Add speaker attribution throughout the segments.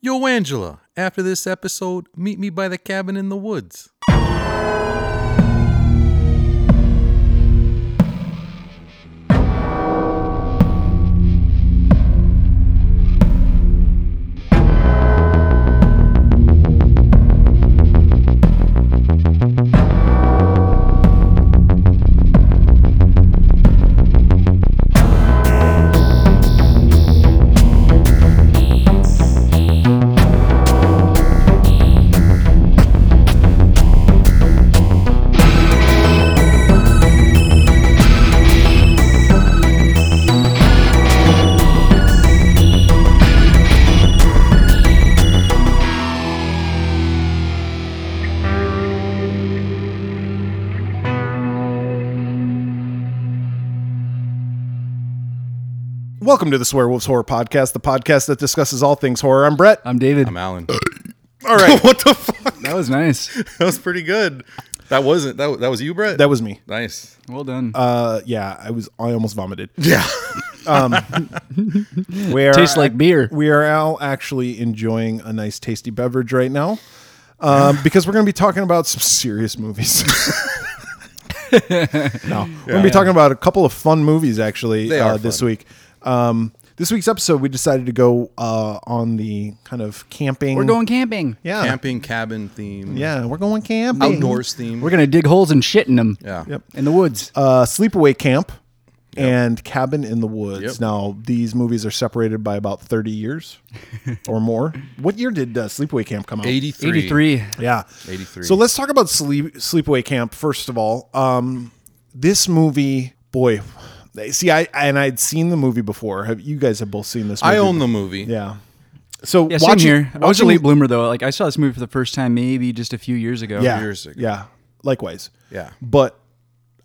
Speaker 1: Yo, Angela, after this episode, meet me by the cabin in the woods.
Speaker 2: Welcome to the Swearwolves Horror Podcast, the podcast that discusses all things horror. I'm
Speaker 1: Uh,
Speaker 2: Brett.
Speaker 3: I'm David.
Speaker 1: I'm Alan.
Speaker 2: All right,
Speaker 1: what the fuck?
Speaker 3: that was nice.
Speaker 1: That was pretty good. That wasn't that. wa- That was you, Brett.
Speaker 2: that was me.
Speaker 1: nice.
Speaker 3: Well done.
Speaker 2: Uh, yeah, I was. I almost vomited. Um,
Speaker 1: Yeah.
Speaker 2: We are,
Speaker 3: Tastes like beer.
Speaker 2: We are all actually enjoying a nice, tasty beverage right now, um, because we're going to be talking about some serious movies. no, we're going to be talking about a couple of fun movies actually
Speaker 1: They
Speaker 2: uh,
Speaker 1: are
Speaker 2: this
Speaker 1: fun.
Speaker 2: week. Um, this week's episode, we decided to go uh, on the kind of camping.
Speaker 3: We're going camping.
Speaker 2: yeah,
Speaker 1: Camping cabin theme.
Speaker 2: yeah, we're going camping
Speaker 1: Outdoors theme.
Speaker 3: We're gonna dig holes and shit in them.
Speaker 1: yeah.
Speaker 2: Yep.
Speaker 3: In the woods.
Speaker 2: uh, Sleepaway Camp and Cabin in the Woods.
Speaker 1: Yep.
Speaker 2: Now, these movies are separated by about 30 years or more. What year did uh, Sleepaway Camp come out?
Speaker 1: 83.
Speaker 3: 83.
Speaker 2: Yeah.
Speaker 1: 83.
Speaker 2: So let's talk about sleep, Sleepaway Camp first of all. Um, this movie, boy, see, I and I'd seen the movie before. Have you guys have both seen this? movie?
Speaker 1: I own the movie.
Speaker 2: Yeah. So
Speaker 3: Yeah,
Speaker 2: watching
Speaker 3: same here. I was a
Speaker 2: watching-
Speaker 3: late bloomer though. Like I saw this movie for the first time maybe just a few years ago.
Speaker 2: yeah,
Speaker 1: years ago.
Speaker 2: Yeah. Likewise.
Speaker 1: Yeah.
Speaker 2: But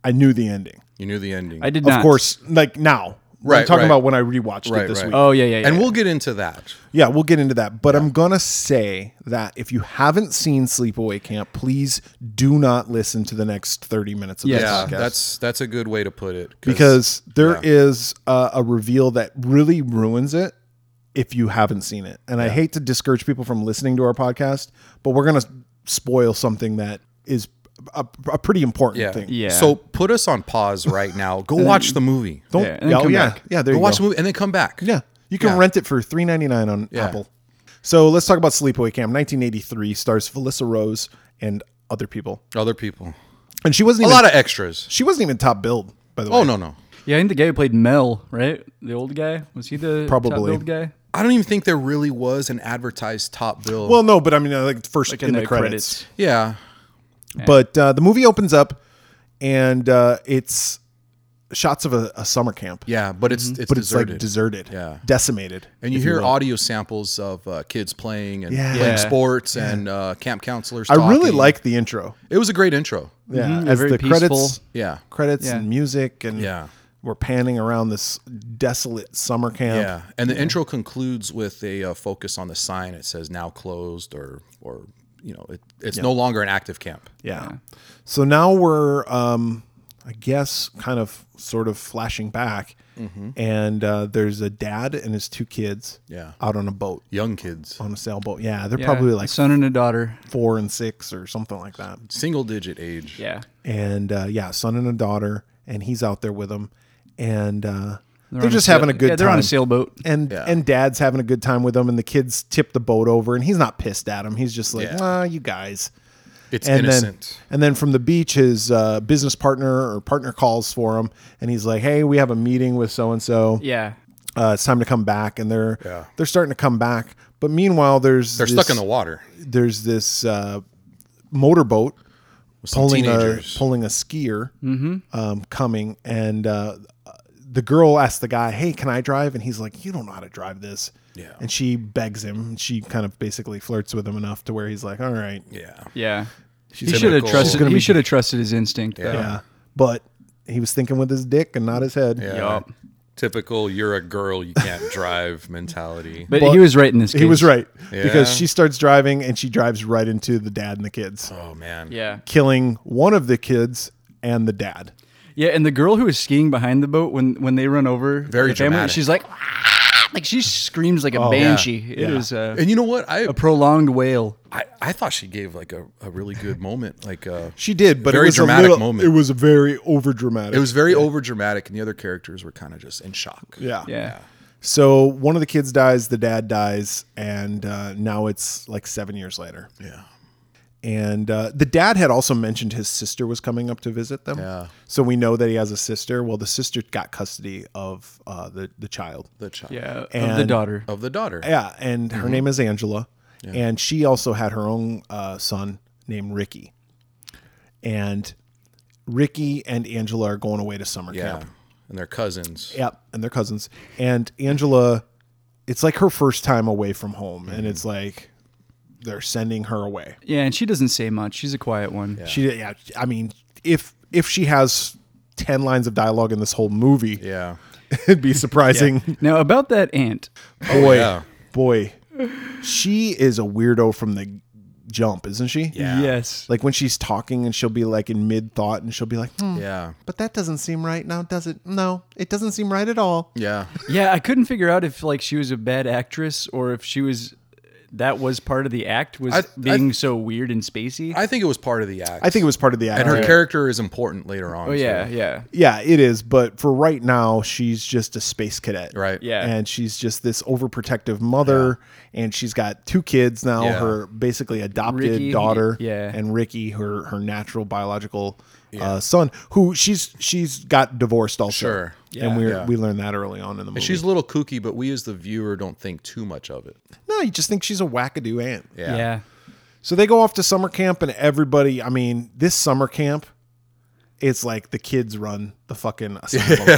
Speaker 2: I knew the ending.
Speaker 1: You knew the ending.
Speaker 3: I did
Speaker 2: Of
Speaker 3: not.
Speaker 2: course, like now. I'm
Speaker 1: Right,
Speaker 2: talking
Speaker 1: right.
Speaker 2: about when I rewatched
Speaker 1: Right,
Speaker 2: it this
Speaker 1: right.
Speaker 2: week.
Speaker 3: Oh yeah, yeah, yeah.
Speaker 1: And we'll get into that.
Speaker 2: Yeah, we'll get into that. But I'm going to say that if you haven't seen Sleepaway Camp, please do not listen to the next 30 minutes of this
Speaker 3: Yeah,
Speaker 1: Yeah,
Speaker 2: podcast.
Speaker 1: Uh, that's that's a good way to put it.
Speaker 2: because there is uh, a reveal that really ruins it if you haven't seen it. And I hate to discourage people from listening to our podcast, but we're going to spoil something that is a, a pretty important
Speaker 1: yeah,
Speaker 2: thing.
Speaker 3: Yeah.
Speaker 1: So put us on pause right now. Go watch the movie.
Speaker 2: Don't,
Speaker 3: Yeah,
Speaker 2: yeah,
Speaker 3: and then
Speaker 2: yeah,
Speaker 3: come
Speaker 2: Oh, yeah,
Speaker 3: back.
Speaker 2: there
Speaker 1: go
Speaker 2: you
Speaker 1: watch
Speaker 2: go.
Speaker 1: the movie and then come back.
Speaker 2: Yeah, you can
Speaker 1: Yeah.
Speaker 2: rent it for $3.99 on
Speaker 1: Yeah.
Speaker 2: Apple. So let's talk about Sleepaway Camp. 1983 stars Felissa Rose and other people,
Speaker 1: Other people.
Speaker 2: and she wasn't
Speaker 1: A
Speaker 2: even,
Speaker 1: lot of extras.
Speaker 2: She wasn't even top billed, by the way.
Speaker 1: Oh no no.
Speaker 3: yeah, I think the guy who played Mel, right? The old guy? Was he the top
Speaker 2: Probably.
Speaker 3: build guy?
Speaker 1: I don't even think there really was an advertised top bill.
Speaker 2: Well, no, but I mean, uh, like first in,
Speaker 3: in
Speaker 2: the,
Speaker 3: the
Speaker 2: credits.
Speaker 1: yeah.
Speaker 2: But uh, the movie opens up, and uh, it's shots of a, a summer camp.
Speaker 1: Yeah, but it's it's
Speaker 2: mm-hmm. but
Speaker 1: deserted.
Speaker 2: it's like deserted.
Speaker 1: Yeah.
Speaker 2: decimated.
Speaker 1: and you hear audio samples of uh, kids playing and
Speaker 2: Yeah.
Speaker 1: playing
Speaker 3: Yeah.
Speaker 1: sports and uh, camp counselors.
Speaker 2: I really
Speaker 1: talking.
Speaker 2: like the intro.
Speaker 1: It was a great intro.
Speaker 2: Yeah,
Speaker 3: Mhm,
Speaker 2: as
Speaker 3: very
Speaker 2: the credits,
Speaker 3: peaceful.
Speaker 1: Yeah.
Speaker 2: credits
Speaker 3: Yeah.
Speaker 2: and music, and
Speaker 1: Yeah.
Speaker 2: we're panning around this desolate summer camp.
Speaker 1: Yeah, and the intro concludes with a uh, focus on the sign. It says now closed, or or you know, it, it's no longer an active camp.
Speaker 2: Yeah. So now we're, um, I guess, kind of sort of flashing back.
Speaker 3: Mm-hmm.
Speaker 2: And uh, there's a dad and his two kids
Speaker 1: Yeah.
Speaker 2: out on a boat,
Speaker 1: Young kids,
Speaker 2: on a sailboat. Yeah. They're
Speaker 3: Yeah,
Speaker 2: probably
Speaker 3: a
Speaker 2: like
Speaker 3: son and a daughter.
Speaker 2: four and six or something like that.
Speaker 1: single digit age.
Speaker 3: Yeah.
Speaker 2: And uh, yeah, son and a daughter. And he's out there with them. And uh, they're,
Speaker 3: on
Speaker 2: just
Speaker 3: sail-
Speaker 2: having a good
Speaker 3: yeah,
Speaker 2: time.
Speaker 3: They're on a sailboat.
Speaker 2: And,
Speaker 1: Yeah.
Speaker 2: and dad's having a good time with them, and the kids tip the boat over, and he's not pissed at him. He's just like,
Speaker 1: Yeah.
Speaker 2: ah, you guys.
Speaker 1: It's
Speaker 2: and
Speaker 1: innocent.
Speaker 2: then and then from the beach his uh, business partner or partner calls for him and he's like hey we have a meeting with so and so
Speaker 3: Yeah.
Speaker 2: it's time to come back and they're
Speaker 1: Yeah.
Speaker 2: they're starting to come back but meanwhile there's
Speaker 1: They're stuck in the water.
Speaker 2: there's this uh, motorboat
Speaker 1: some
Speaker 2: pulling
Speaker 1: teenagers.
Speaker 2: a pulling a skier um, coming and uh, the girl asks the guy hey can I drive and he's like you don't know how to drive this
Speaker 1: Yeah.
Speaker 2: and she begs him and she kind of basically flirts with him enough to where he's like all right
Speaker 1: Yeah,
Speaker 3: Yeah.
Speaker 1: She's
Speaker 3: he should have
Speaker 1: typical. She's
Speaker 3: trusted.
Speaker 1: gonna
Speaker 3: He
Speaker 1: be-
Speaker 3: should have trusted his instinct. though.
Speaker 2: Yeah. But he was thinking with his dick and not his head.
Speaker 1: Yeah.
Speaker 3: Yup.
Speaker 1: typical. You're a girl, you can't drive mentality.
Speaker 3: But,
Speaker 2: But-
Speaker 3: he was right in this case.
Speaker 2: He was right because
Speaker 1: Yeah.
Speaker 2: she starts driving and she drives right into the dad and the kids,
Speaker 1: oh man,
Speaker 3: Yeah.
Speaker 2: killing one of the kids and the dad.
Speaker 3: Yeah, and the girl who was skiing behind the boat when when they run over
Speaker 1: Very
Speaker 3: the family,
Speaker 1: dramatic. Oh,
Speaker 3: she's like, "Ah!" Like she screams like a banshee. It is
Speaker 2: Yeah.
Speaker 3: uh,
Speaker 1: And you know what? I
Speaker 3: a prolonged wail.
Speaker 1: I, I thought she gave like a, a really good moment. Like uh,
Speaker 2: She did, but
Speaker 1: Very
Speaker 2: it was
Speaker 1: dramatic
Speaker 2: a little,
Speaker 1: moment.
Speaker 2: It was a very over dramatic.
Speaker 1: it was very over dramatic, and the other characters were kind of just in shock.
Speaker 2: yeah.
Speaker 3: Yeah.
Speaker 2: So one of the kids dies, the dad dies, and uh, now it's like seven years later.
Speaker 1: yeah.
Speaker 2: And uh, the dad had also mentioned his sister was coming up to visit them.
Speaker 1: Yeah.
Speaker 2: So we know that he has a sister. Well, the sister got custody of uh, the the child.
Speaker 1: The child
Speaker 3: Yeah. of the
Speaker 2: And-
Speaker 3: daughter.
Speaker 1: of the daughter.
Speaker 2: Yeah, and
Speaker 1: Mm-hmm.
Speaker 2: her name is Angela, and she also had her own uh, son named Ricky. And Ricky and Angela are going away to summer
Speaker 1: Yeah.
Speaker 2: camp.
Speaker 1: And their cousins.
Speaker 2: Yep, and they're cousins. And Angela, it's like her first time away from home,
Speaker 1: Mm-hmm.
Speaker 2: and it's like they're sending her away.
Speaker 3: Yeah, and she doesn't say much. She's a quiet one.
Speaker 2: She, yeah, I mean, if if she has ten lines of dialogue in this whole movie,
Speaker 1: Yeah. Oh,
Speaker 2: it'd be surprising.
Speaker 3: Now about that aunt.
Speaker 2: Boy,
Speaker 1: yeah.
Speaker 2: boy, she is a weirdo from the jump, isn't she?
Speaker 1: Yeah.
Speaker 3: Yes.
Speaker 2: Like when she's talking and she'll be like in mid thought and she'll be like, "Hmm,
Speaker 1: Yeah.
Speaker 2: but that doesn't seem right now, does it? No, it doesn't seem right at all.
Speaker 1: Yeah.
Speaker 3: Yeah, I couldn't figure out if like she was a bad actress or if she was that was part of the act was
Speaker 1: I- I-
Speaker 3: being so weird and spacey.
Speaker 1: I think it was part of the act.
Speaker 2: I think it was part of the act.
Speaker 1: and her character is important later on.
Speaker 3: oh yeah, yeah.
Speaker 2: Yeah, it is. But for right now, she's just a space cadet.
Speaker 1: Right.
Speaker 3: Yeah.
Speaker 2: And she's just this overprotective mother. And she's got two kids now
Speaker 1: Yeah.
Speaker 2: her basically adopted
Speaker 3: Ricky,
Speaker 2: daughter.
Speaker 3: yeah.
Speaker 2: And Ricky, her her natural biological uh, son, who she's she's got divorced also.
Speaker 1: Sure.
Speaker 2: and we
Speaker 1: Yeah.
Speaker 2: we learned that early on in the movie.
Speaker 1: She's a little kooky, but we as the viewer don't think too much of it.
Speaker 2: no, you just think she's a wackadoo aunt.
Speaker 1: Yeah.
Speaker 3: Yeah.
Speaker 2: So they go off to summer camp, and everybody. I mean, this summer camp, it's like the kids run the fucking asylum,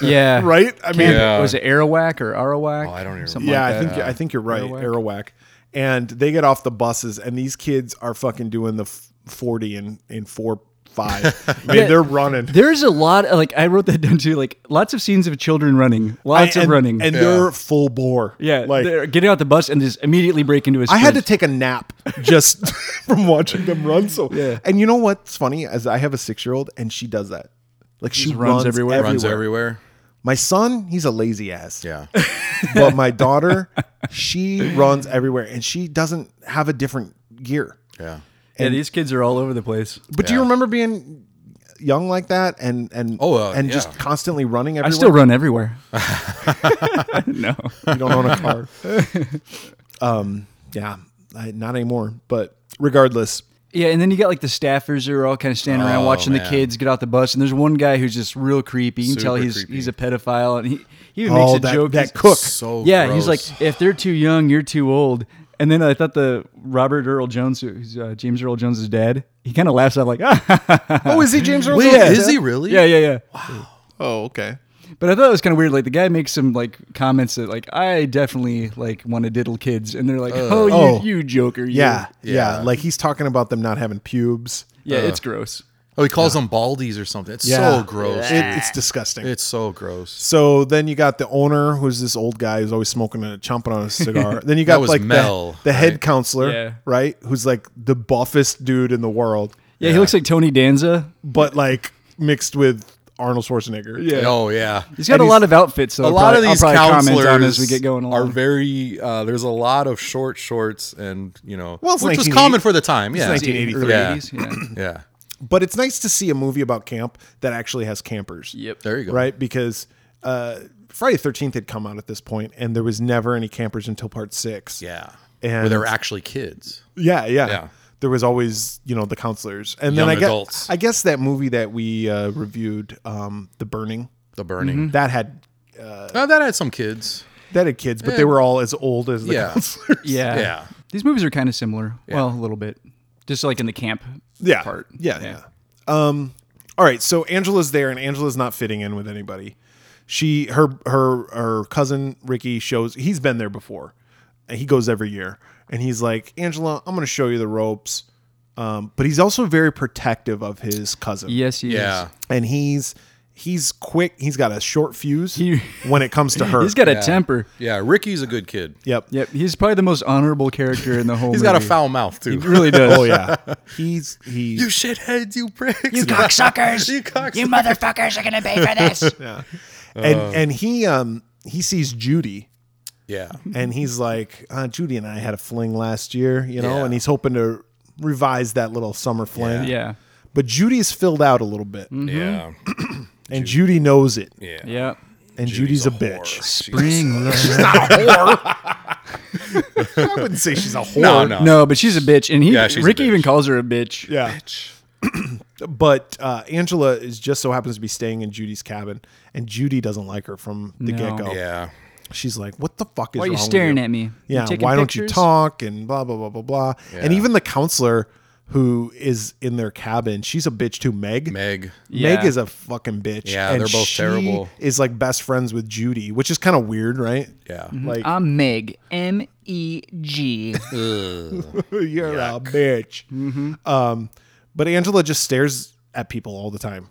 Speaker 3: Yeah.
Speaker 2: right? I mean,
Speaker 1: Yeah.
Speaker 3: Was it Arawak or Arawak?
Speaker 1: Oh, I don't even
Speaker 3: Something
Speaker 2: Yeah,
Speaker 3: like
Speaker 2: I
Speaker 3: that.
Speaker 2: think I think you're right,
Speaker 3: Arawak.
Speaker 2: Arawak. And they get off the buses, and these kids are fucking doing the f- forty in in four five. Man,
Speaker 3: Yeah.
Speaker 2: they're running.
Speaker 3: There's a lot like I wrote that down too. Like lots of scenes of children running, lots
Speaker 2: and,
Speaker 3: of running.
Speaker 2: and
Speaker 1: Yeah.
Speaker 2: they're full bore.
Speaker 3: yeah,
Speaker 2: like
Speaker 3: they're getting out the bus and just immediately break into a
Speaker 2: I
Speaker 3: sprint.
Speaker 2: had to take a nap just from watching them run. So
Speaker 3: Yeah.
Speaker 2: and you know what's funny is I have a six year old, and she does that. Like she
Speaker 3: runs
Speaker 2: runs,
Speaker 3: everywhere.
Speaker 1: Runs everywhere.
Speaker 2: My son, he's a lazy ass.
Speaker 1: Yeah.
Speaker 2: But my daughter, she runs everywhere and she doesn't have a different gear.
Speaker 1: Yeah.
Speaker 3: yeah, these kids are all over the place.
Speaker 2: But do you remember being young like that and and
Speaker 1: Oh, uh,
Speaker 2: and
Speaker 1: yeah.
Speaker 2: just constantly running
Speaker 3: I
Speaker 2: everywhere?
Speaker 3: still run everywhere. no.
Speaker 2: you don't own a car. um, yeah, I, not anymore. But regardless,
Speaker 3: Yeah, and then you got like the staffers who are all kind of standing around
Speaker 1: Oh,
Speaker 3: watching the
Speaker 1: man.
Speaker 3: kids get off the bus, and there's one guy who's just real creepy. You can tell
Speaker 1: Super
Speaker 3: he's
Speaker 1: creepy.
Speaker 3: he's a pedophile, and he, he even
Speaker 2: oh,
Speaker 3: makes a
Speaker 2: that,
Speaker 3: joke.
Speaker 2: that
Speaker 3: He's-
Speaker 2: cook.
Speaker 1: So
Speaker 3: yeah, he's
Speaker 1: gross.
Speaker 3: like, if they're too young, you're too old. And then I thought the Robert Earl Jones, who's uh, James Earl Jones' dad, he kind of laughs out like,
Speaker 2: Oh, is he James Earl?
Speaker 1: Wait,
Speaker 2: Jones?
Speaker 1: is he really?
Speaker 3: yeah, yeah, yeah.
Speaker 2: Oh, okay.
Speaker 3: But I thought it was kind of weird. Like the guy makes some like comments that like I definitely like want to diddle kids, and they're like, oh,
Speaker 2: Oh.
Speaker 3: You, you joker, you.
Speaker 2: Yeah, yeah,
Speaker 1: Uh, Yeah.
Speaker 2: Like he's talking about them not having pubes.
Speaker 3: yeah, it's gross.
Speaker 1: Oh, he calls them baldies or something. It's
Speaker 2: Yeah.
Speaker 1: so gross.
Speaker 2: It, it's disgusting.
Speaker 1: It's so gross.
Speaker 2: So then you got the owner, who's this old guy who's always smoking and chomping on a cigar. then you got
Speaker 1: was
Speaker 2: like the-
Speaker 1: Mel,
Speaker 2: the, head
Speaker 1: right?
Speaker 2: counselor,
Speaker 3: Yeah.
Speaker 2: right? Who's like the buffest dude in the world,
Speaker 3: Yeah, he looks like Tony Danza.
Speaker 2: but like mixed with Arnold Schwarzenegger.
Speaker 1: Oh yeah.
Speaker 3: He's got a lot of outfits. So
Speaker 1: a
Speaker 3: I'll
Speaker 1: lot
Speaker 3: probably-
Speaker 1: of
Speaker 3: I'll
Speaker 1: these
Speaker 3: probably comment
Speaker 1: counselors
Speaker 3: on as we get going
Speaker 1: are
Speaker 3: along.
Speaker 1: very. Uh, there's a lot of short shorts, and you know,
Speaker 2: Well, it's
Speaker 1: which was
Speaker 2: 1980
Speaker 1: common for the time. Yeah,
Speaker 2: 1983.
Speaker 3: Early
Speaker 1: Yeah.
Speaker 3: 80s, yeah.
Speaker 1: yeah.
Speaker 2: But it's nice to see a movie about camp that actually has campers,
Speaker 3: Yep.
Speaker 1: There you go.
Speaker 2: right? Because uh, Friday Thirteenth had come out at this point, and there was never any campers until Part Six.
Speaker 1: Yeah.
Speaker 2: And-
Speaker 1: Where they were actually kids.
Speaker 2: Yeah, yeah.
Speaker 1: Yeah.
Speaker 2: There was always, you know, the counselors, and
Speaker 1: Young
Speaker 2: then I guess
Speaker 1: adults.
Speaker 2: I guess that movie that we uh, reviewed, um, The Burning,
Speaker 1: The burning.
Speaker 2: that had
Speaker 1: Now that had some kids.
Speaker 2: that had kids, but they were all as old as the
Speaker 1: Yeah.
Speaker 2: counselors.
Speaker 3: Yeah.
Speaker 1: Yeah.
Speaker 3: These movies are kind of similar. Well, a little bit. Just like in the camp
Speaker 2: yeah.
Speaker 3: part.
Speaker 2: Yeah, yeah. Um, all right. So Angela's there, and Angela's not fitting in with anybody. She, her, her, her cousin Ricky shows. He's been there before. And He goes every year, and he's like, Angela, I'm going to show you the ropes. Um, but he's also very protective of his cousin.
Speaker 3: Yes, he
Speaker 1: Yeah.
Speaker 3: is.
Speaker 2: and he's he's quick. He's got a short fuse
Speaker 3: He-
Speaker 2: when it comes to her.
Speaker 3: He's got a temper.
Speaker 1: Yeah. Ricky's a good kid.
Speaker 2: yep.
Speaker 3: Yep. He's probably the most honorable character in the whole
Speaker 1: He's got a foul mouth too.
Speaker 3: He really does.
Speaker 2: Oh yeah. He's he.
Speaker 1: You shitheads, you pricks. You
Speaker 4: cocksuckers.
Speaker 1: you cocks.
Speaker 4: You
Speaker 1: Oh.
Speaker 4: motherfuckers are gonna pay for this.
Speaker 2: and and he um he sees Judy
Speaker 1: Yeah.
Speaker 2: and he's like, uh, Judy and I had a fling last year, you know,
Speaker 1: Yeah.
Speaker 2: and he's hoping to revise that little summer fling.
Speaker 3: Yeah. Mm-hmm.
Speaker 2: But Judy's filled out a little bit,
Speaker 1: Yeah.
Speaker 2: and Judy knows it,
Speaker 1: Yeah.
Speaker 3: Yeah.
Speaker 2: and Judy's, a,
Speaker 1: whore.
Speaker 2: bitch.
Speaker 1: She's-
Speaker 2: I wouldn't say she's a whore.
Speaker 1: No, no.
Speaker 3: No, but she's a bitch, and he
Speaker 1: Yeah, she's a
Speaker 3: Ricky
Speaker 1: bitch.
Speaker 3: even calls her a bitch.
Speaker 2: Yeah.
Speaker 1: Bitch.
Speaker 2: But uh, Angela is just so happens to be staying in Judy's cabin, and Judy doesn't like her from the get
Speaker 3: No.
Speaker 2: go.
Speaker 1: Yeah.
Speaker 2: She's like, "What the fuck is
Speaker 3: Why are you
Speaker 2: wrong with
Speaker 3: staring at me? You
Speaker 2: Yeah,
Speaker 3: taking
Speaker 2: why don't you
Speaker 3: pictures?
Speaker 2: talk?" And blah blah blah blah blah. And
Speaker 1: Yeah.
Speaker 2: even the counselor who is in their cabin, she's a bitch too. Meg,
Speaker 1: Meg.
Speaker 2: Meg
Speaker 3: Yeah.
Speaker 2: is a fucking bitch.
Speaker 1: Yeah,
Speaker 2: and
Speaker 1: they're both
Speaker 2: she
Speaker 1: terrible.
Speaker 2: Is like best friends with Judy, which is kind of weird, right?
Speaker 1: Yeah.
Speaker 3: Mm-hmm.
Speaker 2: Like
Speaker 3: I'm Meg. M E G.
Speaker 2: you're a bitch.
Speaker 3: Mm-hmm.
Speaker 2: Um, but Angela just stares at people all the time.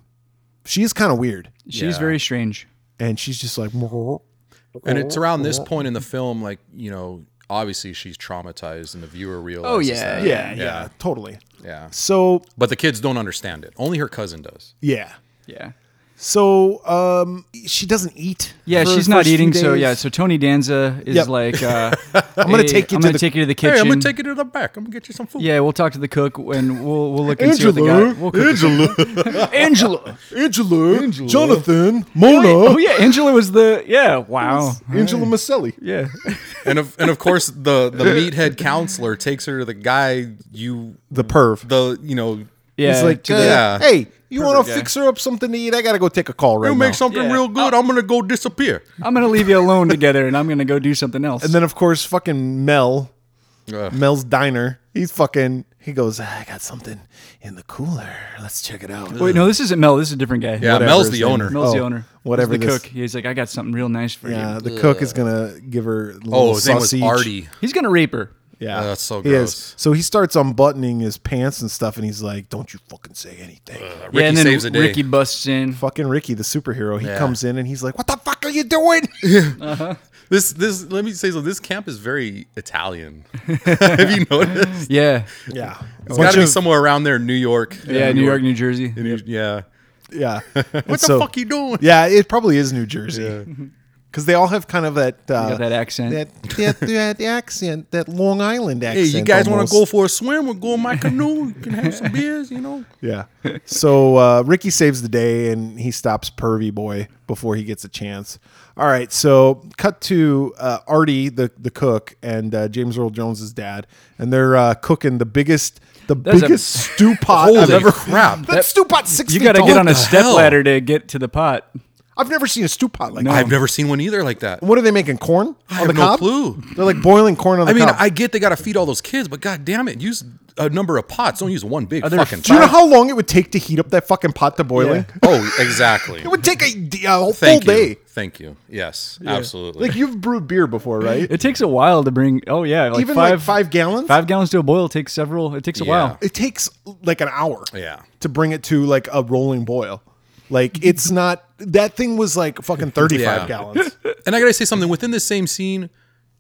Speaker 2: She's kind of weird,
Speaker 3: She's
Speaker 1: Yeah.
Speaker 3: very strange.
Speaker 2: and she's just like,
Speaker 1: And it's around this point in the film, like, you know, obviously she's traumatized and the viewer realizes
Speaker 3: Oh, yeah,
Speaker 1: that.
Speaker 2: yeah, yeah,
Speaker 1: Yeah.
Speaker 2: totally.
Speaker 1: Yeah.
Speaker 2: So
Speaker 1: But the kids don't understand it. Only her cousin does.
Speaker 2: yeah,
Speaker 3: Yeah.
Speaker 2: so um, she doesn't eat.
Speaker 3: Yeah,
Speaker 2: for the
Speaker 3: she's not
Speaker 2: first few
Speaker 3: eating. So
Speaker 2: days.
Speaker 3: yeah, so Tony Danza is
Speaker 2: Yep.
Speaker 3: like, uh,
Speaker 2: I'm gonna take you
Speaker 3: I'm
Speaker 2: to
Speaker 3: gonna
Speaker 2: the-
Speaker 3: take you to the
Speaker 1: Hey,
Speaker 3: kitchen.
Speaker 1: I'm gonna take you to the back. I'm gonna get you some food.
Speaker 3: yeah, we'll talk to the cook and we'll we'll look and see what the guy.
Speaker 2: Angela,
Speaker 3: We'll cook Angela, Angela.
Speaker 2: Angela, Jonathan, Mona,
Speaker 3: Oh yeah, Angela was the yeah. Wow.
Speaker 2: Angela Maselli.
Speaker 3: Yeah.
Speaker 1: And of and of course the the meathead counselor takes her to the guy you
Speaker 2: The perv.
Speaker 1: the you know
Speaker 3: Yeah.
Speaker 2: He's like,
Speaker 3: to
Speaker 2: uh,
Speaker 3: the-
Speaker 1: Yeah.
Speaker 2: hey, you want to
Speaker 3: guy.
Speaker 2: fix her up something to eat? I gotta go take a call right
Speaker 1: you
Speaker 2: now.
Speaker 1: make something
Speaker 3: Yeah.
Speaker 1: real good. I'm gonna go disappear.
Speaker 3: I'm gonna leave you alone together, and I'm gonna go do something else.
Speaker 2: uh, and then of course, fucking Mel,
Speaker 1: Ugh.
Speaker 2: Mel's diner. He's fucking. He goes, I got something in the cooler. Let's check it out.
Speaker 3: Wait, no, this isn't Mel. This is a different guy.
Speaker 1: Yeah,
Speaker 2: whatever
Speaker 1: Mel's
Speaker 2: his
Speaker 1: the
Speaker 2: name-
Speaker 1: owner.
Speaker 3: Mel's the
Speaker 2: Oh,
Speaker 3: owner.
Speaker 2: whatever
Speaker 3: He's the
Speaker 2: this-
Speaker 3: cook. He's like, I got something real nice for
Speaker 2: Yeah,
Speaker 3: you.
Speaker 2: the cook is gonna give her. a little
Speaker 1: Oh, his name was
Speaker 2: sausage.
Speaker 1: Artie.
Speaker 3: He's gonna rape her.
Speaker 2: Yeah,
Speaker 1: Oh, that's so
Speaker 2: He
Speaker 1: gross.
Speaker 2: So he starts unbuttoning his pants and stuff, and he's like, "Don't you fucking say anything."
Speaker 1: Ricky
Speaker 3: yeah, and then
Speaker 1: saves the day.
Speaker 3: Ricky busts in.
Speaker 2: fucking Ricky, the superhero, he
Speaker 1: Yeah.
Speaker 2: comes in and he's like, "What the fuck are you doing?"
Speaker 1: This this let me say so. This camp is very Italian. Have you noticed?
Speaker 3: Yeah.
Speaker 2: yeah,
Speaker 1: It's got to be somewhere around there, in New York.
Speaker 3: Yeah, New York, New Jersey.
Speaker 1: New- yeah.
Speaker 2: yeah.
Speaker 1: What the fuck you doing?
Speaker 2: Yeah, it probably is New Jersey. Because they all have kind of that uh,
Speaker 3: Mm-hmm. got that accent.
Speaker 2: that, that, that accent, that Long Island accent.
Speaker 1: wanna
Speaker 2: almost.
Speaker 1: for a swim? We'll go in my canoe. You can have some beers, you know.
Speaker 2: Yeah. So uh, Ricky saves the day and he stops Pervy Boy before he gets a chance. All right. So cut to uh, Artie, the, the cook, and uh, James Earl Jones' dad, and they're uh, cooking the biggest, the
Speaker 3: That's a-
Speaker 2: biggest stew pot
Speaker 1: Holy
Speaker 2: I've ever.
Speaker 1: crap.
Speaker 2: That, stew pot's six.
Speaker 3: You
Speaker 2: feet
Speaker 3: got to
Speaker 2: tall.
Speaker 3: get on a
Speaker 1: the
Speaker 3: step
Speaker 1: hell?
Speaker 3: ladder to get to the pot.
Speaker 2: I've never seen a stew pot like that.
Speaker 1: I've never seen one either like that.
Speaker 2: What are they making corn on
Speaker 1: have
Speaker 2: the
Speaker 1: no
Speaker 2: cob?
Speaker 1: clue.
Speaker 2: They're like boiling corn on the
Speaker 1: I mean,
Speaker 2: cob.
Speaker 1: I get they got to feed all those kids, but god damn it, use a number of pots. Don't use one big
Speaker 3: there
Speaker 1: fucking
Speaker 2: Do you know
Speaker 1: pot.
Speaker 2: how long it would take to heat up that fucking pot to boiling?
Speaker 1: Oh, exactly.
Speaker 2: It would take a, a whole
Speaker 1: Thank
Speaker 2: full
Speaker 1: you.
Speaker 2: day.
Speaker 1: Thank you. Yes, absolutely.
Speaker 2: Like you've brewed beer before, right?
Speaker 3: It takes a while to bring. Oh yeah, like
Speaker 2: Even
Speaker 3: five,
Speaker 2: like five gallons.
Speaker 3: five gallons to a boil takes several. It takes a
Speaker 1: Yeah.
Speaker 3: while.
Speaker 2: It takes like an hour.
Speaker 1: Yeah.
Speaker 2: To bring it to like a rolling boil, like it's not that thing was like fucking thirty-five
Speaker 1: Yeah.
Speaker 2: gallons.
Speaker 1: And I gotta say something. Within the same scene,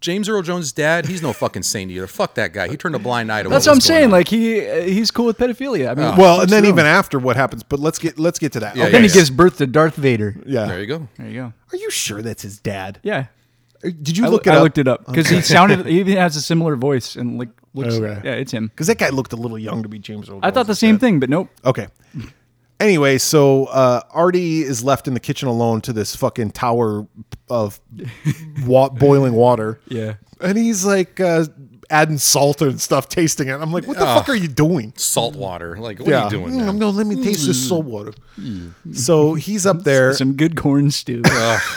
Speaker 1: James Earl Jones' dad, he's no fucking saint either. Fuck that guy. He turned a blind eye to.
Speaker 3: That's what
Speaker 1: was
Speaker 3: I'm
Speaker 1: going
Speaker 3: saying.
Speaker 1: on.
Speaker 3: Like he uh, he's cool with pedophilia. I mean,
Speaker 2: Well, and then even after what happens, but let's get let's get to that.
Speaker 1: Yeah,
Speaker 3: then he
Speaker 1: yeah.
Speaker 3: gives birth to Darth Vader.
Speaker 2: Yeah.
Speaker 1: there you go.
Speaker 3: There you go.
Speaker 2: Are you sure that's his dad?
Speaker 3: Yeah.
Speaker 2: Did you
Speaker 3: I,
Speaker 2: look
Speaker 3: I
Speaker 2: it up?
Speaker 3: looked it up because he sounded. He even has a similar voice and like looks.
Speaker 2: Okay.
Speaker 3: Yeah, it's him.
Speaker 2: Because that guy looked a little young to be James Earl.
Speaker 3: I thought the
Speaker 2: Jones'
Speaker 3: same
Speaker 2: dad.
Speaker 3: thing, but nope.
Speaker 2: Okay. Anyway, so uh, Artie is left in the kitchen alone to this fucking tower of wa- boiling water.
Speaker 3: Yeah.
Speaker 2: And he's like uh, adding salt and stuff, tasting it. I'm like, what the fuck are you doing?
Speaker 1: Salt water. Like what are you doing? Mm.
Speaker 2: Mm,
Speaker 1: man?
Speaker 2: I'm gonna let me taste this salt water. So he's up there,
Speaker 3: Some good corn stew.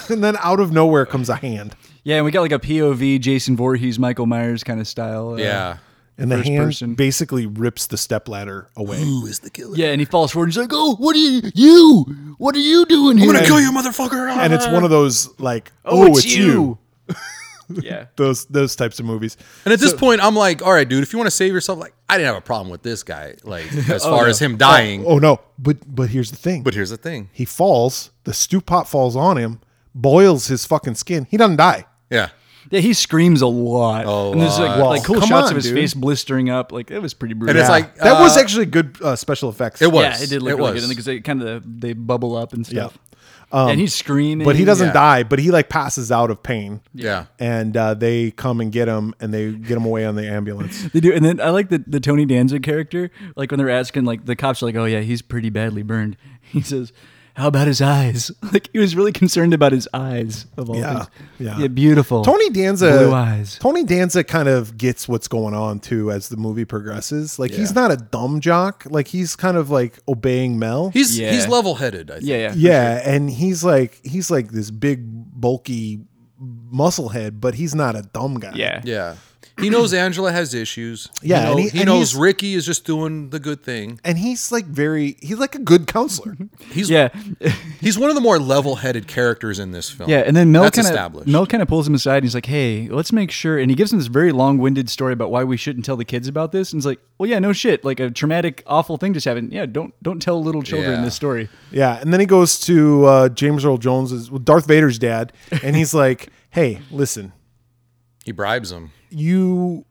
Speaker 2: and then out of nowhere comes a hand,
Speaker 3: yeah, and we got like a POV Jason Voorhees, Michael Myers kind of style. uh,
Speaker 1: Yeah.
Speaker 2: and the hand
Speaker 3: person.
Speaker 2: basically rips the stepladder away.
Speaker 1: Who is the killer?
Speaker 3: Yeah, and he falls forward. And he's like, "Oh, what are you? You? What are you doing here?"
Speaker 1: I'm gonna kill you, motherfucker.
Speaker 2: And it's one of those like,
Speaker 3: Oh,
Speaker 2: oh,
Speaker 3: it's
Speaker 2: it's,
Speaker 3: you."
Speaker 2: you.
Speaker 3: yeah.
Speaker 2: Those those types of movies.
Speaker 1: And at this point, I'm like, all right, dude, if you want to save yourself, like, I didn't have a problem with this guy, like, as far as him dying.
Speaker 2: Oh no, but but here's the thing.
Speaker 1: But here's the thing.
Speaker 2: he falls, the stew pot falls on him, boils his fucking skin. He doesn't die.
Speaker 1: Yeah.
Speaker 3: Yeah, he screams a lot.
Speaker 1: A
Speaker 3: and there's like,
Speaker 1: lot.
Speaker 3: like cool
Speaker 2: Come
Speaker 3: shots
Speaker 2: on,
Speaker 3: of his
Speaker 2: dude.
Speaker 3: face blistering up. Like it was pretty brutal.
Speaker 1: And it's like,
Speaker 2: that was
Speaker 1: uh,
Speaker 2: actually good uh, special effects.
Speaker 1: it was.
Speaker 3: yeah, it did look
Speaker 1: it
Speaker 3: really
Speaker 1: was.
Speaker 3: good because they kind of they bubble up and
Speaker 2: Yeah.
Speaker 3: stuff. Um, and he's screaming.
Speaker 2: But he doesn't
Speaker 1: Yeah.
Speaker 2: die, but he like passes out of pain.
Speaker 1: Yeah.
Speaker 2: And uh, they come and get him and they get him away on the ambulance.
Speaker 3: They do, and then I like the, the Tony Danza character. Like when they're asking, like the cops are like, "Oh yeah, he's pretty badly burned." He says, "How about his eyes?" Like he was really concerned about his eyes of all
Speaker 2: Yeah,
Speaker 3: things.
Speaker 2: yeah.
Speaker 1: Oh,
Speaker 3: beautiful.
Speaker 2: Tony Danza
Speaker 3: Blue eyes.
Speaker 2: Tony Danza kind of gets what's going on too as the movie progresses. Like he's
Speaker 1: Yeah.
Speaker 2: not a dumb jock. Like he's kind of like obeying Mel.
Speaker 1: He's
Speaker 3: Yeah.
Speaker 1: he's level headed. I think.
Speaker 3: Yeah, yeah,
Speaker 2: yeah, and he's like he's like this big bulky muscle head, but he's not a dumb guy.
Speaker 3: yeah,
Speaker 1: Yeah. He knows Angela has issues.
Speaker 2: Yeah,
Speaker 1: He, know-
Speaker 2: and he-
Speaker 1: he
Speaker 2: and
Speaker 1: knows
Speaker 2: he's-
Speaker 1: Ricky is just doing the good thing.
Speaker 2: And he's like very he's like a good counselor.
Speaker 1: Mm-hmm. He's
Speaker 3: yeah,
Speaker 1: he's one of the more level headed characters in this film.
Speaker 3: yeah. And then Mel
Speaker 1: That's
Speaker 3: kind of
Speaker 1: established.
Speaker 3: Mel kind of pulls him aside and he's like, "Hey, let's make sure." And he gives him this very long winded story about why we shouldn't tell the kids about this. And he's like, "Well, yeah, no shit. Like a traumatic, awful thing just happened. Yeah, don't don't tell little children
Speaker 1: Yeah.
Speaker 3: this story."
Speaker 2: Yeah, and then he goes to uh, James Earl Jones's well, Darth Vader's dad, and he's like, "Hey, listen,
Speaker 1: he bribes him.
Speaker 2: you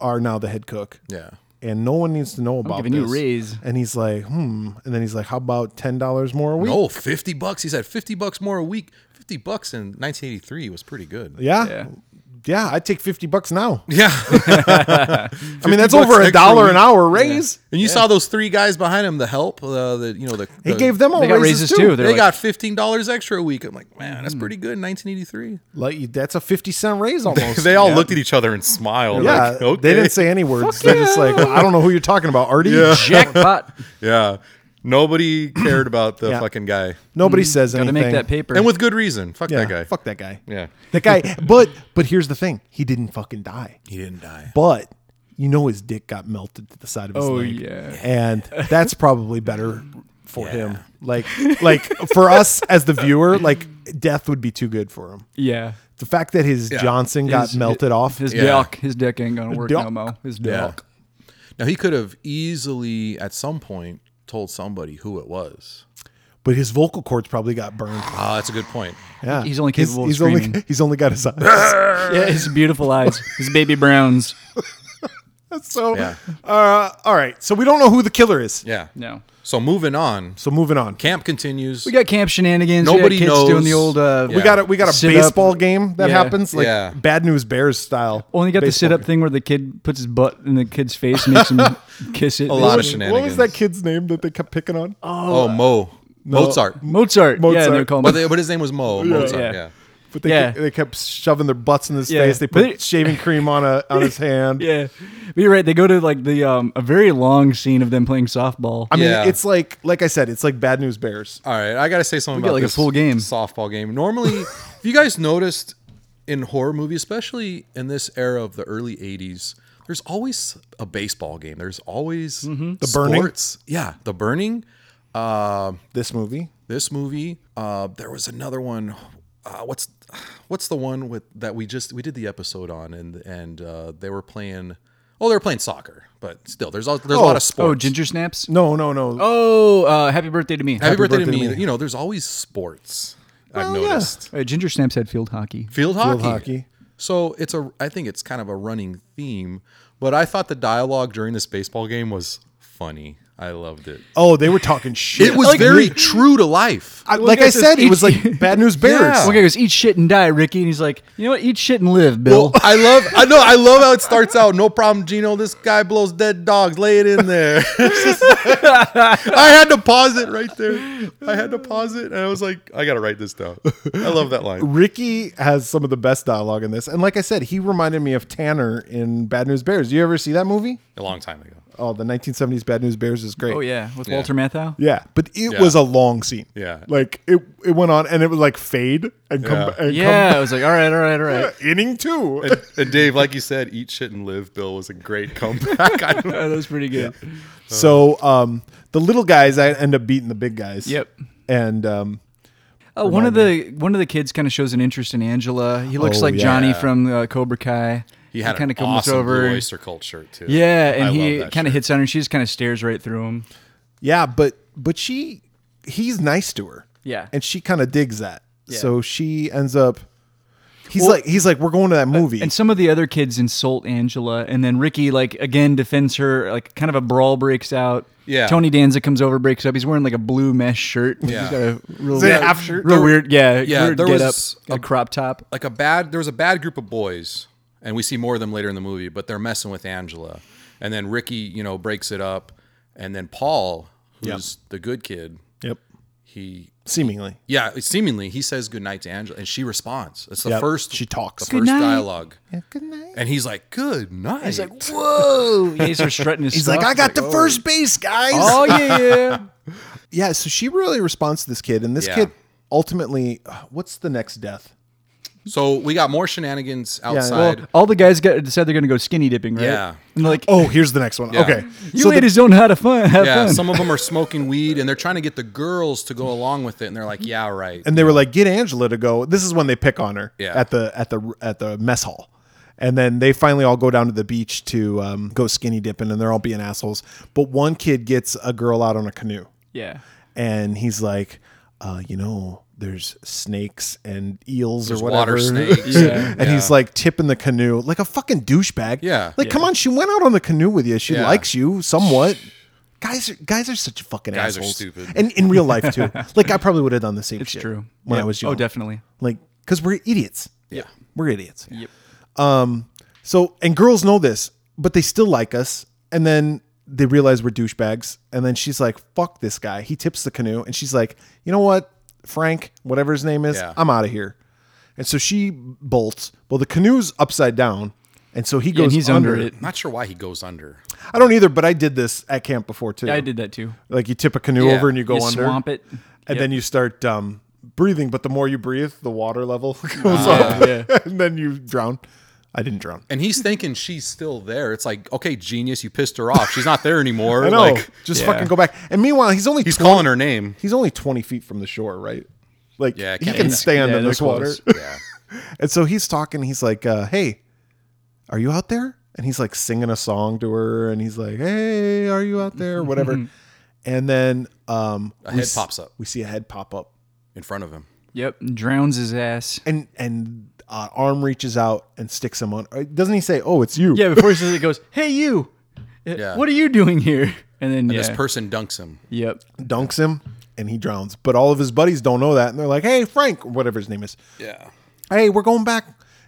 Speaker 2: are now the head cook,
Speaker 1: Yeah.
Speaker 2: and no one needs to know about
Speaker 3: giving
Speaker 2: this."
Speaker 3: you a raise.
Speaker 2: And he's like, "Hmm," and then he's like, "How about ten dollars more a week?"
Speaker 1: No, fifty bucks. He said fifty bucks more a week. Fifty bucks in 1983 was pretty good.
Speaker 2: Yeah, yeah,
Speaker 3: Yeah.
Speaker 2: I'd take fifty bucks now.
Speaker 1: Yeah.
Speaker 2: I mean,
Speaker 1: bucks
Speaker 2: that's over a
Speaker 1: extra
Speaker 2: dollar an
Speaker 1: week.
Speaker 2: hour raise.
Speaker 1: And you saw those three guys behind him, the help, uh, the you know the
Speaker 2: He gave them all
Speaker 3: They got
Speaker 2: raises,
Speaker 3: raises,
Speaker 2: too.
Speaker 3: too.
Speaker 1: They
Speaker 3: They're like-
Speaker 1: got fifteen dollars extra a week. I'm like, man, that's pretty good in 1983.
Speaker 2: Like that's a fifty cent raise almost.
Speaker 1: They all looked at each other and smiled.
Speaker 2: yeah,
Speaker 1: like, okay.
Speaker 2: they didn't say any words. They're just like, I don't know who you're talking about, Artie.
Speaker 3: Jackpot.
Speaker 1: yeah. Nobody cared about the
Speaker 2: Yeah.
Speaker 1: fucking guy,
Speaker 2: Nobody says
Speaker 3: Got to
Speaker 2: anything.
Speaker 3: Mm. make that paper.
Speaker 1: and with good reason. Fuck
Speaker 2: Yeah,
Speaker 1: that guy.
Speaker 2: Fuck that guy.
Speaker 1: Yeah.
Speaker 2: That guy, but but here's the thing: he didn't fucking die.
Speaker 1: He didn't die.
Speaker 2: But you know his dick got melted to the side of his
Speaker 3: Oh,
Speaker 2: leg,
Speaker 3: yeah.
Speaker 2: and that's probably better for him. Like like for us as the viewer, like death would be too good for him.
Speaker 3: yeah.
Speaker 2: The fact that his
Speaker 1: Yeah.
Speaker 2: Johnson got
Speaker 3: His-
Speaker 2: melted off,
Speaker 3: His
Speaker 1: Yeah.
Speaker 3: duck, his dick ain't gonna work
Speaker 2: Duck.
Speaker 3: no mo. His
Speaker 1: Yeah.
Speaker 3: duck.
Speaker 1: Now he could have easily at some point told somebody who it was.
Speaker 2: but his vocal cords probably got burned.
Speaker 1: Ah, that's a good point.
Speaker 2: Yeah,
Speaker 3: He's only
Speaker 2: His-
Speaker 3: capable of
Speaker 2: he's, only
Speaker 3: screaming.
Speaker 2: he's only got his eyes.
Speaker 3: Yeah, his beautiful eyes, his baby browns.
Speaker 2: so
Speaker 1: Yeah.
Speaker 2: uh, all right, so we don't know who the killer is.
Speaker 1: Yeah.
Speaker 3: No,
Speaker 1: So moving on,
Speaker 2: So moving on.
Speaker 1: camp continues.
Speaker 3: we got camp shenanigans.
Speaker 1: Nobody
Speaker 3: we got kids
Speaker 1: knows.
Speaker 3: doing the old. Uh,
Speaker 1: Yeah.
Speaker 2: We got a, we got a
Speaker 3: Sit up.
Speaker 2: baseball game that
Speaker 3: Yeah.
Speaker 2: happens like
Speaker 1: Yeah.
Speaker 2: Bad News Bears style.
Speaker 3: Only got the
Speaker 2: baseball
Speaker 3: sit up
Speaker 2: game.
Speaker 3: thing where the kid puts his butt in the kid's face, makes him kiss it. A
Speaker 1: lot of
Speaker 2: What was
Speaker 1: shenanigans.
Speaker 2: that kid's name that they kept picking on?
Speaker 1: oh, Mo. Mozart.
Speaker 3: Mozart. Yeah,
Speaker 2: Mozart.
Speaker 3: they're calling.
Speaker 1: But, they, but his name was Mo. Mozart.
Speaker 3: Yeah.
Speaker 1: Yeah.
Speaker 2: But they,
Speaker 3: Yeah.
Speaker 2: kept, they kept shoving their butts in his
Speaker 3: Yeah.
Speaker 2: face. They
Speaker 3: But
Speaker 2: put
Speaker 3: it-
Speaker 2: shaving cream on a on his hand.
Speaker 3: yeah, but you're right. They go to like the um a very long scene of them playing softball. Oh,
Speaker 2: I mean,
Speaker 1: Yeah.
Speaker 2: it's like like I said, it's like Bad News Bears.
Speaker 1: All right. I got to say something
Speaker 3: We got
Speaker 1: about
Speaker 3: like a
Speaker 1: this
Speaker 3: full game.
Speaker 1: softball game. Normally, if you guys noticed in horror movies, especially in this era of the early 80s, there's always a baseball game. There's always
Speaker 3: Mm-hmm.
Speaker 1: the
Speaker 2: burning?
Speaker 1: sports. Yeah. The burning. Um,
Speaker 2: This movie,
Speaker 1: this movie. Uh, there was another one. Uh, what's what's the one with that we just we did the episode on and and uh, they were playing. Oh, they were playing soccer, but still, there's a, there's a lot of sports.
Speaker 3: oh, ginger snaps.
Speaker 2: no, no, no.
Speaker 3: Oh, uh, happy birthday to me.
Speaker 1: Happy, birthday,
Speaker 2: birthday
Speaker 1: to
Speaker 2: to
Speaker 1: me. You know, there's always sports. I've
Speaker 2: Well, yeah.
Speaker 1: noticed
Speaker 3: Uh, ginger snaps had field hockey.
Speaker 1: field hockey.
Speaker 2: hockey.
Speaker 1: So it's a I think it's kind of a running theme, but I thought the dialogue during this baseball game was funny. I loved it.
Speaker 2: Oh, they were talking shit.
Speaker 1: It was
Speaker 3: Like-
Speaker 1: very true to life.
Speaker 2: I, like
Speaker 3: got
Speaker 2: I
Speaker 3: this
Speaker 2: said, it
Speaker 3: each-
Speaker 2: was like Bad News Bears.
Speaker 1: Yeah.
Speaker 3: One guy goes, "Eat shit and die, Ricky," and he's like, "You know what? Eat shit and live, Bill."
Speaker 1: I love I know I love how it starts out. No problem, Gino. This guy blows dead dogs. Lay it in there. It's just- I had to pause it right there. I had to pause it and I was like, I gotta write this down. I love that line.
Speaker 2: Ricky has some of the best dialogue in this, and like I said, he reminded me of Tanner in Bad News Bears. You ever see that movie?
Speaker 1: A long time ago.
Speaker 2: Oh, the 1970s Bad News Bears is great.
Speaker 3: oh yeah, with Walter Matthau.
Speaker 2: Yeah, but it
Speaker 1: Yeah.
Speaker 2: was a long scene.
Speaker 1: Yeah.
Speaker 2: like it it went on and it was like fade and come
Speaker 1: Yeah. uh,
Speaker 2: ba- and
Speaker 3: Yeah, I was like, all right, all right, all right.
Speaker 2: come inning two.
Speaker 1: And, and Dave, like you said, eat shit and live, Bill was a great comeback. I don't
Speaker 3: Oh, that was pretty good.
Speaker 2: so um, the little guys I end up beating the big guys.
Speaker 3: Yep.
Speaker 2: And um,
Speaker 3: Uh, one of the one of the kids kind of shows an interest in Angela. He looks
Speaker 2: Oh,
Speaker 3: like
Speaker 2: yeah.
Speaker 3: Johnny from uh, Cobra Kai.
Speaker 1: He had
Speaker 3: kinda
Speaker 1: an awesome blue oyster cult shirt too.
Speaker 3: Yeah, and
Speaker 1: I
Speaker 3: he
Speaker 1: love that
Speaker 3: kind of
Speaker 1: shirt.
Speaker 3: hits on her. and She just kind of stares right through him.
Speaker 2: yeah, but but she he's nice to her.
Speaker 3: Yeah.
Speaker 2: and she kind of digs that. So she ends up He's like he's like we're going to that movie.
Speaker 3: uh, And some of the other kids insult Angela, and then Ricky, like again, defends her. Like kind of a brawl breaks out.
Speaker 1: Yeah.
Speaker 3: Tony Danza comes over, breaks up. He's wearing like a blue mesh shirt.
Speaker 1: Yeah.
Speaker 3: He's got a real,
Speaker 2: Is it a
Speaker 3: weird-
Speaker 2: half shirt?
Speaker 3: real weird. Yeah.
Speaker 1: Yeah,
Speaker 3: Weird
Speaker 1: there
Speaker 3: get
Speaker 1: was
Speaker 3: up, a,
Speaker 1: a-
Speaker 3: crop top.
Speaker 1: like a bad there was a bad group of boys and we see more of them later in the movie but they're messing with angela and then ricky you know breaks it up and then paul who's the good kid
Speaker 2: yep.
Speaker 1: he
Speaker 2: Seemingly.
Speaker 1: yeah seemingly he says goodnight to angela and she responds it's the
Speaker 2: Yep.
Speaker 1: first
Speaker 2: She talks.
Speaker 1: the first
Speaker 3: Goodnight.
Speaker 1: dialogue
Speaker 2: Good night.
Speaker 1: and he's like good night
Speaker 3: He's like, whoa. Yeah, He's strutting his
Speaker 2: He's like, I got to first base, guys.
Speaker 3: Oh yeah, yeah.
Speaker 2: Yeah, so she really responds to this kid, and this
Speaker 1: Yeah.
Speaker 2: kid ultimately, uh, what's the next death?
Speaker 1: so we got more shenanigans
Speaker 3: well,
Speaker 1: outside
Speaker 3: all the guys got said they're gonna go skinny dipping, right?
Speaker 1: Yeah.
Speaker 3: And they're like,
Speaker 2: Oh, here's the next one. Okay,
Speaker 3: you
Speaker 2: so the-
Speaker 3: ladies don't know how to fun. Have
Speaker 1: yeah
Speaker 3: fun.
Speaker 1: some of them are smoking weed and they're trying to get the girls to go along with it and they're like yeah right
Speaker 2: and they were like, "Get Angela to go." This is when they pick on her
Speaker 1: Yeah.
Speaker 2: at the at the at the mess hall, and then they finally all go down to the beach to um, go skinny dipping, and they're all being assholes. But one kid gets a girl out on a canoe,
Speaker 3: yeah.
Speaker 2: and he's like, uh, "You know." There's snakes and eels or whatever.
Speaker 1: water snakes.
Speaker 3: Yeah.
Speaker 2: and he's like tipping the canoe like a fucking douchebag.
Speaker 1: Yeah.
Speaker 2: Like, come on, she went out on the canoe with you. She
Speaker 1: Yeah.
Speaker 2: likes you somewhat. Guys are guys are such fucking
Speaker 1: Guys are
Speaker 2: assholes.
Speaker 1: stupid.
Speaker 2: And in real life too. like I probably would have done the same
Speaker 3: It's
Speaker 2: shit
Speaker 3: true.
Speaker 2: when
Speaker 3: Yeah.
Speaker 2: I was young.
Speaker 3: Oh, definitely.
Speaker 2: Like, because we're idiots.
Speaker 1: yeah
Speaker 2: We're idiots. Um,
Speaker 3: Yep.
Speaker 2: So and girls know this, but they still like us. And then they realize we're douchebags. And then she's like, fuck this guy. He tips the canoe. And she's like, you know what? Frank, whatever his name is,
Speaker 1: Yeah.
Speaker 2: I'm out of here. And so she bolts. Well, the canoe's upside down. And so he goes
Speaker 3: and he's under it.
Speaker 1: not sure why he goes under
Speaker 2: I don't either, but I did this at camp before too.
Speaker 3: Yeah, I did that too.
Speaker 2: Like you tip a canoe
Speaker 1: Yeah.
Speaker 2: over and you go
Speaker 3: you
Speaker 2: under.
Speaker 3: swamp it.
Speaker 2: And then you start um, breathing, but the more you breathe, the water level goes
Speaker 1: Ah,
Speaker 2: up.
Speaker 3: Yeah.
Speaker 2: and then you drown. I didn't drown.
Speaker 1: And he's thinking she's still there. It's like, okay, genius, you pissed her off. She's not there anymore.
Speaker 2: I know.
Speaker 1: Like
Speaker 2: just
Speaker 3: Yeah.
Speaker 2: fucking go back. And meanwhile, he's only
Speaker 1: he's calling her name.
Speaker 2: he's only 20 feet from the shore, right? Like
Speaker 1: Yeah,
Speaker 2: he
Speaker 1: can't
Speaker 2: can
Speaker 1: do that.
Speaker 2: stand
Speaker 3: Yeah,
Speaker 2: in
Speaker 3: they're
Speaker 2: this water.
Speaker 3: close.
Speaker 1: Yeah.
Speaker 2: And so he's talking. He's like, uh, "Hey, are you out there?" And he's like singing a song to her, and he's like, "Hey, are you out there?" Or whatever. and then um,
Speaker 1: A
Speaker 2: we
Speaker 1: head
Speaker 2: s-
Speaker 1: pops up.
Speaker 2: We see a head pop up,
Speaker 1: In front of him.
Speaker 3: Yep. Drowns his ass.
Speaker 2: and and uh, arm reaches out and sticks him on. uh, Doesn't he say, "Oh, it's you"?
Speaker 3: Yeah, before he says it, it goes, "Hey, you, Uh,
Speaker 1: Yeah.
Speaker 3: what are you doing here?" And then yeah,
Speaker 1: This person dunks him.
Speaker 3: yep,
Speaker 2: Dunks him, and he drowns. But all of his buddies don't know that, and they're like, "Hey, Frank, or whatever his name is,
Speaker 1: Yeah.
Speaker 2: hey, we're going back."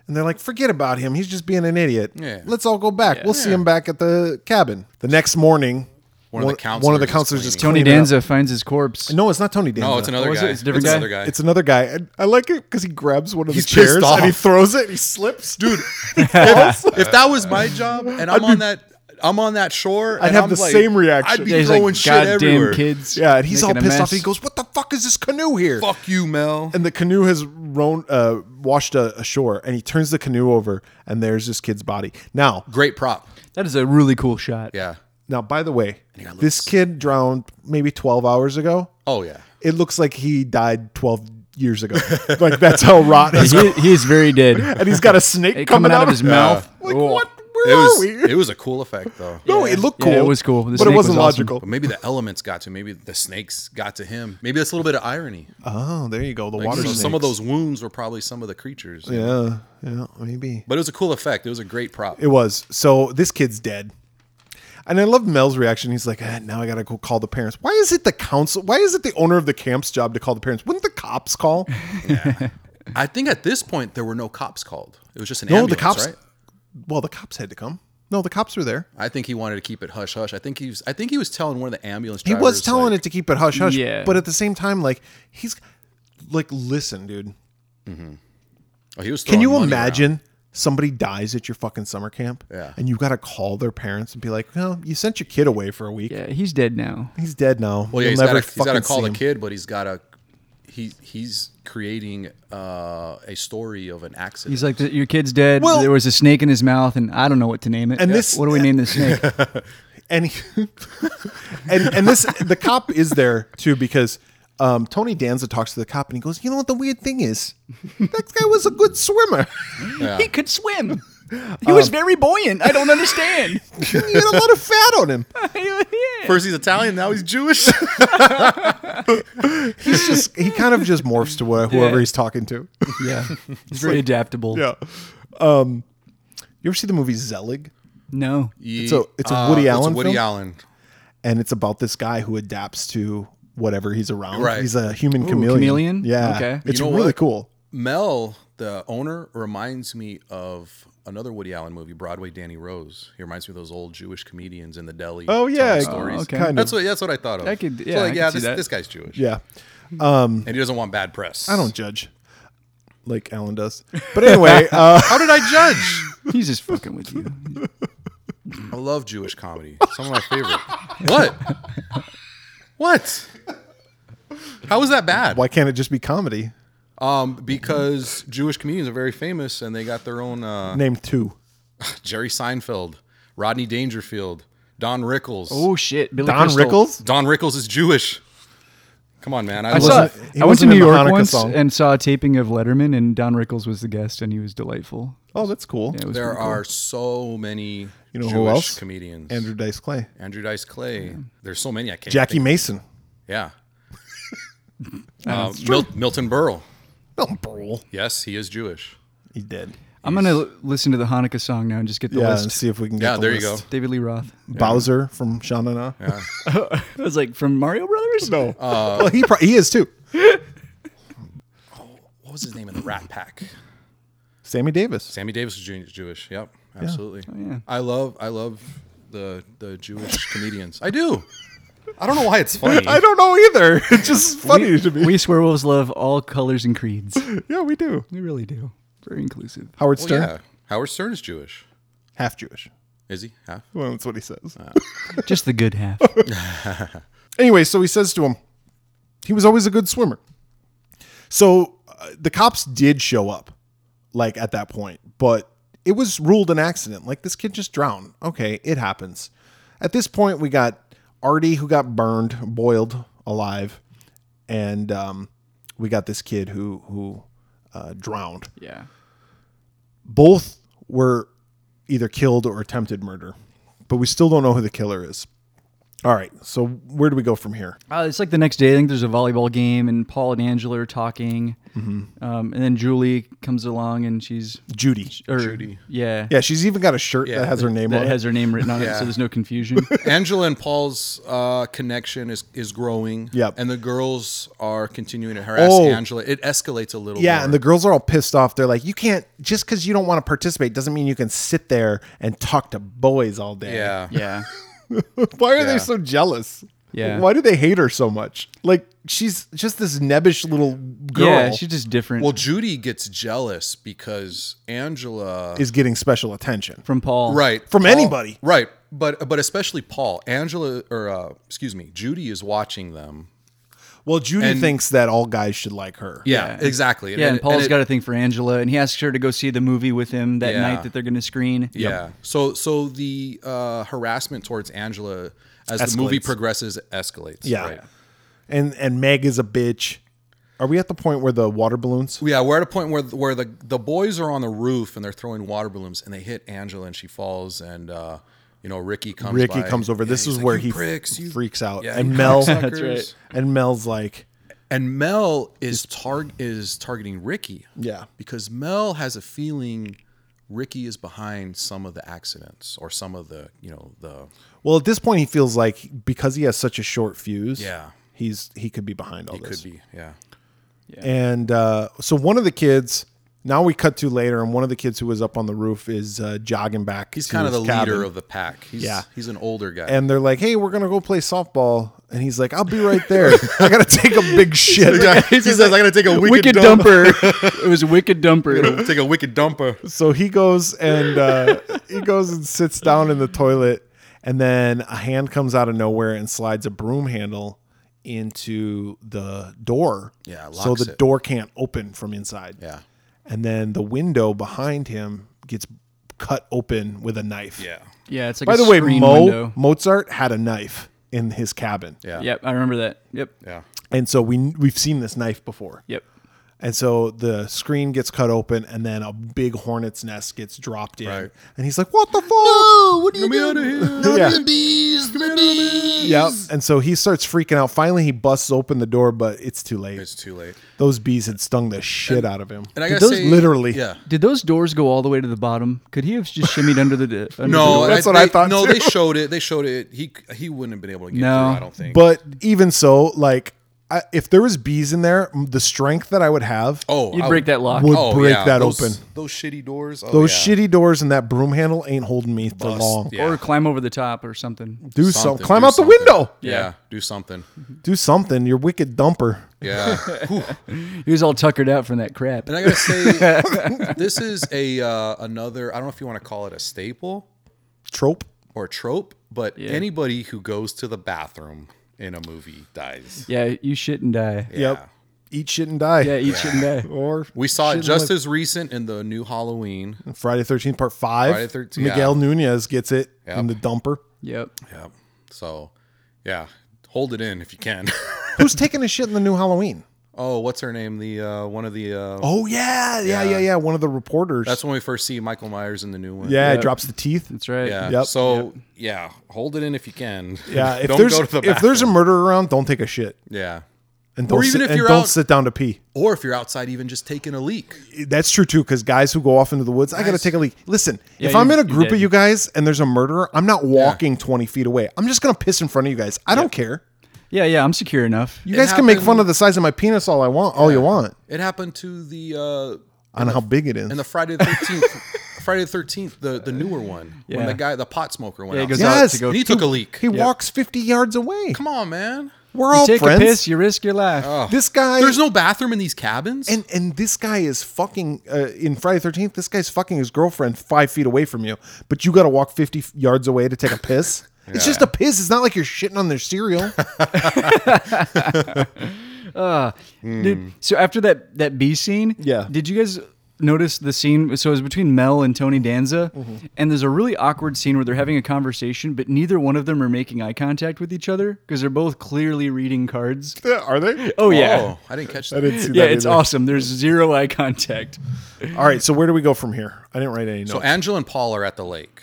Speaker 2: And they're like, forget about him. He's just being an idiot.
Speaker 1: Yeah.
Speaker 2: Let's all go back. We'll see him back at the cabin. The next morning,
Speaker 1: One of the
Speaker 2: one of
Speaker 1: counselors
Speaker 2: the
Speaker 1: is
Speaker 2: counselors is
Speaker 1: cleaning.
Speaker 3: Tony
Speaker 2: cleaning it up.
Speaker 3: Danza finds his corpse.
Speaker 2: No, it's not Tony Danza.
Speaker 1: Oh, it's another
Speaker 3: Oh, is it?
Speaker 1: guy.
Speaker 3: It's a different guy?
Speaker 1: another guy.
Speaker 2: It's another guy. And I like it because he grabs one of
Speaker 1: He's
Speaker 2: the chairs
Speaker 1: pissed
Speaker 2: and he
Speaker 1: off.
Speaker 2: throws it. And he slips, dude.
Speaker 1: if that was my job and I'm on that I'm on that shore.
Speaker 2: I'd
Speaker 1: and
Speaker 2: have
Speaker 1: I'm
Speaker 2: the
Speaker 1: like-
Speaker 2: same reaction.
Speaker 1: I'd be
Speaker 2: Yeah,
Speaker 3: he's
Speaker 1: throwing
Speaker 3: like,
Speaker 1: shit
Speaker 3: "Goddamn
Speaker 1: everywhere.
Speaker 3: kids!"
Speaker 2: yeah, and he's all
Speaker 3: making a
Speaker 2: pissed off.
Speaker 3: mess."
Speaker 2: He goes, "What the fuck is this canoe here?"
Speaker 1: Fuck you, Mel.
Speaker 2: And the canoe has rown, uh, washed uh, ashore, and he turns the canoe over, and there's this kid's body. Now,
Speaker 1: Great prop.
Speaker 3: "That is a really cool shot."
Speaker 1: Yeah.
Speaker 2: now, by the way,
Speaker 1: got
Speaker 2: this kid drowned maybe 12 hours ago.
Speaker 1: Oh yeah.
Speaker 2: It looks like he died 12 years ago. like that's how rotten. He's,
Speaker 3: He, he is very dead.
Speaker 2: and he's got a snake
Speaker 3: It
Speaker 2: coming, out, of his mouth.
Speaker 3: mouth.
Speaker 2: Like
Speaker 3: Ugh.
Speaker 2: what? Where
Speaker 1: It was
Speaker 2: are we?
Speaker 1: it was a cool effect though.
Speaker 2: no, it looked cool.
Speaker 3: Yeah, it was cool. The
Speaker 2: but it
Speaker 3: snake
Speaker 2: wasn't
Speaker 3: was awesome.
Speaker 2: logical.
Speaker 1: But maybe the elements got to him. Maybe the snakes got to him. Maybe that's a little bit of irony.
Speaker 2: Oh, there you go. The water
Speaker 1: So
Speaker 2: snakes.
Speaker 1: some of those wounds were probably some of the creatures.
Speaker 2: Yeah, yeah, maybe
Speaker 1: But it was a cool effect. It was a great prop.
Speaker 2: it was. So this kid's dead, and I love Mel's reaction. He's like, ah, "Now I gotta go call the parents." Why is it the council? Why is it the owner of the camp's job to call the parents? Wouldn't the cops call?
Speaker 1: I think at this point there were no cops called. It was just an
Speaker 2: No,
Speaker 1: ambulance,
Speaker 2: the cops.
Speaker 1: right?
Speaker 2: Well, the cops had to come. No, the cops were there.
Speaker 1: I think he wanted to keep it hush hush. I think he was. I think he was telling one of the ambulance.
Speaker 2: He
Speaker 1: Drivers,
Speaker 2: was telling
Speaker 1: like,
Speaker 2: it to keep it hush hush.
Speaker 3: Yeah.
Speaker 2: But at the same time, like he's like, listen, dude.
Speaker 1: Oh, he was.
Speaker 2: Can
Speaker 1: throwing
Speaker 2: you
Speaker 1: money
Speaker 2: imagine somebody dies at your fucking summer camp?
Speaker 1: Yeah.
Speaker 2: And you gotta call their parents and be like, Well, you sent your kid away for a week.
Speaker 3: Yeah, he's dead now.
Speaker 2: He's dead now.
Speaker 1: Around. Well, yeah,
Speaker 2: You'll
Speaker 1: he's
Speaker 2: never
Speaker 1: got he's to
Speaker 2: fucking
Speaker 1: call
Speaker 2: see
Speaker 1: the
Speaker 2: him."
Speaker 1: kid, but he's got to. He he's creating uh, a story of an accident.
Speaker 3: He's like, "Your kid's dead.
Speaker 2: Well-
Speaker 3: there was a snake in his mouth, and I don't know what to name it.
Speaker 2: And this-
Speaker 3: what do we name this snake?
Speaker 2: And he, and and this the cop is there too because um, Tony Danza talks to the cop and he goes, You know what the weird thing is? That guy was a good swimmer.
Speaker 3: He could swim.
Speaker 2: Um,
Speaker 3: He was very buoyant. I don't understand.
Speaker 2: he had a lot of fat on him.
Speaker 3: yeah.
Speaker 1: First he's Italian, now he's Jewish.
Speaker 2: He's just he kind of just morphs to wh- whoever
Speaker 3: Yeah.
Speaker 2: he's talking to.
Speaker 3: Yeah, he's very adaptable.
Speaker 2: yeah. Um, you ever see the movie Zelig?
Speaker 3: No,
Speaker 1: uh, it's
Speaker 2: a- it's a Woody Allen
Speaker 1: Woody
Speaker 2: film?
Speaker 1: Allen.
Speaker 2: And it's about this guy who adapts to whatever he's around.
Speaker 1: Right.
Speaker 2: He's a human chameleon.
Speaker 3: chameleon?
Speaker 2: Yeah.
Speaker 3: Okay.
Speaker 2: It's
Speaker 1: You know
Speaker 2: really
Speaker 1: what?
Speaker 2: cool.
Speaker 1: Mel, the owner, reminds me of another Woody Allen movie, Broadway Danny Rose. He reminds me of those old Jewish comedians in the deli.
Speaker 2: Oh yeah.
Speaker 1: telling
Speaker 2: it-
Speaker 1: stories.
Speaker 3: okay.
Speaker 2: Kind of.
Speaker 1: That's what that's what I thought of.
Speaker 3: I could-
Speaker 1: So,
Speaker 3: yeah, I
Speaker 1: like,
Speaker 3: could
Speaker 1: yeah.
Speaker 3: see
Speaker 1: This,
Speaker 3: that.
Speaker 1: this guy's Jewish,
Speaker 2: yeah.
Speaker 1: and he doesn't want bad press.
Speaker 2: I don't judge. Like Alan does. But anyway, uh,
Speaker 1: How did I judge?
Speaker 3: he's just fucking with you.
Speaker 1: I love Jewish comedy. Some of my favorite. What? What? How is that bad?
Speaker 2: why can't it just be comedy?
Speaker 1: Um, because Jewish comedians are very famous, and they got their own uh,
Speaker 2: Name two.
Speaker 1: Jerry Seinfeld, Rodney Dangerfield, Don Rickles.
Speaker 3: Oh shit, Billy
Speaker 2: Don
Speaker 3: Crystal.
Speaker 2: Rickles?
Speaker 1: Don Rickles is Jewish. Come on, man. I,
Speaker 3: I
Speaker 1: love
Speaker 3: saw.
Speaker 2: wasn't- he
Speaker 3: I went to
Speaker 2: wasn't
Speaker 3: New
Speaker 2: in the
Speaker 3: York
Speaker 2: Hanukkah
Speaker 3: once
Speaker 2: song.
Speaker 3: and saw a taping of Letterman, and Don Rickles was the guest, and he was delightful.
Speaker 2: Oh, that's cool.
Speaker 3: Yeah, it was
Speaker 1: there
Speaker 3: pretty cool.
Speaker 1: are so many
Speaker 2: You know
Speaker 1: Jewish
Speaker 2: who else?
Speaker 1: comedians.
Speaker 2: Andrew Dice Clay.
Speaker 1: Andrew Dice Clay. There's so many I can't.
Speaker 2: Jackie
Speaker 1: think.
Speaker 2: Mason.
Speaker 1: Yeah. Uh, Mil- Milton Berle.
Speaker 2: Milton Berle.
Speaker 1: Yes, he is Jewish.
Speaker 2: He did.
Speaker 3: I'm gonna l- listen to the Hanukkah song now and just get the
Speaker 2: Yeah, and
Speaker 3: list.
Speaker 2: see if we can get
Speaker 1: Yeah,
Speaker 2: the
Speaker 1: there you
Speaker 2: list.
Speaker 1: go.
Speaker 3: David Lee Roth.
Speaker 2: Bowser from Shanana.
Speaker 3: It was like from Mario Brothers. No,
Speaker 1: Uh,
Speaker 2: well, he pro- he is too.
Speaker 1: What was his name in the Rat Pack?
Speaker 2: Sammy Davis.
Speaker 1: Sammy Davis is Jew- Jewish. Yep, absolutely.
Speaker 3: yeah.
Speaker 1: I love I love the the Jewish comedians. I do. I don't know why it's funny. Oh,
Speaker 2: I don't know either. It's just funny
Speaker 3: we,
Speaker 2: to me.
Speaker 3: we swearwolves love all colors and creeds.
Speaker 2: yeah, we do.
Speaker 3: we really do. Very inclusive.
Speaker 2: Howard
Speaker 1: Well,
Speaker 2: Stern,
Speaker 1: yeah. Howard Stern is Jewish.
Speaker 2: half Jewish.
Speaker 1: Is he? Half?
Speaker 2: Well, that's what he says.
Speaker 3: Just the good half.
Speaker 2: Anyway, so he says to him, he was always a good swimmer. So uh, the cops did show up, like at that point, but it was ruled an accident. Like this kid just drowned. Okay, it happens. At this point, we got Artie who got burned, boiled alive, and um, we got this kid who who uh, drowned.
Speaker 3: yeah.
Speaker 2: both were either killed or attempted murder, but we still don't know who the killer is. All right, so where do we go from here?
Speaker 3: Uh, it's like the next day. I think there's a volleyball game, and Paul and Angela are talking. Um, and then Julie comes along, and she's
Speaker 2: Judy.
Speaker 3: or,
Speaker 1: Judy.
Speaker 3: Yeah,
Speaker 2: Yeah, she's even got a shirt
Speaker 1: Yeah,
Speaker 2: that has her name on
Speaker 3: that
Speaker 2: it.
Speaker 3: has her name written on it,
Speaker 1: Yeah.
Speaker 3: so there's no confusion.
Speaker 1: Angela and Paul's uh, connection is is growing.
Speaker 2: Yep.
Speaker 1: And the girls are continuing to harass
Speaker 2: Oh.
Speaker 1: Angela. It escalates a little.
Speaker 2: yeah,
Speaker 1: more.
Speaker 2: and the girls are all pissed off. They're like, "You can't just because you don't want to participate doesn't mean you can sit there and talk to boys all day."
Speaker 1: yeah.
Speaker 3: yeah,
Speaker 2: Why are
Speaker 1: Yeah.
Speaker 2: they so jealous?
Speaker 3: Yeah.
Speaker 2: Why do they hate her so much? Like she's just this nebbish little girl
Speaker 3: yeah, she's just different
Speaker 1: Well, Judy gets jealous because Angela
Speaker 2: is getting special attention.
Speaker 3: from Paul.
Speaker 1: right
Speaker 2: From anybody.
Speaker 1: right but but especially paul angela or uh, excuse me judy is watching them
Speaker 2: Well, Judy
Speaker 1: And-
Speaker 2: thinks that all guys should like her.
Speaker 1: yeah, exactly
Speaker 3: Yeah, and,
Speaker 1: it-
Speaker 3: Paul's
Speaker 1: it-
Speaker 3: got a thing for Angela, and he asks her to go see the movie with him that
Speaker 1: Yeah.
Speaker 3: night that they're going to screen.
Speaker 1: yeah so so the uh, harassment towards angela as the movie
Speaker 2: Escalates.
Speaker 1: progresses escalates
Speaker 2: Yeah.
Speaker 1: right?
Speaker 2: And and Meg is a bitch. Are we at the point where the water balloons?
Speaker 1: yeah we're at a point where where the the boys are on the roof and they're throwing water balloons and they hit angela and she falls and uh you know ricky comes
Speaker 2: Ricky
Speaker 1: by.
Speaker 2: comes over.
Speaker 1: Yeah,
Speaker 2: this
Speaker 1: he's
Speaker 2: is
Speaker 1: like,
Speaker 2: where
Speaker 1: "You
Speaker 2: he
Speaker 1: pricks, you
Speaker 2: freaks out.
Speaker 1: Yeah, you
Speaker 2: and Mel
Speaker 1: cocksuckers."
Speaker 3: right.
Speaker 2: and Mel's like,
Speaker 1: And Mel is tar- is targeting Ricky.
Speaker 2: Yeah.
Speaker 1: Because Mel has a feeling Ricky is behind some of the accidents or some of the, you know, the
Speaker 2: well, at this point he feels like because he has such a short fuse,
Speaker 1: Yeah.
Speaker 2: he's he could be behind all this.
Speaker 1: could be, yeah.
Speaker 2: And uh, so one of the kids. Now we cut to later, and one of the kids who was up on the roof is uh, jogging back.
Speaker 1: He's
Speaker 2: to
Speaker 1: kind of the
Speaker 2: his cabin.
Speaker 1: leader of the pack. He's,
Speaker 2: Yeah.
Speaker 1: He's an older guy.
Speaker 2: and they're like, "Hey, we're gonna go play softball," and he's like, "I'll be right there. I gotta take a big shit."
Speaker 1: he says, "I gotta take a
Speaker 3: Wicked dumper. it was wicked dumper.
Speaker 1: take a wicked dumper."
Speaker 2: So he goes and uh, he goes and sits down in the toilet, and then a hand comes out of nowhere and slides a broom handle into the door.
Speaker 1: Yeah,
Speaker 2: so
Speaker 1: locks
Speaker 2: the
Speaker 1: it.
Speaker 2: door can't open from inside.
Speaker 1: Yeah.
Speaker 2: and then the window behind him gets cut open with a knife.
Speaker 1: Yeah.
Speaker 3: Yeah, it's like.
Speaker 2: By
Speaker 3: a
Speaker 2: the way,
Speaker 3: screen
Speaker 2: Mo
Speaker 3: window.
Speaker 2: Mozart had a knife in his cabin,
Speaker 1: Yeah.
Speaker 3: Yep, I remember that. Yep,
Speaker 1: Yeah.
Speaker 2: and so we we've seen this knife before.
Speaker 3: yep.
Speaker 2: And so the screen gets cut open, and then a big hornet's nest gets dropped in.
Speaker 1: Right.
Speaker 2: And he's like, "What the fuck? No, what are
Speaker 1: Get me out of here.
Speaker 2: Yeah.
Speaker 1: bees. Get me enemies.
Speaker 2: Yep. And so he starts freaking out. Finally, he busts open the door, but it's too late.
Speaker 1: It's too late.
Speaker 2: Those bees had stung the shit out of him.
Speaker 1: And I gotta
Speaker 3: those
Speaker 1: say,
Speaker 2: literally-
Speaker 1: yeah.
Speaker 3: Did those doors go all the way to the bottom? Could he have just shimmied under the di- under
Speaker 1: No,
Speaker 3: The door?
Speaker 2: That's what I
Speaker 1: they-
Speaker 2: thought,
Speaker 1: No,
Speaker 2: too.
Speaker 1: they showed it. They showed it. He he wouldn't have been able to get
Speaker 3: No.
Speaker 1: through. I don't think.
Speaker 2: But even so, like, I, if there was bees in there, m- the strength that I would have,
Speaker 1: oh,
Speaker 3: You'd
Speaker 1: I
Speaker 3: break that lock.
Speaker 2: would break that
Speaker 1: those,
Speaker 2: open.
Speaker 1: Those shitty doors. Oh,
Speaker 2: those
Speaker 1: yeah.
Speaker 2: shitty doors and that broom handle ain't holding me for
Speaker 1: Bust.
Speaker 2: long.
Speaker 1: Yeah.
Speaker 3: Or climb over the top or something.
Speaker 2: Do something.
Speaker 1: Something,
Speaker 2: Climb
Speaker 1: do
Speaker 2: out the
Speaker 1: something.
Speaker 2: window.
Speaker 1: Yeah.
Speaker 3: Yeah.
Speaker 1: do something.
Speaker 2: Do something. You're wicked dumper.
Speaker 1: Yeah. Whew.
Speaker 3: He was all tuckered out from that crap.
Speaker 1: and I gotta say, this is a uh, another. I don't know if you want to call it a staple
Speaker 2: Trope.
Speaker 1: or trope, but anybody who goes to the bathroom in a movie dies.
Speaker 3: Yeah, you shit and die.
Speaker 2: Yep. Eat shit and die.
Speaker 3: Yeah, you shit and die.
Speaker 2: Or
Speaker 1: We saw
Speaker 2: shit
Speaker 1: it
Speaker 2: and
Speaker 1: just as recent in the new Halloween.
Speaker 2: live. Friday Thirteenth Part Five.
Speaker 1: Friday 13th,
Speaker 2: Miguel
Speaker 1: yeah.
Speaker 2: Nunez gets it
Speaker 1: Yep.
Speaker 2: in the dumper.
Speaker 3: Yep.
Speaker 1: Yeah. So, yeah, hold it in if you can.
Speaker 2: Who's taking a shit in the new Halloween?
Speaker 1: oh, what's her name? The uh, one of the. Uh,
Speaker 2: Oh yeah, yeah, yeah,
Speaker 1: Yeah.
Speaker 2: yeah. One of the reporters.
Speaker 1: That's when we first see Michael Myers in the new one.
Speaker 2: yeah,
Speaker 3: Yep.
Speaker 2: drops the teeth.
Speaker 3: That's right.
Speaker 1: Yeah.
Speaker 2: Yep.
Speaker 1: So yeah, hold it in if you can.
Speaker 2: Yeah, if
Speaker 1: don't
Speaker 2: there's
Speaker 1: go to the bathroom.
Speaker 2: if there's a murder around, don't take a shit
Speaker 1: yeah.
Speaker 2: and don't
Speaker 1: Or even
Speaker 2: sit,
Speaker 1: if
Speaker 2: and
Speaker 1: you're
Speaker 2: don't
Speaker 1: out-
Speaker 2: sit down to pee.
Speaker 1: Or if you're outside, even just taking a leak.
Speaker 2: That's true too, because guys who go off into the woods, I gotta
Speaker 1: Guys-
Speaker 2: take a leak. Listen, if
Speaker 3: you're-
Speaker 2: I'm in a
Speaker 3: you're
Speaker 2: group of
Speaker 3: dead.
Speaker 2: you guys and there's a murderer, I'm not walking 20 feet away. I'm just gonna piss in front of you guys. I don't care.
Speaker 3: Yeah, yeah, I'm secure enough.
Speaker 2: You guys can make fun
Speaker 1: happened-
Speaker 2: of the size of my penis all I want, all you want.
Speaker 1: It happened to the uh,
Speaker 2: I don't know how big it is.
Speaker 1: in the Friday the Thirteenth, Friday the Thirteenth, the the newer one,
Speaker 3: Yeah.
Speaker 1: when the guy, the pot smoker, went
Speaker 3: Yeah, he
Speaker 1: out.
Speaker 3: goes
Speaker 1: Yeah.
Speaker 3: out
Speaker 2: Yes.
Speaker 3: to go.
Speaker 1: And he took a leak.
Speaker 2: he walks 50 yards away.
Speaker 1: Come on, man.
Speaker 2: We're all
Speaker 3: Take
Speaker 2: friends. Oh,
Speaker 3: a piss, you risk your life.
Speaker 2: This guy
Speaker 1: There's no bathroom in these cabins.
Speaker 2: and and this guy is fucking uh, in Friday Thirteenth. This guy's fucking his girlfriend five feet away from you, but you got to walk fifty f- yards away to take a piss. It's just a piss. It's not like you're shitting on their cereal.
Speaker 3: Dude, so after that that B scene,
Speaker 2: Yeah.
Speaker 3: Did you guys notice the scene? So it was between Mel and Tony Danza, and there's a really awkward scene where they're having a conversation, but neither one of them are making eye contact with each other because they're both clearly reading cards.
Speaker 2: Are they?
Speaker 3: Oh yeah,
Speaker 1: oh, I didn't catch
Speaker 2: I
Speaker 1: that.
Speaker 2: didn't see
Speaker 3: yeah,
Speaker 2: that.
Speaker 3: it's
Speaker 2: either.
Speaker 3: awesome. There's zero eye contact.
Speaker 2: All right, so where do we go from here? I didn't write any notes.
Speaker 1: So Angela and Paul are at the lake,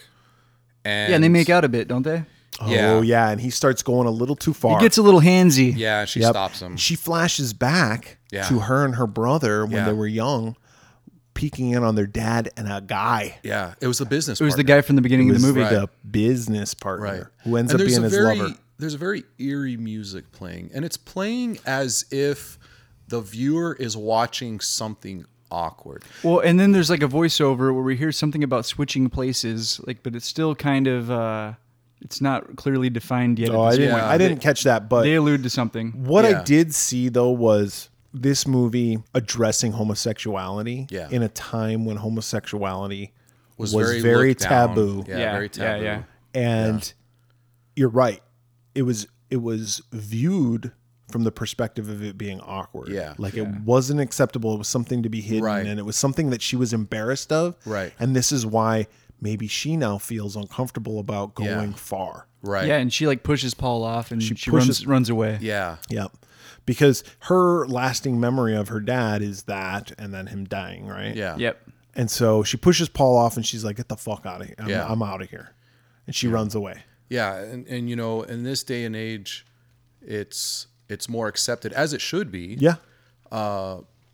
Speaker 1: and
Speaker 3: Yeah, and they make out a bit, don't they?
Speaker 1: Yeah,
Speaker 2: Oh yeah, and he starts going a little too far.
Speaker 3: It gets a little handsy.
Speaker 1: yeah. and She
Speaker 2: Yep.
Speaker 1: stops him.
Speaker 2: She flashes back
Speaker 1: Yeah.
Speaker 2: to her and her brother when
Speaker 1: Yeah.
Speaker 2: they were young, peeking in on their dad and a guy.
Speaker 1: Yeah, it was a business.
Speaker 3: It was the guy from the beginning of the
Speaker 1: uh,
Speaker 3: movie.
Speaker 2: the business partner
Speaker 1: right
Speaker 2: who ends
Speaker 1: And
Speaker 2: up
Speaker 1: there's
Speaker 2: being
Speaker 1: a
Speaker 2: his
Speaker 1: very,
Speaker 2: lover.
Speaker 1: there's a very eerie music playing and it's playing as if the viewer is watching something awkward
Speaker 3: Well, and then there's like a voiceover where we hear something about switching places, like, but it's still kind of, uh, it's not clearly defined yet. at
Speaker 2: Oh, I
Speaker 3: this
Speaker 2: didn't.
Speaker 1: Yeah.
Speaker 2: I didn't catch that, but
Speaker 3: They allude to something.
Speaker 2: What I
Speaker 1: Yeah.
Speaker 2: did see though was this movie addressing homosexuality
Speaker 1: Yeah.
Speaker 2: in a time when homosexuality was, very,
Speaker 1: looked down.
Speaker 2: taboo.
Speaker 1: yeah,
Speaker 3: Yeah,
Speaker 1: very
Speaker 3: yeah,
Speaker 1: taboo
Speaker 3: yeah.
Speaker 2: And you're right. It was it was viewed from the perspective of it being awkward.
Speaker 1: Yeah.
Speaker 2: Like it wasn't acceptable. It was something to be hidden
Speaker 1: Right.
Speaker 2: and it was something that she was embarrassed of.
Speaker 1: Right.
Speaker 2: And this is why maybe she now feels uncomfortable about going
Speaker 1: Yeah.
Speaker 2: far.
Speaker 1: right
Speaker 3: Yeah, and she like pushes Paul off and she,
Speaker 2: pushes-
Speaker 3: runs, runs away.
Speaker 1: yeah
Speaker 2: Yep. Because her lasting memory of her dad is that and then him dying, right?
Speaker 1: yeah
Speaker 3: Yep.
Speaker 2: And so she pushes Paul off and she's like, get the fuck out of here. I'm,
Speaker 1: Yeah.
Speaker 2: I'm out of here. And she runs away.
Speaker 1: Yeah, and, and you know in this day and age it's it's more accepted as it should be
Speaker 2: Yeah.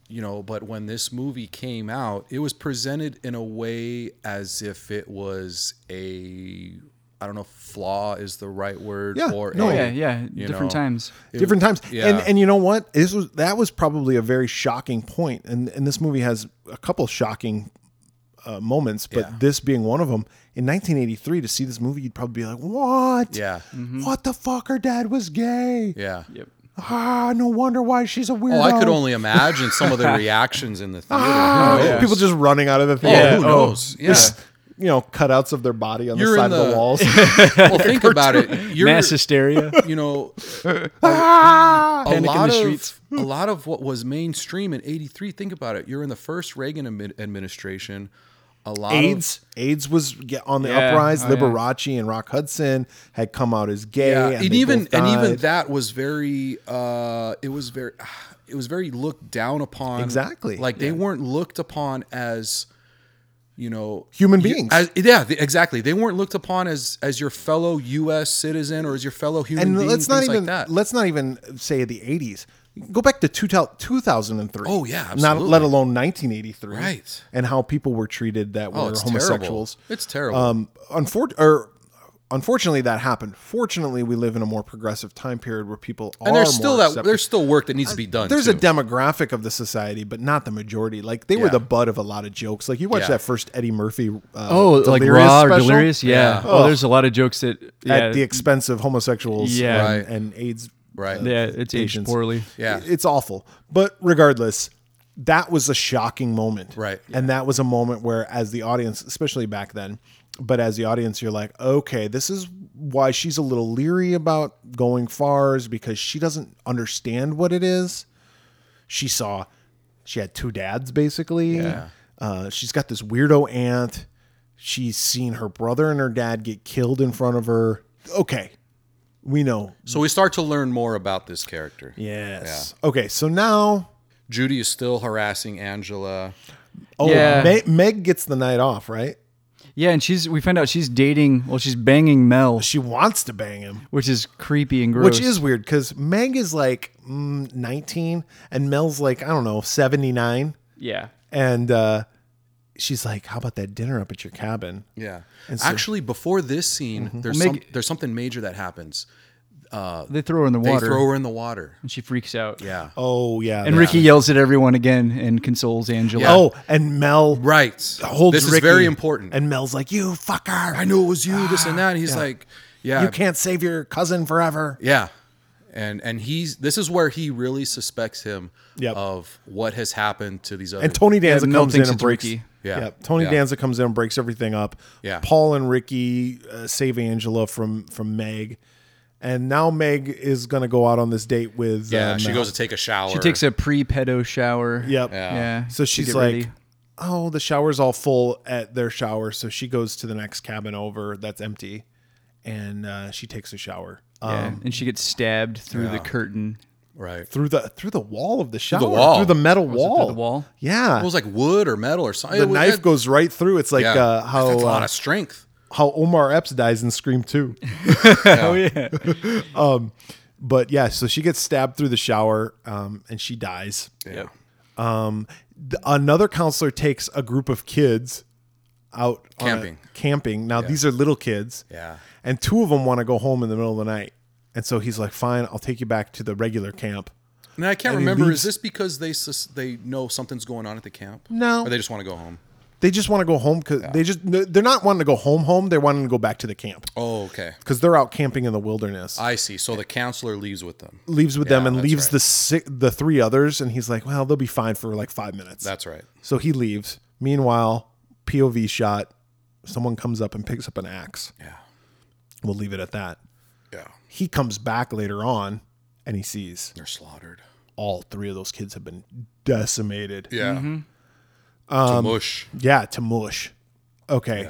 Speaker 1: you know but when this movie came out it was presented in a way as if it was a i don't know if flaw is the right word
Speaker 2: Yeah,
Speaker 1: or
Speaker 2: no,
Speaker 1: a-
Speaker 3: Yeah, yeah.
Speaker 1: you
Speaker 3: Different
Speaker 1: know,
Speaker 3: times.
Speaker 2: Different times.
Speaker 1: yeah.
Speaker 2: And and you know what? This was that was probably a very shocking point. And and this movie has a couple shocking uh, moments, but
Speaker 1: Yeah.
Speaker 2: this being one of them. In 1983, to see this movie, you'd probably be like, "What?
Speaker 1: yeah
Speaker 3: Mm-hmm.
Speaker 2: What the fuck? Her dad was gay.
Speaker 1: yeah
Speaker 3: Yep.
Speaker 2: Ah, no wonder why she's a weirdo."
Speaker 1: Oh, I could only imagine some of the reactions in the theater. Who knows?
Speaker 2: Ah, people just running out of the
Speaker 1: Oh,
Speaker 2: theater.
Speaker 1: who
Speaker 3: oh.
Speaker 1: knows? Yeah.
Speaker 2: There's, you know, cutouts of their body on
Speaker 1: You're
Speaker 2: the
Speaker 1: in
Speaker 2: side of the
Speaker 1: the-
Speaker 2: walls. Um,
Speaker 1: Well, think about it. You're,
Speaker 3: Mass hysteria.
Speaker 1: you know,
Speaker 2: Ah!
Speaker 1: a
Speaker 3: Panic in
Speaker 1: lot
Speaker 3: the
Speaker 1: of
Speaker 3: streets.
Speaker 1: a lot of what was mainstream in '83. Think about it. You're in the first Reagan admi- administration. A lot
Speaker 2: AIDS. AIDS was get on the
Speaker 3: Yeah.
Speaker 2: uprise.
Speaker 3: Oh, yeah.
Speaker 2: Liberace and Rock Hudson had come out as gay.
Speaker 1: of yeah,
Speaker 2: and,
Speaker 1: and
Speaker 2: they
Speaker 1: even
Speaker 2: both
Speaker 1: and even
Speaker 2: died.
Speaker 1: that was very. Uh, it was very. It was very looked down upon.
Speaker 2: Exactly.
Speaker 1: Like they weren't looked upon as. you know
Speaker 2: Human
Speaker 1: you-
Speaker 2: beings.
Speaker 1: as- yeah, th- exactly. They weren't looked upon as as your fellow U.S. citizen or as your fellow human
Speaker 2: and
Speaker 1: being.
Speaker 2: let's not
Speaker 1: things
Speaker 2: even
Speaker 1: like that.
Speaker 2: let's not even say the 80s go back to 2000 2003
Speaker 1: Oh, yeah,
Speaker 2: not
Speaker 1: absolutely.
Speaker 2: let alone 1983
Speaker 1: Right.
Speaker 2: and how people were treated that
Speaker 1: oh,
Speaker 2: were
Speaker 1: it's
Speaker 2: homosexuals
Speaker 1: terrible. It's terrible.
Speaker 2: um unfor- or unfortunately that happened fortunately we live in a more progressive time period where people are
Speaker 1: and there's still
Speaker 2: more
Speaker 1: that
Speaker 2: accepting.
Speaker 1: there's still work that needs to be done.
Speaker 2: there's
Speaker 1: too.
Speaker 2: a demographic of the society, but not the majority. Like they were
Speaker 1: Yeah.
Speaker 2: the butt of a lot of jokes. Like you watch
Speaker 1: Yeah.
Speaker 2: that first Eddie Murphy. Uh,
Speaker 3: Oh, like
Speaker 2: Delirious
Speaker 3: raw or
Speaker 2: special?
Speaker 3: delirious? Yeah.
Speaker 1: Yeah.
Speaker 3: Oh, there's a lot of jokes that yeah,
Speaker 2: at the expense of homosexuals
Speaker 3: Yeah.
Speaker 2: and, and AIDS.
Speaker 1: Right.
Speaker 3: yeah, it's aged
Speaker 2: patients.
Speaker 3: poorly.
Speaker 1: Yeah.
Speaker 2: It's awful. But regardless, that was a shocking moment.
Speaker 1: Right.
Speaker 2: And that was a moment where, as the audience, especially back then, but as the audience, you're like, okay, this is why she's a little leery about going far is because she doesn't understand what it is. She saw, she had two dads basically. Yeah. Uh, she's got this weirdo aunt. She's seen her brother and her dad get killed in front of her. Okay. We know
Speaker 1: So we start to learn more about this character.
Speaker 2: Yes. Okay, so now
Speaker 1: Judy is still harassing Angela.
Speaker 2: oh
Speaker 3: Yeah.
Speaker 2: Me- Meg gets the night off, right?
Speaker 3: Yeah, and she's we find out she's dating. Well, she's banging Mel,
Speaker 2: She wants to bang him,
Speaker 3: which is creepy and gross.
Speaker 2: which is weird cuz Meg is like mm, 19 and Mel's like I don't know, 79
Speaker 3: yeah.
Speaker 2: and uh she's like how about that dinner up at your cabin?
Speaker 1: Yeah. Actually, before this scene,
Speaker 2: Mm-hmm.
Speaker 1: there's
Speaker 3: Well,
Speaker 1: some,
Speaker 3: Meg-
Speaker 1: there's something major that happens.
Speaker 3: They throw her in the
Speaker 1: They
Speaker 3: water,
Speaker 1: throw her in the water.
Speaker 3: and she freaks out.
Speaker 1: Yeah.
Speaker 2: Oh yeah.
Speaker 3: And
Speaker 2: that-
Speaker 3: Ricky yells at everyone again and consoles Angela.
Speaker 1: Yeah.
Speaker 2: Oh, and Mel
Speaker 1: Right.
Speaker 2: holds
Speaker 1: this is
Speaker 2: Ricky,
Speaker 1: very important.
Speaker 2: And Mel's like, "You fucker.
Speaker 1: I knew it was you. This and that. He's like, yeah,
Speaker 2: you can't save your cousin forever."
Speaker 1: yeah. And and he's this is where he really suspects him
Speaker 2: Yep.
Speaker 1: of what has happened to these other.
Speaker 2: And Tony Danza
Speaker 3: Mel
Speaker 2: comes in
Speaker 3: thinks
Speaker 2: and
Speaker 3: it's
Speaker 2: breaks.
Speaker 3: Ricky.
Speaker 1: Yeah.
Speaker 2: Tony
Speaker 1: Yeah.
Speaker 2: Danza comes in and breaks everything up.
Speaker 1: Yeah.
Speaker 2: Paul and Ricky uh, save Angela from from Meg, and now Meg is gonna go out on this date with.
Speaker 1: yeah,
Speaker 2: uh,
Speaker 1: she
Speaker 2: Mel.
Speaker 1: goes to take a shower.
Speaker 3: She takes a pre-pedo shower.
Speaker 2: Yep.
Speaker 1: Yeah.
Speaker 3: Yeah.
Speaker 2: So
Speaker 3: to
Speaker 2: she's
Speaker 3: get
Speaker 2: like,
Speaker 3: ready.
Speaker 2: "Oh, the shower's all full at their shower." So she goes to the next cabin over that's empty, and uh, she takes a shower
Speaker 3: Yeah,
Speaker 2: um,
Speaker 3: and she gets stabbed through the curtain.
Speaker 1: right.
Speaker 2: through the through the wall of the shower,
Speaker 1: wall.
Speaker 2: through the metal
Speaker 3: it through
Speaker 2: wall,
Speaker 3: the wall?
Speaker 2: Yeah,
Speaker 1: It was like wood or metal or something.
Speaker 2: the
Speaker 1: It was-
Speaker 2: knife
Speaker 1: that-
Speaker 2: goes right through. It's like
Speaker 1: yeah.
Speaker 2: uh, how
Speaker 1: That's a lot
Speaker 2: uh,
Speaker 1: of strength.
Speaker 2: how Omar Epps dies in Scream Two. Um,
Speaker 3: Oh yeah.
Speaker 2: but yeah, so she gets stabbed through the shower um, and she dies.
Speaker 1: Yeah.
Speaker 2: Um, th- another counselor takes a group of kids out on a-
Speaker 1: Camping.
Speaker 2: camping. Now these are little kids.
Speaker 1: Yeah.
Speaker 2: And two of them want to go home in the middle of the night. And so he's like, "Fine, I'll take you back to the regular camp."
Speaker 1: And I can't
Speaker 2: And he
Speaker 1: remember.
Speaker 2: leaves-
Speaker 1: Is this because they sus- they know something's going on at the camp?
Speaker 2: No.
Speaker 1: Or they just want to go home.
Speaker 2: They just want to go home cuz they just they're not wanting to go home home, they're wanting to go back to the camp
Speaker 1: Oh, okay.
Speaker 2: cuz they're out camping in the wilderness.
Speaker 1: I see. So the counselor leaves with them.
Speaker 2: leaves with them and
Speaker 1: that's
Speaker 2: leaves
Speaker 1: right.
Speaker 2: the si- the three others and he's like, "Well, they'll be fine for like 5 minutes."
Speaker 1: That's right.
Speaker 2: So he leaves. Meanwhile, POV shot. Someone comes up and picks up an axe.
Speaker 1: Yeah.
Speaker 2: We'll leave it at that.
Speaker 1: Yeah.
Speaker 2: He comes back later on and he sees
Speaker 1: They're slaughtered.
Speaker 2: all three of those kids have been decimated.
Speaker 1: Yeah.
Speaker 3: Um,
Speaker 1: to mush.
Speaker 2: Yeah, to mush. Okay.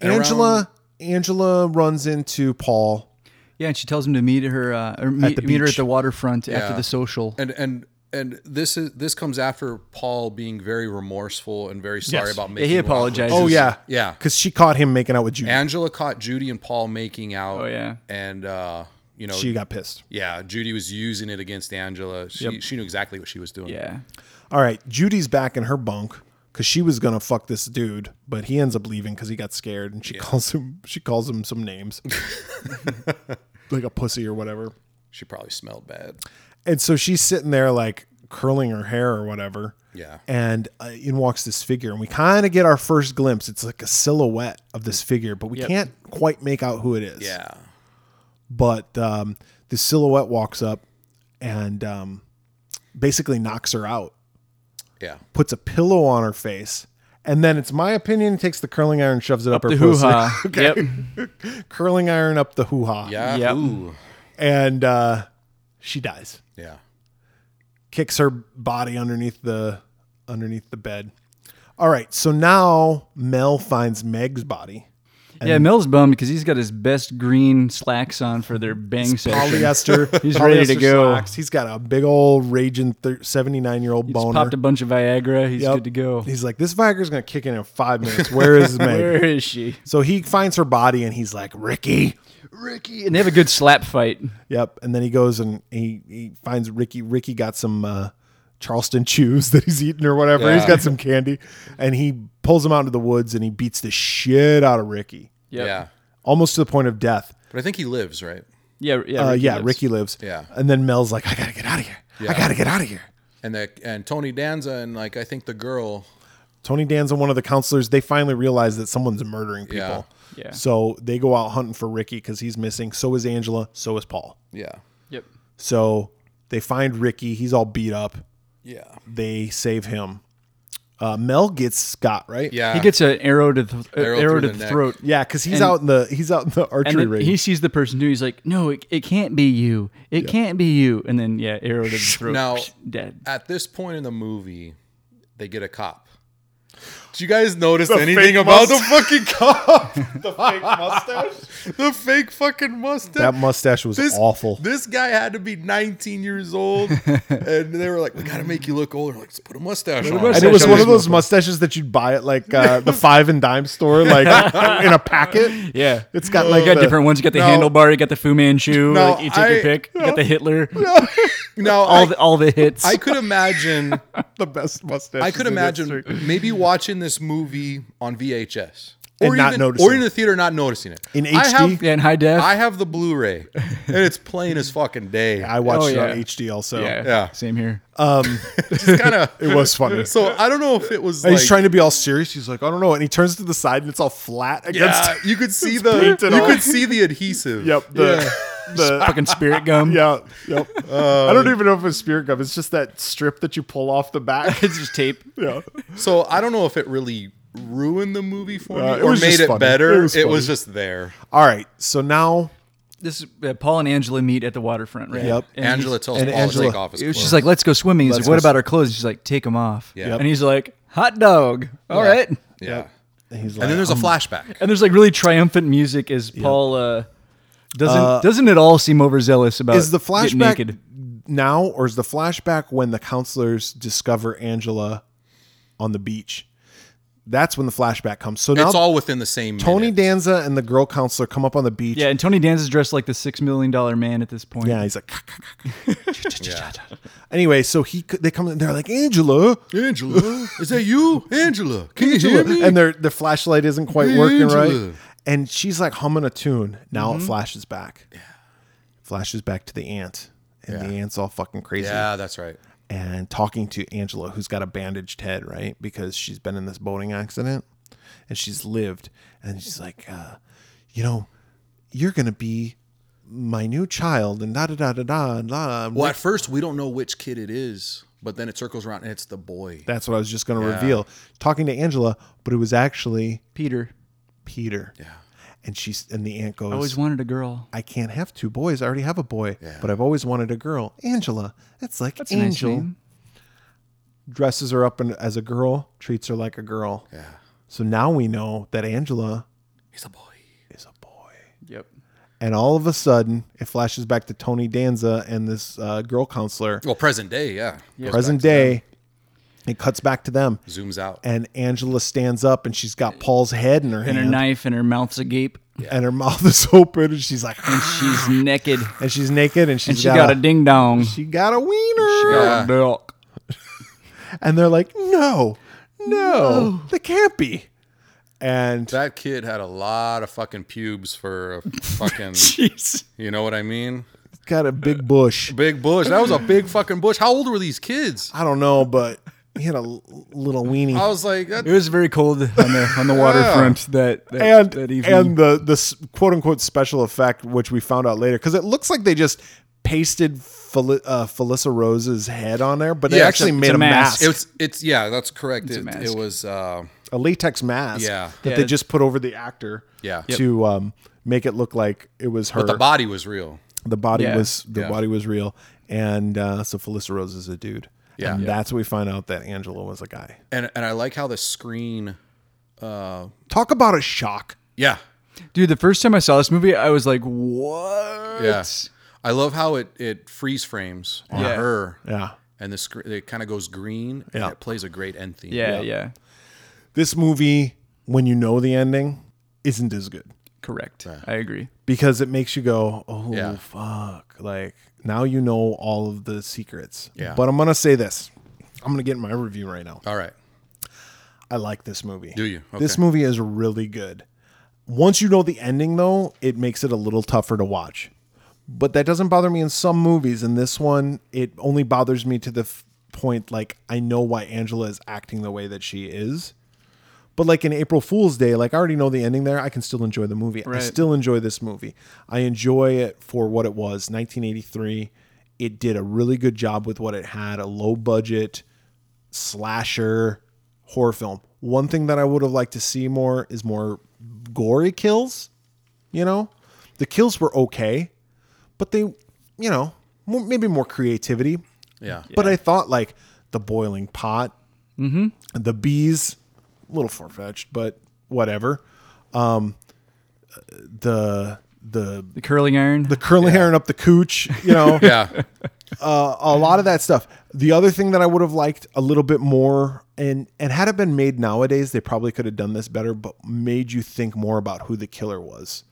Speaker 1: And
Speaker 2: Angela Angela runs into Paul.
Speaker 3: Yeah, and she tells him to meet her uh, or meet,
Speaker 2: the
Speaker 3: meet her at
Speaker 2: beach.
Speaker 3: the waterfront after
Speaker 1: Yeah.
Speaker 3: the social.
Speaker 1: And and and this is this comes after Paul being very remorseful and very sorry
Speaker 2: Yes.
Speaker 1: about making.
Speaker 3: Yeah, he
Speaker 1: what-
Speaker 3: apologizes.
Speaker 2: Oh yeah.
Speaker 1: Yeah.
Speaker 2: Cuz she caught him making out with Judy.
Speaker 1: Angela caught Judy and Paul making out.
Speaker 3: Oh, yeah.
Speaker 1: And uh, you know,
Speaker 2: she got pissed.
Speaker 1: yeah, Judy was using it against Angela. She she knew exactly what she was doing.
Speaker 3: Yeah.
Speaker 2: All right, Judy's back in her bunk because she was gonna fuck this dude, but he ends up leaving because he got scared, and she calls him she calls him some names, like a pussy or whatever.
Speaker 1: She probably smelled bad.
Speaker 2: And so she's sitting there like curling her hair or whatever.
Speaker 1: Yeah.
Speaker 2: And uh, in walks this figure, and we kind of get our first glimpse. It's like a silhouette of this figure, but we can't quite make out who it is.
Speaker 1: Yeah.
Speaker 2: But um, the silhouette walks up and um, basically knocks her out.
Speaker 1: Yeah.
Speaker 2: puts a pillow on her face, and then it's my opinion takes the curling iron, shoves it up, her
Speaker 3: The hoo
Speaker 2: pussy,
Speaker 3: ha. Yep.
Speaker 2: curling iron up the hoo ha,
Speaker 1: Yeah.
Speaker 3: Yep.
Speaker 1: Ooh.
Speaker 2: and uh, she dies.
Speaker 1: Yeah.
Speaker 2: Kicks her body underneath the underneath the bed. All right, so now Mel finds Meg's body.
Speaker 3: yeah, Mel's bummed because he's got his best green slacks on for their bang session.
Speaker 2: Polyester.
Speaker 3: He's ready to
Speaker 2: polyester
Speaker 3: go.
Speaker 2: slacks. He's got a big old raging seventy nine year old
Speaker 3: Just
Speaker 2: boner.
Speaker 3: popped a bunch of Viagra. He's
Speaker 2: Yep.
Speaker 3: good to go.
Speaker 2: He's like, this Viagra's gonna kick in in five minutes. Where is Meg?
Speaker 3: Where is she?
Speaker 2: So he finds her body and he's like, Ricky.
Speaker 3: Ricky. And they have a good slap fight.
Speaker 2: Yep. And then he goes and he, he finds Ricky. Ricky got some uh, Charleston chews that he's eating or whatever. He's
Speaker 3: Yeah.
Speaker 2: got some candy. And he pulls him out into the woods and he beats the shit out of Ricky.
Speaker 3: Yep.
Speaker 1: Yeah.
Speaker 2: Almost to the point of death.
Speaker 1: But I think he lives, right?
Speaker 3: Yeah. Yeah.
Speaker 2: uh, yeah,
Speaker 3: lives.
Speaker 2: Ricky lives.
Speaker 1: Yeah.
Speaker 2: And then Mel's like, I gotta get out of here. I
Speaker 1: Yeah.
Speaker 2: gotta get out of here.
Speaker 1: And the and Tony Danza and like I think the girl.
Speaker 2: Tony Danza, one of the counselors, they finally realize that someone's murdering people.
Speaker 1: Yeah.
Speaker 3: Yeah.
Speaker 2: So they go out hunting for Ricky because he's missing. So is Angela. So is Paul.
Speaker 1: Yeah.
Speaker 3: Yep.
Speaker 2: So they find Ricky. He's all beat up.
Speaker 1: Yeah.
Speaker 2: They save him. Uh, Mel gets Scott, right?
Speaker 1: Yeah.
Speaker 3: He gets an arrow to the arrow,
Speaker 1: through
Speaker 3: to
Speaker 1: the
Speaker 3: the
Speaker 1: neck.
Speaker 3: throat.
Speaker 2: Yeah, because he's
Speaker 3: And-
Speaker 2: out in the he's out in the
Speaker 3: And
Speaker 2: archery
Speaker 3: then
Speaker 2: range.
Speaker 3: he sees the person too. He's like, "No, it, it can't be you. It can't be you." And then yeah, arrow to the throat.
Speaker 1: Now-
Speaker 3: dead.
Speaker 1: at this point in the movie, they get a cop. Did you guys notice anything about the fucking cop?
Speaker 2: the fake mustache.
Speaker 1: the fake fucking mustache.
Speaker 2: That mustache was
Speaker 1: This-
Speaker 2: awful.
Speaker 1: This guy had to be 19 years old, and they were like, "We got to make you look older." Like, put a mustache on.
Speaker 2: and it was one of those mustaches that you'd buy at like uh, the five and dime store, like in a packet.
Speaker 3: Yeah,
Speaker 2: It's got
Speaker 3: you
Speaker 2: like
Speaker 3: got
Speaker 2: the-
Speaker 3: different ones. You got the
Speaker 1: no.
Speaker 3: handlebar. You got the Fu Manchu.
Speaker 1: No,
Speaker 3: like, you take your
Speaker 1: I-
Speaker 3: pick. You got the Hitler.
Speaker 1: No,
Speaker 3: all
Speaker 1: I,
Speaker 3: the all the hits.
Speaker 1: I could imagine.
Speaker 2: the best mustache.
Speaker 1: I could imagine maybe watching this movie on VHS
Speaker 2: And
Speaker 1: or
Speaker 2: not
Speaker 1: even,
Speaker 2: noticing
Speaker 1: or in
Speaker 2: it.
Speaker 1: the theater not noticing it
Speaker 2: In
Speaker 1: I have-
Speaker 2: HD?
Speaker 3: yeah, in high def.
Speaker 1: I have the Blu-ray, and it's plain as fucking day.
Speaker 2: I watched
Speaker 3: Oh,
Speaker 2: it
Speaker 3: yeah.
Speaker 2: on HD also.
Speaker 3: yeah,
Speaker 1: yeah. Uh,
Speaker 3: same here.
Speaker 1: It's kind of
Speaker 2: It was funny.
Speaker 1: So I don't know if it was.
Speaker 2: And
Speaker 1: Like,
Speaker 2: he's trying to be all serious. He's like, I don't know. And he turns to the side and it's all flat against
Speaker 1: Yeah, you could see the
Speaker 2: painted
Speaker 1: you
Speaker 2: all-
Speaker 1: could see the adhesive.
Speaker 2: Yep. The, the
Speaker 3: Fucking spirit gum.
Speaker 2: yeah. Yep. I don't even know if it's spirit gum. It's just that strip that you pull off the back.
Speaker 3: it's just tape.
Speaker 2: yeah.
Speaker 1: So I don't know if it really ruined the movie for me
Speaker 2: Uh, it
Speaker 1: or
Speaker 2: was just
Speaker 1: made it
Speaker 2: funny.
Speaker 1: better.
Speaker 2: It
Speaker 1: It
Speaker 2: was
Speaker 1: was,
Speaker 2: funny.
Speaker 1: just there.
Speaker 2: All right. So now,
Speaker 3: This is, uh, Paul and Angela meet at the waterfront, right?
Speaker 2: Yep.
Speaker 3: And he's-
Speaker 1: Angela tells
Speaker 2: and
Speaker 1: Paul to take
Speaker 2: Angela-
Speaker 1: off his
Speaker 3: It was
Speaker 1: clothes.
Speaker 3: just like, let's go swimming. He's
Speaker 2: Let's
Speaker 3: like, what
Speaker 2: go
Speaker 3: about our clothes? She's like, take them off.
Speaker 1: Yeah. Yep.
Speaker 3: And he's like, hot dog. All right.
Speaker 1: yeah.
Speaker 2: and he's
Speaker 1: uh, um,
Speaker 2: like,
Speaker 1: And then there's a flashback.
Speaker 3: And there's like really triumphant music as Paul uh, doesn't doesn't it all seem overzealous about
Speaker 2: is the
Speaker 3: getting
Speaker 2: flashback
Speaker 3: naked?
Speaker 2: now or is the flashback when the counselors discover Angela on the beach? That's when the flashback comes. So now
Speaker 1: It's all within the same.
Speaker 2: Tony
Speaker 1: minute.
Speaker 2: Danza and the girl counselor come up on the beach.
Speaker 3: Yeah, and Tony Danza's dressed like the six million dollar man at this point.
Speaker 2: Yeah, he's like.
Speaker 1: Yeah.
Speaker 2: Anyway, so he c- they come in. They're like Angela,
Speaker 1: Angela, is that you? Angela, can you hear me?
Speaker 2: and their their flashlight isn't quite
Speaker 1: Hey,
Speaker 2: working
Speaker 1: Angela.
Speaker 2: right. And she's like humming a tune. Now it flashes back. Flashes back to the ant, and the ant's all fucking crazy.
Speaker 1: yeah, that's right.
Speaker 2: and talking to Angela, who's got a bandaged head, right? Because she's been in this boating accident and she's lived. And she's like, uh, you know, you're going to be my new child and da da da da da and la.
Speaker 1: Well, at first we don't know which kid it is, but then it circles around and it's the boy.
Speaker 2: That's what I was just going to reveal. Talking to Angela, but it was actually
Speaker 3: Peter.
Speaker 2: Peter. Yeah. And she's and the aunt goes,
Speaker 3: I always wanted a girl.
Speaker 2: I can't have two boys. I already have a boy, but I've always wanted a girl. Angela. That's like
Speaker 3: It's a nice
Speaker 2: Angel.
Speaker 3: name.
Speaker 2: dresses her up in, as a girl, treats her like a girl.
Speaker 1: Yeah,
Speaker 2: So now we know that Angela
Speaker 1: he's a boy.
Speaker 2: is a boy.
Speaker 3: Yep.
Speaker 2: And all of a sudden, it flashes back to Tony Danza and this uh, girl counselor.
Speaker 1: Well, present day, yeah.
Speaker 2: Present day, it cuts back to them.
Speaker 1: Zooms out.
Speaker 2: And Angela stands up and she's got Paul's head in her
Speaker 3: And
Speaker 2: hand.
Speaker 3: her knife and her mouth's agape.
Speaker 2: and her mouth is open and she's like, "Ah,"
Speaker 3: She's naked.
Speaker 2: and she's naked and she's
Speaker 3: And she got, a
Speaker 2: a,
Speaker 3: ding dong.
Speaker 2: she got a wiener.
Speaker 1: Yeah.
Speaker 2: And they're like, no, no, that can't be. And
Speaker 1: That kid had a lot of fucking pubes for a fucking.
Speaker 3: Jeez.
Speaker 1: you know what I mean?
Speaker 2: got a big bush.
Speaker 1: Big bush. That was a big fucking bush. How old were these kids?
Speaker 2: I don't know, but he had a l- little weenie.
Speaker 1: I was like, that,
Speaker 3: It was very cold on the on the waterfront that that,
Speaker 2: and
Speaker 3: that evening.
Speaker 2: and the the s- quote unquote special effect, which we found out later, because it looks like they just pasted Fel- uh, Felissa Rose's head on there, but they
Speaker 1: Yeah, it's
Speaker 2: actually
Speaker 1: a-
Speaker 2: made
Speaker 3: it's
Speaker 2: a,
Speaker 3: a
Speaker 2: mask,
Speaker 3: mask.
Speaker 1: it's it's yeah, that's correct.
Speaker 3: a
Speaker 1: It,
Speaker 3: mask.
Speaker 1: it was uh,
Speaker 2: a latex mask,
Speaker 1: Yeah.
Speaker 2: that
Speaker 3: Yeah,
Speaker 2: they
Speaker 3: it's-
Speaker 2: just put over the actor,
Speaker 1: Yeah. Yep.
Speaker 2: to um, make it look like it was her.
Speaker 1: but the body was real.
Speaker 2: the body
Speaker 3: Yeah.
Speaker 2: was the
Speaker 1: Yeah.
Speaker 2: body was real, and uh, so Felissa Rose is a dude.
Speaker 1: Yeah.
Speaker 2: and
Speaker 1: Yeah.
Speaker 2: that's what we find out that Angela was a guy.
Speaker 1: And and I like how the screen.
Speaker 2: Talk about a shock.
Speaker 1: Yeah,
Speaker 3: Dude, the first time I saw this movie, I was like, what?
Speaker 1: Yeah. I love how it it freeze frames on
Speaker 3: Yeah.
Speaker 1: her.
Speaker 2: Yeah.
Speaker 1: And the screen it kind of goes green.
Speaker 2: Yeah.
Speaker 1: And it plays a great end theme.
Speaker 3: Yeah, yeah.
Speaker 2: This movie, when you know the ending, isn't as good
Speaker 3: Correct. I agree.
Speaker 2: because it makes you go, oh,
Speaker 1: Yeah.
Speaker 2: fuck. Like, now you know all of the secrets.
Speaker 1: Yeah.
Speaker 2: But I'm going to say this I'm going to get in my review right now.
Speaker 1: All right.
Speaker 2: I like this movie.
Speaker 1: Do you?
Speaker 2: This
Speaker 1: Okay.
Speaker 2: movie is really good. Once you know the ending, though, it makes it a little tougher to watch. But that doesn't bother me in some movies. In this one, it only bothers me to the f- point like I know why Angela is acting the way that she is. But like in April Fool's Day, like I already know the ending there. I can still enjoy the movie. I
Speaker 3: Right.
Speaker 2: still enjoy this movie. I enjoy it for what it was, 1983. It did a really good job with what it had, a low budget slasher horror film. One thing that I would have liked to see more is more gory kills, you know? The kills were okay, but they, you know, mo- maybe more creativity.
Speaker 1: Yeah.
Speaker 2: But I thought like the boiling pot, mm-hmm. the bees, a little far fetched, but whatever. Um, the the
Speaker 3: The curling iron.
Speaker 2: the curling hair and up the cooch, you know,
Speaker 1: Yeah.
Speaker 2: uh, a lot of that stuff. The other thing that I would have liked a little bit more, and and had it been made nowadays, they probably could have done this better, but made you think more about who the killer was.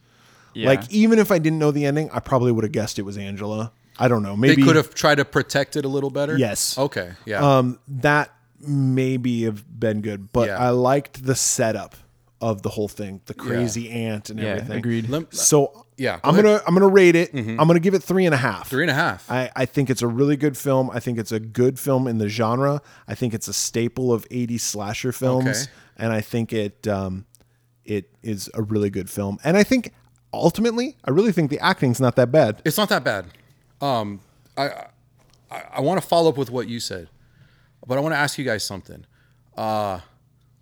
Speaker 3: Yeah.
Speaker 2: Like even if I didn't know the ending, I probably would have guessed it was Angela. I don't know.
Speaker 1: They
Speaker 2: Maybe
Speaker 1: could have tried to protect it a little better.
Speaker 2: Yes.
Speaker 1: Okay. Yeah.
Speaker 3: Uh,
Speaker 2: um, that maybe have been good, but
Speaker 1: Yeah.
Speaker 2: I liked the setup of the whole thing, the crazy aunt and
Speaker 3: Yeah,
Speaker 2: everything.
Speaker 3: agreed.
Speaker 1: Lem-
Speaker 2: So
Speaker 1: Yeah, go
Speaker 2: I'm
Speaker 1: ahead.
Speaker 2: gonna I'm gonna rate it. I'm gonna give it three and a half.
Speaker 1: Three and a half.
Speaker 2: I, I think it's a really good film. I think it's a good film in the genre. I think it's a staple of 80s slasher films,
Speaker 1: Okay.
Speaker 2: and I think it um, it is a really good film. And I think ultimately, I really think the acting's not that bad.
Speaker 1: it's not that bad. Um, I I, I want to follow up with what you said, but I want to ask you guys something. Uh,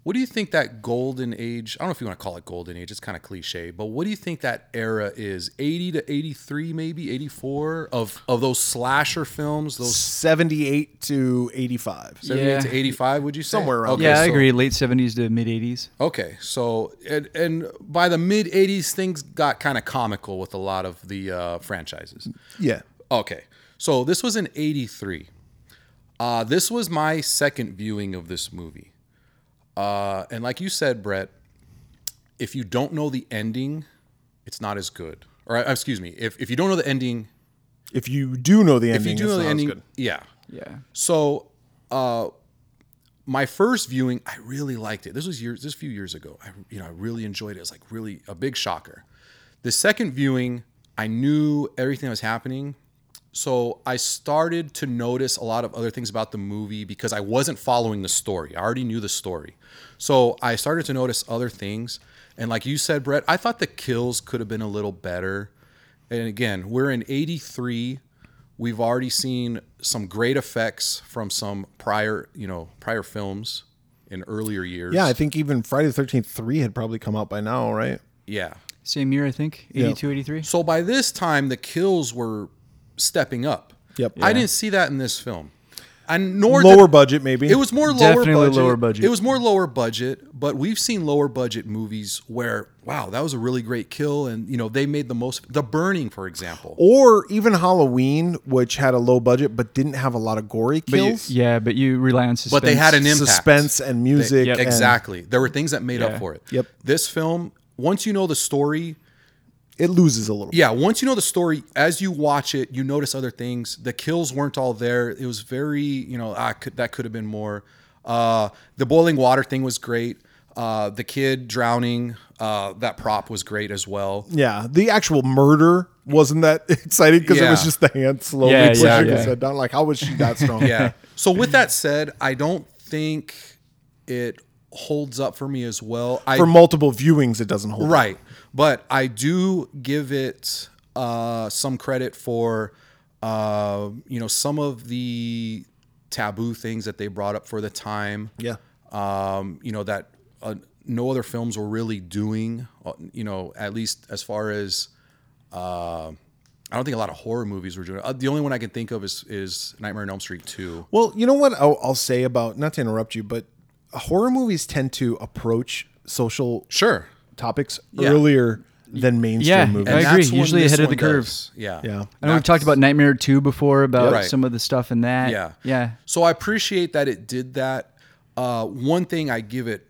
Speaker 1: what do you think that golden age? I don't know if you want to call it golden age. It's kind of cliche, but what do you think that era is? Eighty to eighty three, maybe eighty four of of those slasher films. Those
Speaker 2: 78 to 85.
Speaker 1: seventy eight to eighty five. Would you say
Speaker 2: Somewhere around
Speaker 1: Okay,
Speaker 3: yeah, I
Speaker 1: so-
Speaker 3: agree. Late 70s to mid 80s.
Speaker 1: Okay, so and, and by the mid '80s, things got kind of comical with a lot of the uh, franchises.
Speaker 2: yeah.
Speaker 1: Okay, so this was in '83. Uh, this was my second viewing of this movie, uh, and like you said, Brett, if you don't know the ending, it's not as good. Or uh, excuse me, if if you don't know the ending,
Speaker 2: If you do know the
Speaker 1: if
Speaker 2: ending,
Speaker 1: you do
Speaker 2: it's
Speaker 1: know the
Speaker 2: not as
Speaker 1: ending,
Speaker 2: good.
Speaker 1: yeah,
Speaker 3: Yeah.
Speaker 1: so, uh, my first viewing, I really liked it. This was years, this few years ago. I, you know, I really enjoyed it. It was like really a big shocker. The second viewing, I knew everything that was happening. So I started to notice a lot of other things about the movie because I wasn't following the story. I already knew the story. So I started to notice other things. And like you said, Brett, I thought the kills could have been a little better. And again, we're in 83. We've already seen some great effects from some prior, you know, prior films in earlier years.
Speaker 2: Yeah, I think even Friday the 13th 3 had probably come out by now, right?
Speaker 1: Yeah.
Speaker 3: Same year, I think. 82, 83.
Speaker 1: So by this time, the kills were stepping up.
Speaker 2: Yep.
Speaker 1: I didn't see that in this film. And nor did-
Speaker 2: Lower budget, maybe.
Speaker 1: It was more
Speaker 3: Definitely
Speaker 1: lower budget.
Speaker 3: lower budget.
Speaker 1: It was more lower budget, but we've seen lower budget movies where wow, that was a really great kill, and you know they made the most. The Burning, for example.
Speaker 2: or even Halloween, which had a low budget but didn't have a lot of gory
Speaker 3: But you-
Speaker 2: kills.
Speaker 3: yeah, but you rely on suspense.
Speaker 1: but they had an impact.
Speaker 2: suspense and music.
Speaker 3: Yep.
Speaker 2: and-
Speaker 1: Exactly. There were things that made up
Speaker 3: Yeah.
Speaker 1: for it.
Speaker 2: Yep.
Speaker 1: This film, once you know the story,
Speaker 2: it loses a little.
Speaker 1: yeah, once you know the story, as you watch it, you notice other things. The kills weren't all there. It was very, you know, ah, could, that could have been more. Uh, the boiling water thing was great. Uh, the kid drowning, uh, that prop was great as well.
Speaker 2: Yeah, the actual murder wasn't that exciting because it was
Speaker 1: Yeah.
Speaker 2: just the hand slowly
Speaker 3: Yeah,
Speaker 2: pushing
Speaker 3: exactly.
Speaker 2: his head down. Like, how was she that strong?
Speaker 1: Yeah. So with that said, I don't think it holds up for me as well. I
Speaker 2: For multiple viewings, it doesn't hold. up.
Speaker 1: Right. But I do give it uh, some credit for, uh, you know, some of the taboo things that they brought up for the time.
Speaker 2: Yeah.
Speaker 1: Um, you know, that uh, no other films were really doing, uh, you know, at least as far as. Uh, I don't think a lot of horror movies were doing. it. Uh, the only one I can think of is is Nightmare on Elm Street two.
Speaker 2: Well, you know what I'll, I'll say about not to interrupt you, but horror movies tend to approach social
Speaker 1: Sure,
Speaker 2: topics earlier than mainstream
Speaker 3: Yeah,
Speaker 2: movies.
Speaker 3: I agree.
Speaker 1: that's when
Speaker 3: Usually
Speaker 1: this
Speaker 3: ahead of
Speaker 1: one
Speaker 3: the curve.
Speaker 1: goes. Yeah.
Speaker 2: Yeah.
Speaker 3: I know we've
Speaker 1: That's-
Speaker 3: talked about Nightmare 2 before about
Speaker 1: Right.
Speaker 3: some of the stuff in that.
Speaker 1: Yeah.
Speaker 3: Yeah.
Speaker 1: So I appreciate that it did that. Uh, one thing I give it,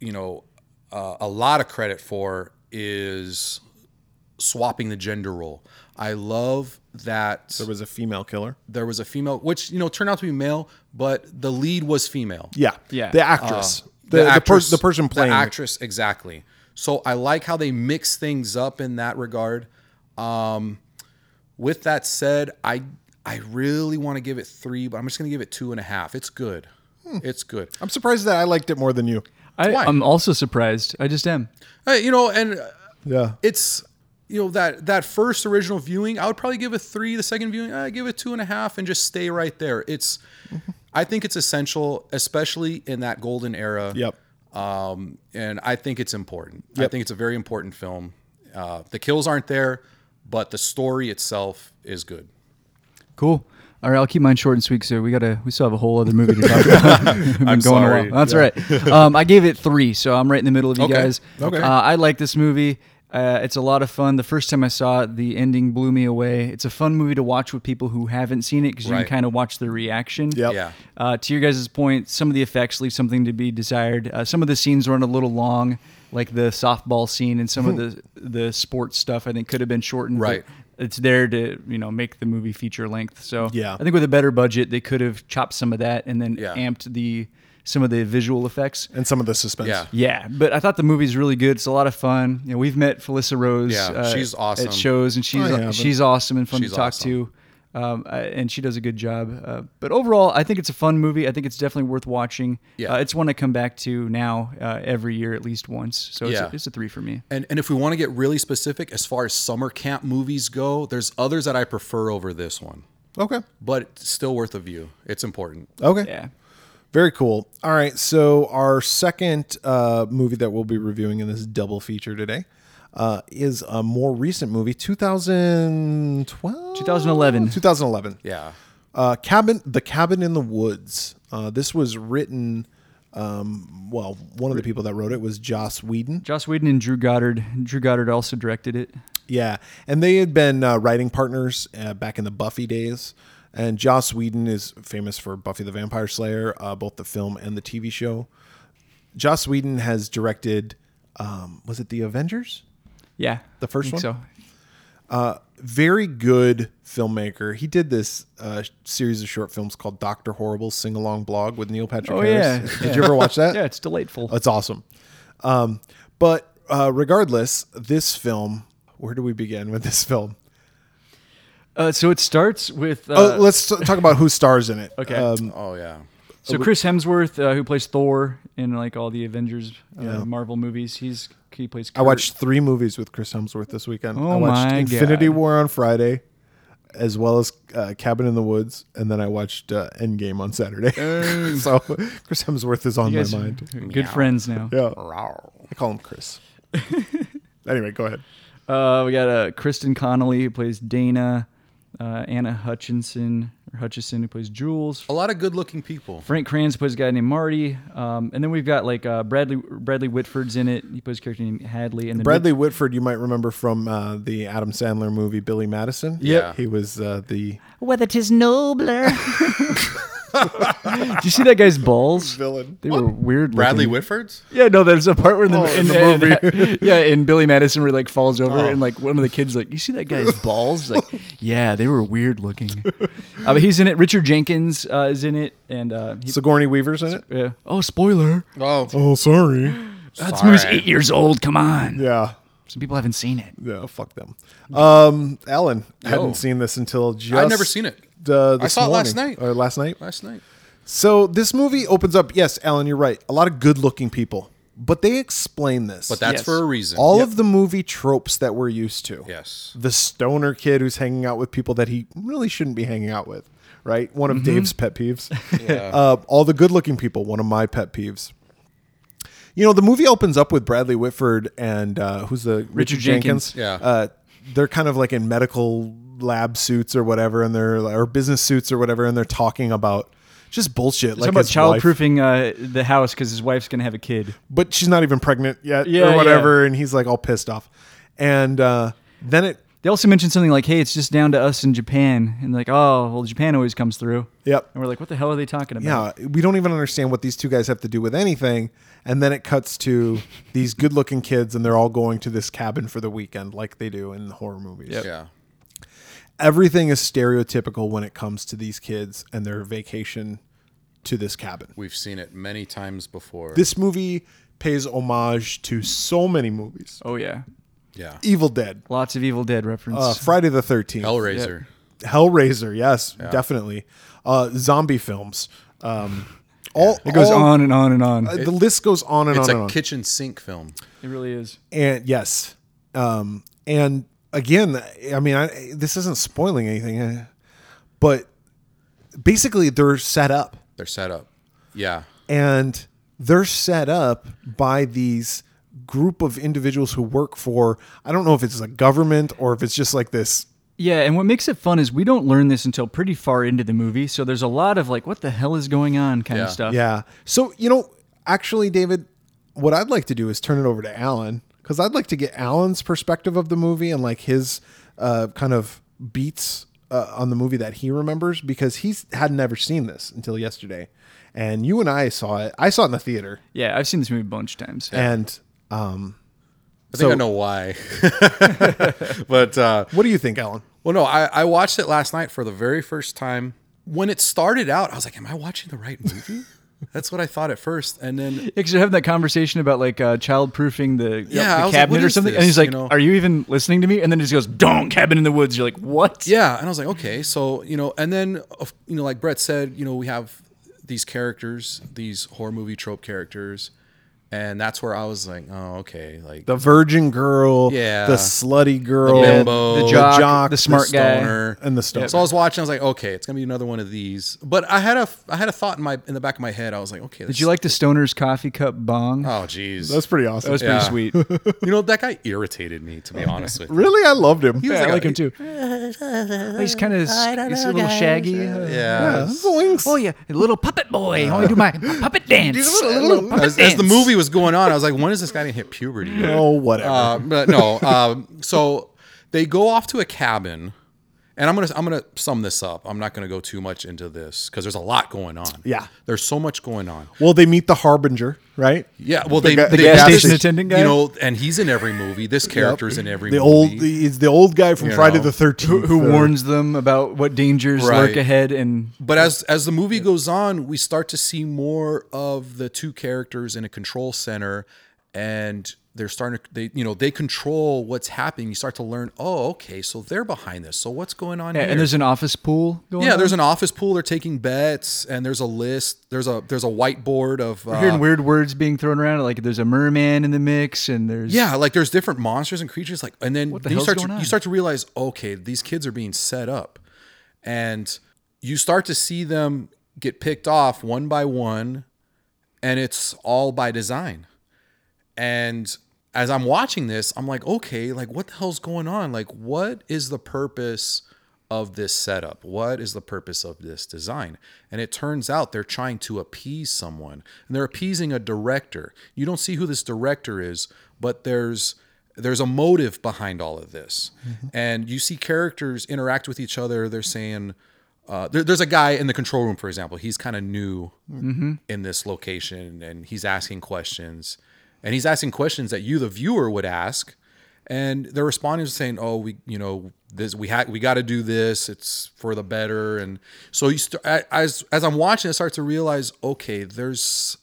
Speaker 1: you know, uh, a lot of credit for is swapping the gender role. I love that
Speaker 2: There was a female killer.
Speaker 1: there was a female, which you know turned out to be male, but the lead was female.
Speaker 2: Yeah.
Speaker 3: Yeah.
Speaker 2: The actress. the, the,
Speaker 1: Uh, actress-
Speaker 2: per, the person playing.
Speaker 1: the actress exactly. So I like how they mix things up in that regard. Um, with that said, I I really want to give it three, but I'm just going to give it two and a half. It's good.
Speaker 2: Hmm.
Speaker 1: It's good.
Speaker 2: I'm surprised that I liked it more than you.
Speaker 3: I,
Speaker 1: Why?
Speaker 3: I'm also surprised. I just am.
Speaker 1: Hey, you know, and uh,
Speaker 2: Yeah.
Speaker 1: it's you know that that first original viewing, I would probably give it three. The second viewing, I give it two and a half, and just stay right there. It's
Speaker 2: Mm-hmm.
Speaker 1: I think it's essential, especially in that golden era.
Speaker 2: Yep.
Speaker 1: um, and I think it's important. I think it's a very important film. Uh, the kills aren't there, but the story itself is good.
Speaker 3: Cool. All right, I'll keep mine short and sweet. So we gotta, we still have a whole other movie to talk about. We've been going a
Speaker 1: sorry.
Speaker 3: while. That's all right. Um, I gave it three, so I'm right in the middle of you
Speaker 1: Okay.
Speaker 3: guys.
Speaker 1: Okay.
Speaker 3: Uh, I like this movie. Uh, it's a lot of fun. The first time I saw it, the ending blew me away. It's a fun movie to watch with people who haven't seen it because you
Speaker 1: Right.
Speaker 3: can kind of watch their reaction.
Speaker 2: Yep.
Speaker 1: Yeah.
Speaker 3: Uh, to your guys' point, some of the effects leave something to be desired. Uh, some of the scenes run a little long, like the softball scene and some of the the sports stuff. I think could have been shortened. but
Speaker 1: Right.
Speaker 3: It's there to you know make the movie feature length. So
Speaker 2: Yeah.
Speaker 3: I think with a better budget, they could have chopped some of that and then
Speaker 1: Yeah.
Speaker 3: amped the some of the visual effects.
Speaker 2: And some of the suspense.
Speaker 1: Yeah.
Speaker 3: Yeah, but I thought the movie's really good. It's a lot of fun. You know, we've met Felissa Rose. uh,
Speaker 1: Yeah, she's awesome.
Speaker 3: At shows, and she's
Speaker 2: I haven't.
Speaker 3: she's awesome and fun
Speaker 1: She's
Speaker 3: to talk
Speaker 1: awesome.
Speaker 3: to. Um, I- and she does a good job. Uh, but overall, I think it's a fun movie. I think it's definitely worth watching.
Speaker 1: Yeah.
Speaker 3: Uh, it's one I come back to now uh, every year at least once. So it's,
Speaker 1: Yeah.
Speaker 3: a, it's a three for me.
Speaker 1: And and if we want to get really specific as far as summer camp movies go, there's others that I prefer over this one,
Speaker 2: Okay.
Speaker 1: but it's still worth a view. It's important.
Speaker 2: Okay.
Speaker 3: Yeah.
Speaker 2: Very cool. All right. So, our second uh, movie that we'll be reviewing in this double feature today uh, is a more recent movie, 2012?
Speaker 3: 2011.
Speaker 2: 2011.
Speaker 1: Yeah.
Speaker 2: Uh, cabin, The Cabin in the Woods. Uh, this was written, um, well, one of the people that wrote it was Joss Whedon.
Speaker 3: Joss Whedon and Drew Goddard. Drew Goddard also directed it.
Speaker 2: Yeah. And they had been uh, writing partners uh, back in the Buffy days. And Joss Whedon is famous for Buffy the Vampire Slayer, uh, both the film and the TV show. Joss Whedon has directed, um, was it The Avengers?
Speaker 3: Yeah.
Speaker 2: The first
Speaker 3: I think
Speaker 2: one?
Speaker 3: So
Speaker 2: very good filmmaker. He did this uh, series of short films called Doctor Horrible Sing Along Blog with Neil Patrick
Speaker 3: Oh,
Speaker 2: Harris.
Speaker 3: yeah.
Speaker 2: Did you ever watch that?
Speaker 3: yeah, it's delightful.
Speaker 2: That's awesome. Um, but uh, regardless, this film. Where do we begin with this film?
Speaker 3: Uh, so it starts with uh,
Speaker 2: Oh, let's t- talk about who stars in it.
Speaker 3: Okay.
Speaker 2: Um,
Speaker 1: Oh yeah.
Speaker 3: So Chris Hemsworth, uh, who plays Thor in like all the Avengers uh, Marvel movies, he's he plays.
Speaker 2: I watched three movies with Chris Hemsworth this weekend. I
Speaker 3: Oh
Speaker 2: watched
Speaker 3: my
Speaker 2: Infinity
Speaker 3: God.
Speaker 2: War on Friday, as well as uh, Cabin in the Woods, and then I watched uh, Endgame on Saturday. so Chris Hemsworth is on
Speaker 3: You
Speaker 2: my
Speaker 3: guys are Oh.
Speaker 2: mind.
Speaker 3: Good friends now.
Speaker 2: Yeah.
Speaker 1: Rawr.
Speaker 2: I call him Chris. anyway, go ahead.
Speaker 3: Uh, we got uh, Kristen Connolly who plays Dana, uh, Anna Hutchinson or Hutchison who plays Jules,
Speaker 1: A lot of good-looking people.
Speaker 3: Frank Kranz plays a guy named Marty, um, and then we've got like uh, Bradley Bradley Whitford's in it. He plays a character named Hadley, and then
Speaker 2: Bradley Whitford, you might remember from uh, the Adam Sandler movie Billy Madison.
Speaker 1: Yeah.
Speaker 2: He was uh, the
Speaker 4: whether tis nobler.
Speaker 3: Did you see that guy's balls?
Speaker 2: villain.
Speaker 3: They were weird.
Speaker 1: Bradley
Speaker 3: looking.
Speaker 1: Whitford's.
Speaker 3: Yeah, no, there's a part where in the,
Speaker 2: Oh,
Speaker 3: in
Speaker 2: in
Speaker 3: the movie, Oh. yeah, in Billy Madison, where he, like falls over and like one of the kids like, you see that guy's balls? Like, yeah, they were weird looking. Uh, but he's in it. Richard Jenkins uh, is in it, and uh, he,
Speaker 2: Sigourney Weaver's in it.
Speaker 3: yeah. oh, spoiler!
Speaker 1: Oh,
Speaker 2: Oh, sorry.
Speaker 3: That movie's
Speaker 1: sorry.
Speaker 3: eight years old. Come on,
Speaker 2: Yeah.
Speaker 3: some people haven't seen it.
Speaker 2: Yeah, fuck them. Um, Alan
Speaker 1: Yo.
Speaker 2: hadn't seen this until just.
Speaker 1: I'd never seen it
Speaker 2: Uh,
Speaker 1: I saw it last night.
Speaker 2: Or last night.
Speaker 1: last night.
Speaker 2: So this movie opens up. Yes, Alan, you're right. A lot of good-looking people, but they explain this.
Speaker 1: But that's
Speaker 3: Yes.
Speaker 1: for a reason.
Speaker 2: all of the movie tropes that we're used to.
Speaker 1: yes.
Speaker 2: the stoner kid who's hanging out with people that he really shouldn't be hanging out with, right? One of Dave's pet peeves. Uh, all the good looking people, one of my pet peeves. You know, the movie opens up with Bradley Whitford and uh, who's the Richard,
Speaker 3: Jenkins.
Speaker 1: Yeah.
Speaker 2: Uh, they're kind of like in medical lab suits or whatever, and they're or business suits or whatever, and they're talking about just bullshit.
Speaker 3: It's
Speaker 2: like
Speaker 3: about
Speaker 2: his wife-
Speaker 3: childproofing uh, the house because his wife's gonna have a kid.
Speaker 2: but she's not even pregnant yet
Speaker 3: Yeah,
Speaker 2: or whatever and he's like all pissed off and uh, then it
Speaker 3: They also mentioned something like, "Hey, it's just down to us in Japan," and like, "Oh, well, Japan always comes through."
Speaker 2: Yep.
Speaker 3: And we're like, "What the hell are they talking about?"
Speaker 2: yeah, we don't even understand what these two guys have to do with anything. And then it cuts to these good looking kids, and they're all going to this cabin for the weekend, like they do in horror movies.
Speaker 1: Yeah.
Speaker 2: Everything is stereotypical when it comes to these kids and their vacation to this cabin.
Speaker 1: We've seen it many times before.
Speaker 2: This movie pays homage to so many movies
Speaker 3: Oh yeah,
Speaker 1: yeah.
Speaker 2: Evil Dead,
Speaker 3: lots of Evil Dead reference.
Speaker 2: uh, Friday the 13th,
Speaker 1: Hellraiser.
Speaker 2: Hellraiser, yes, definitely, uh, zombie films. Um, all, uh,
Speaker 3: it goes on and on and on.
Speaker 2: The list goes on and
Speaker 1: It's
Speaker 2: on.
Speaker 1: a
Speaker 2: and on.
Speaker 1: kitchen sink film.
Speaker 3: it really is.
Speaker 2: and yes um and again i mean I, this isn't spoiling anything eh, but basically they're set up
Speaker 1: They're set up. Yeah.
Speaker 2: and they're set up by these group of individuals who work for i don't know if it's a government or if it's just like this
Speaker 3: Yeah, and what makes it fun is we don't learn this until pretty far into the movie, so there's a lot of like, "What the hell is going on?" kind
Speaker 1: Yeah.
Speaker 3: of stuff.
Speaker 2: yeah so you know actually david what i'd like to do is turn it over to alan because i'd like to get alan's perspective of the movie and like his uh, kind of beats uh, on the movie that he remembers because he's had never seen this until yesterday and you and i saw it i saw it in the theater
Speaker 3: Yeah, I've seen this movie a bunch of times.
Speaker 2: and um,
Speaker 1: I think
Speaker 2: So-
Speaker 1: I know why. but uh,
Speaker 2: what do you think alan
Speaker 1: well, no, I, I watched it last night for the very first time. When it started out, I was like, "Am I watching the right movie?" That's what I thought at first, and then
Speaker 3: Yeah, 'cause you're having that conversation about like uh, child-proofing the,
Speaker 1: Yeah, I was
Speaker 3: the
Speaker 1: like,
Speaker 3: cabinet
Speaker 1: what
Speaker 3: or
Speaker 1: is
Speaker 3: something,
Speaker 1: this,
Speaker 3: and he's like,
Speaker 1: you know?
Speaker 3: "Are you even listening to me?" And then he just goes, "Don't cabin in the woods." You're like, "What?"
Speaker 1: yeah, and I was like, "Okay, so you know," and then of- you know, like Brett said, you know, we have these characters, these horror movie trope characters, and that's where I was like, "Oh, okay," like
Speaker 2: the virgin girl
Speaker 1: Yeah.
Speaker 2: the slutty girl
Speaker 1: The bimbo,
Speaker 3: the
Speaker 1: the
Speaker 3: jock,
Speaker 2: jock,
Speaker 3: the smart guy.
Speaker 1: stoner.
Speaker 2: and the stone
Speaker 1: er. So I was watching. I was like, okay, it's gonna be another one of these. But I had a I had a thought in my in the back of my head. I was like, okay,
Speaker 3: Did you like the stoner's coffee cup bong?
Speaker 1: Oh, jeez,
Speaker 2: that's pretty awesome
Speaker 3: that was
Speaker 1: yeah.
Speaker 3: pretty sweet. yeah,
Speaker 1: you know that guy irritated me to be honest with you.
Speaker 2: really i loved him
Speaker 1: He was uh,
Speaker 3: I
Speaker 1: a-
Speaker 3: like him too. he's kind of he's a little shaggy. uh,
Speaker 1: Yeah.
Speaker 2: Zoinks.
Speaker 4: Oh yeah, a little puppet boy. I want to do my puppet dance.
Speaker 1: As, as the movie was going on, I was like, when is this guy gonna hit puberty?
Speaker 2: oh whatever
Speaker 1: Uh, but no. Um, so they go off to a cabin, and I'm gonna I'm gonna sum this up. I'm not gonna go too much into this because there's a lot going on.
Speaker 2: Yeah.
Speaker 1: there's so much going on.
Speaker 2: Well, they meet the harbinger, right?
Speaker 1: Yeah, well, they,
Speaker 2: guy- the
Speaker 1: they
Speaker 2: gas
Speaker 1: got this-
Speaker 3: station attendant guy?
Speaker 1: you know, and he's in every movie. This character's in every
Speaker 2: The
Speaker 1: movie.
Speaker 2: old is the old guy from
Speaker 1: You
Speaker 2: Friday
Speaker 1: know,
Speaker 2: the Thirteenth,
Speaker 3: Who warns them about what dangers lurk
Speaker 1: Right.
Speaker 3: ahead? And
Speaker 1: But as as the movie goes on, we start to see more of the two characters in a control center, and they're starting to they you know they control what's happening. You start to learn, oh, okay, so they're behind this. So what's going on?
Speaker 3: yeah,
Speaker 1: here?
Speaker 3: and there's an office pool going.
Speaker 1: yeah,
Speaker 3: on.
Speaker 1: there's an office pool. They're taking bets, and there's a list. There's a there's a whiteboard of
Speaker 3: We're hearing
Speaker 1: uh,
Speaker 3: weird words being thrown around. Like there's a merman in the mix, and there's
Speaker 1: yeah, like there's different monsters and creatures. Like, and then,
Speaker 3: the
Speaker 1: then you
Speaker 3: hell's
Speaker 1: start
Speaker 3: going
Speaker 1: to,
Speaker 3: on?
Speaker 1: you start to realize, okay, these kids are being set up, and you start to see them get picked off one by one, and it's all by design. And as I'm watching this, I'm like, okay, like what the hell's going on? Like, what is the purpose of this setup? What is the purpose of this design? And it turns out they're trying to appease someone and they're appeasing a director. You don't see who this director is, but there's there's a motive behind all of this. And you see characters interact with each other. They're saying, uh, there, there's a guy in the control room, for example. He's kind of new in this location, and he's asking questions, and he's asking questions that you, the viewer, would ask, and they're responding saying, "Oh, we, you know, this we ha- we got to do this. It's for the better." And so you st- I- as as I'm watching, I start to realize, okay, there's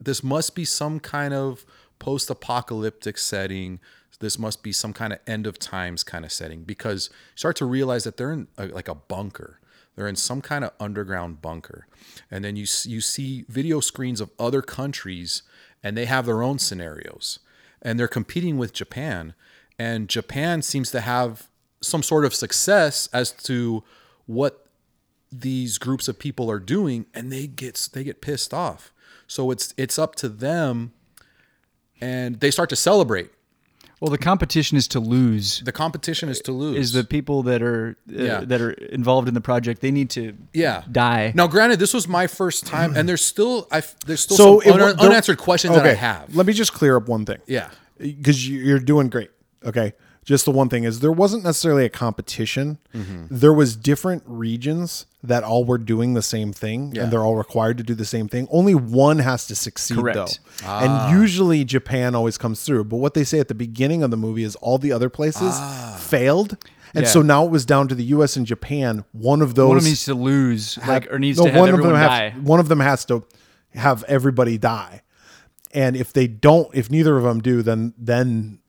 Speaker 1: this must be some kind of post-apocalyptic setting this must be some kind of end of times kind of setting because you start to realize that they're in a, like a bunker they're in some kind of underground bunker and then you s- you see video screens of other countries and they have their own scenarios and they're competing with Japan and Japan seems to have some sort of success as to what these groups of people are doing and they get they get pissed off so it's it's up to them and they start to celebrate
Speaker 3: well, the competition is to lose.
Speaker 1: the competition is to lose
Speaker 3: Is the people that are uh,
Speaker 1: Yeah.
Speaker 3: that are involved in the project? They need to
Speaker 1: yeah
Speaker 3: die.
Speaker 1: now granted this was my first time and there's still i f- there's still
Speaker 2: So
Speaker 1: some
Speaker 2: it wa-
Speaker 1: un-
Speaker 2: don't-
Speaker 1: unanswered questions that i have
Speaker 2: Let me just clear up one thing,
Speaker 1: yeah
Speaker 2: because you're doing great. Okay, Just the one thing is there wasn't necessarily a competition. There was different regions that all were doing the same thing and they're all required to do the same thing. Only one has to succeed
Speaker 3: Correct.
Speaker 2: though. And usually Japan always comes through, but what they say at the beginning of the movie is all the other places failed. And
Speaker 3: Yeah.
Speaker 2: so now it was down to the US and Japan. One of those
Speaker 3: One of them needs to lose, like, or needs
Speaker 2: no,
Speaker 3: to have
Speaker 2: one of
Speaker 3: everyone
Speaker 2: them
Speaker 3: die.
Speaker 2: has, One of them has to have everybody die, and if they don't, if neither of them do, then then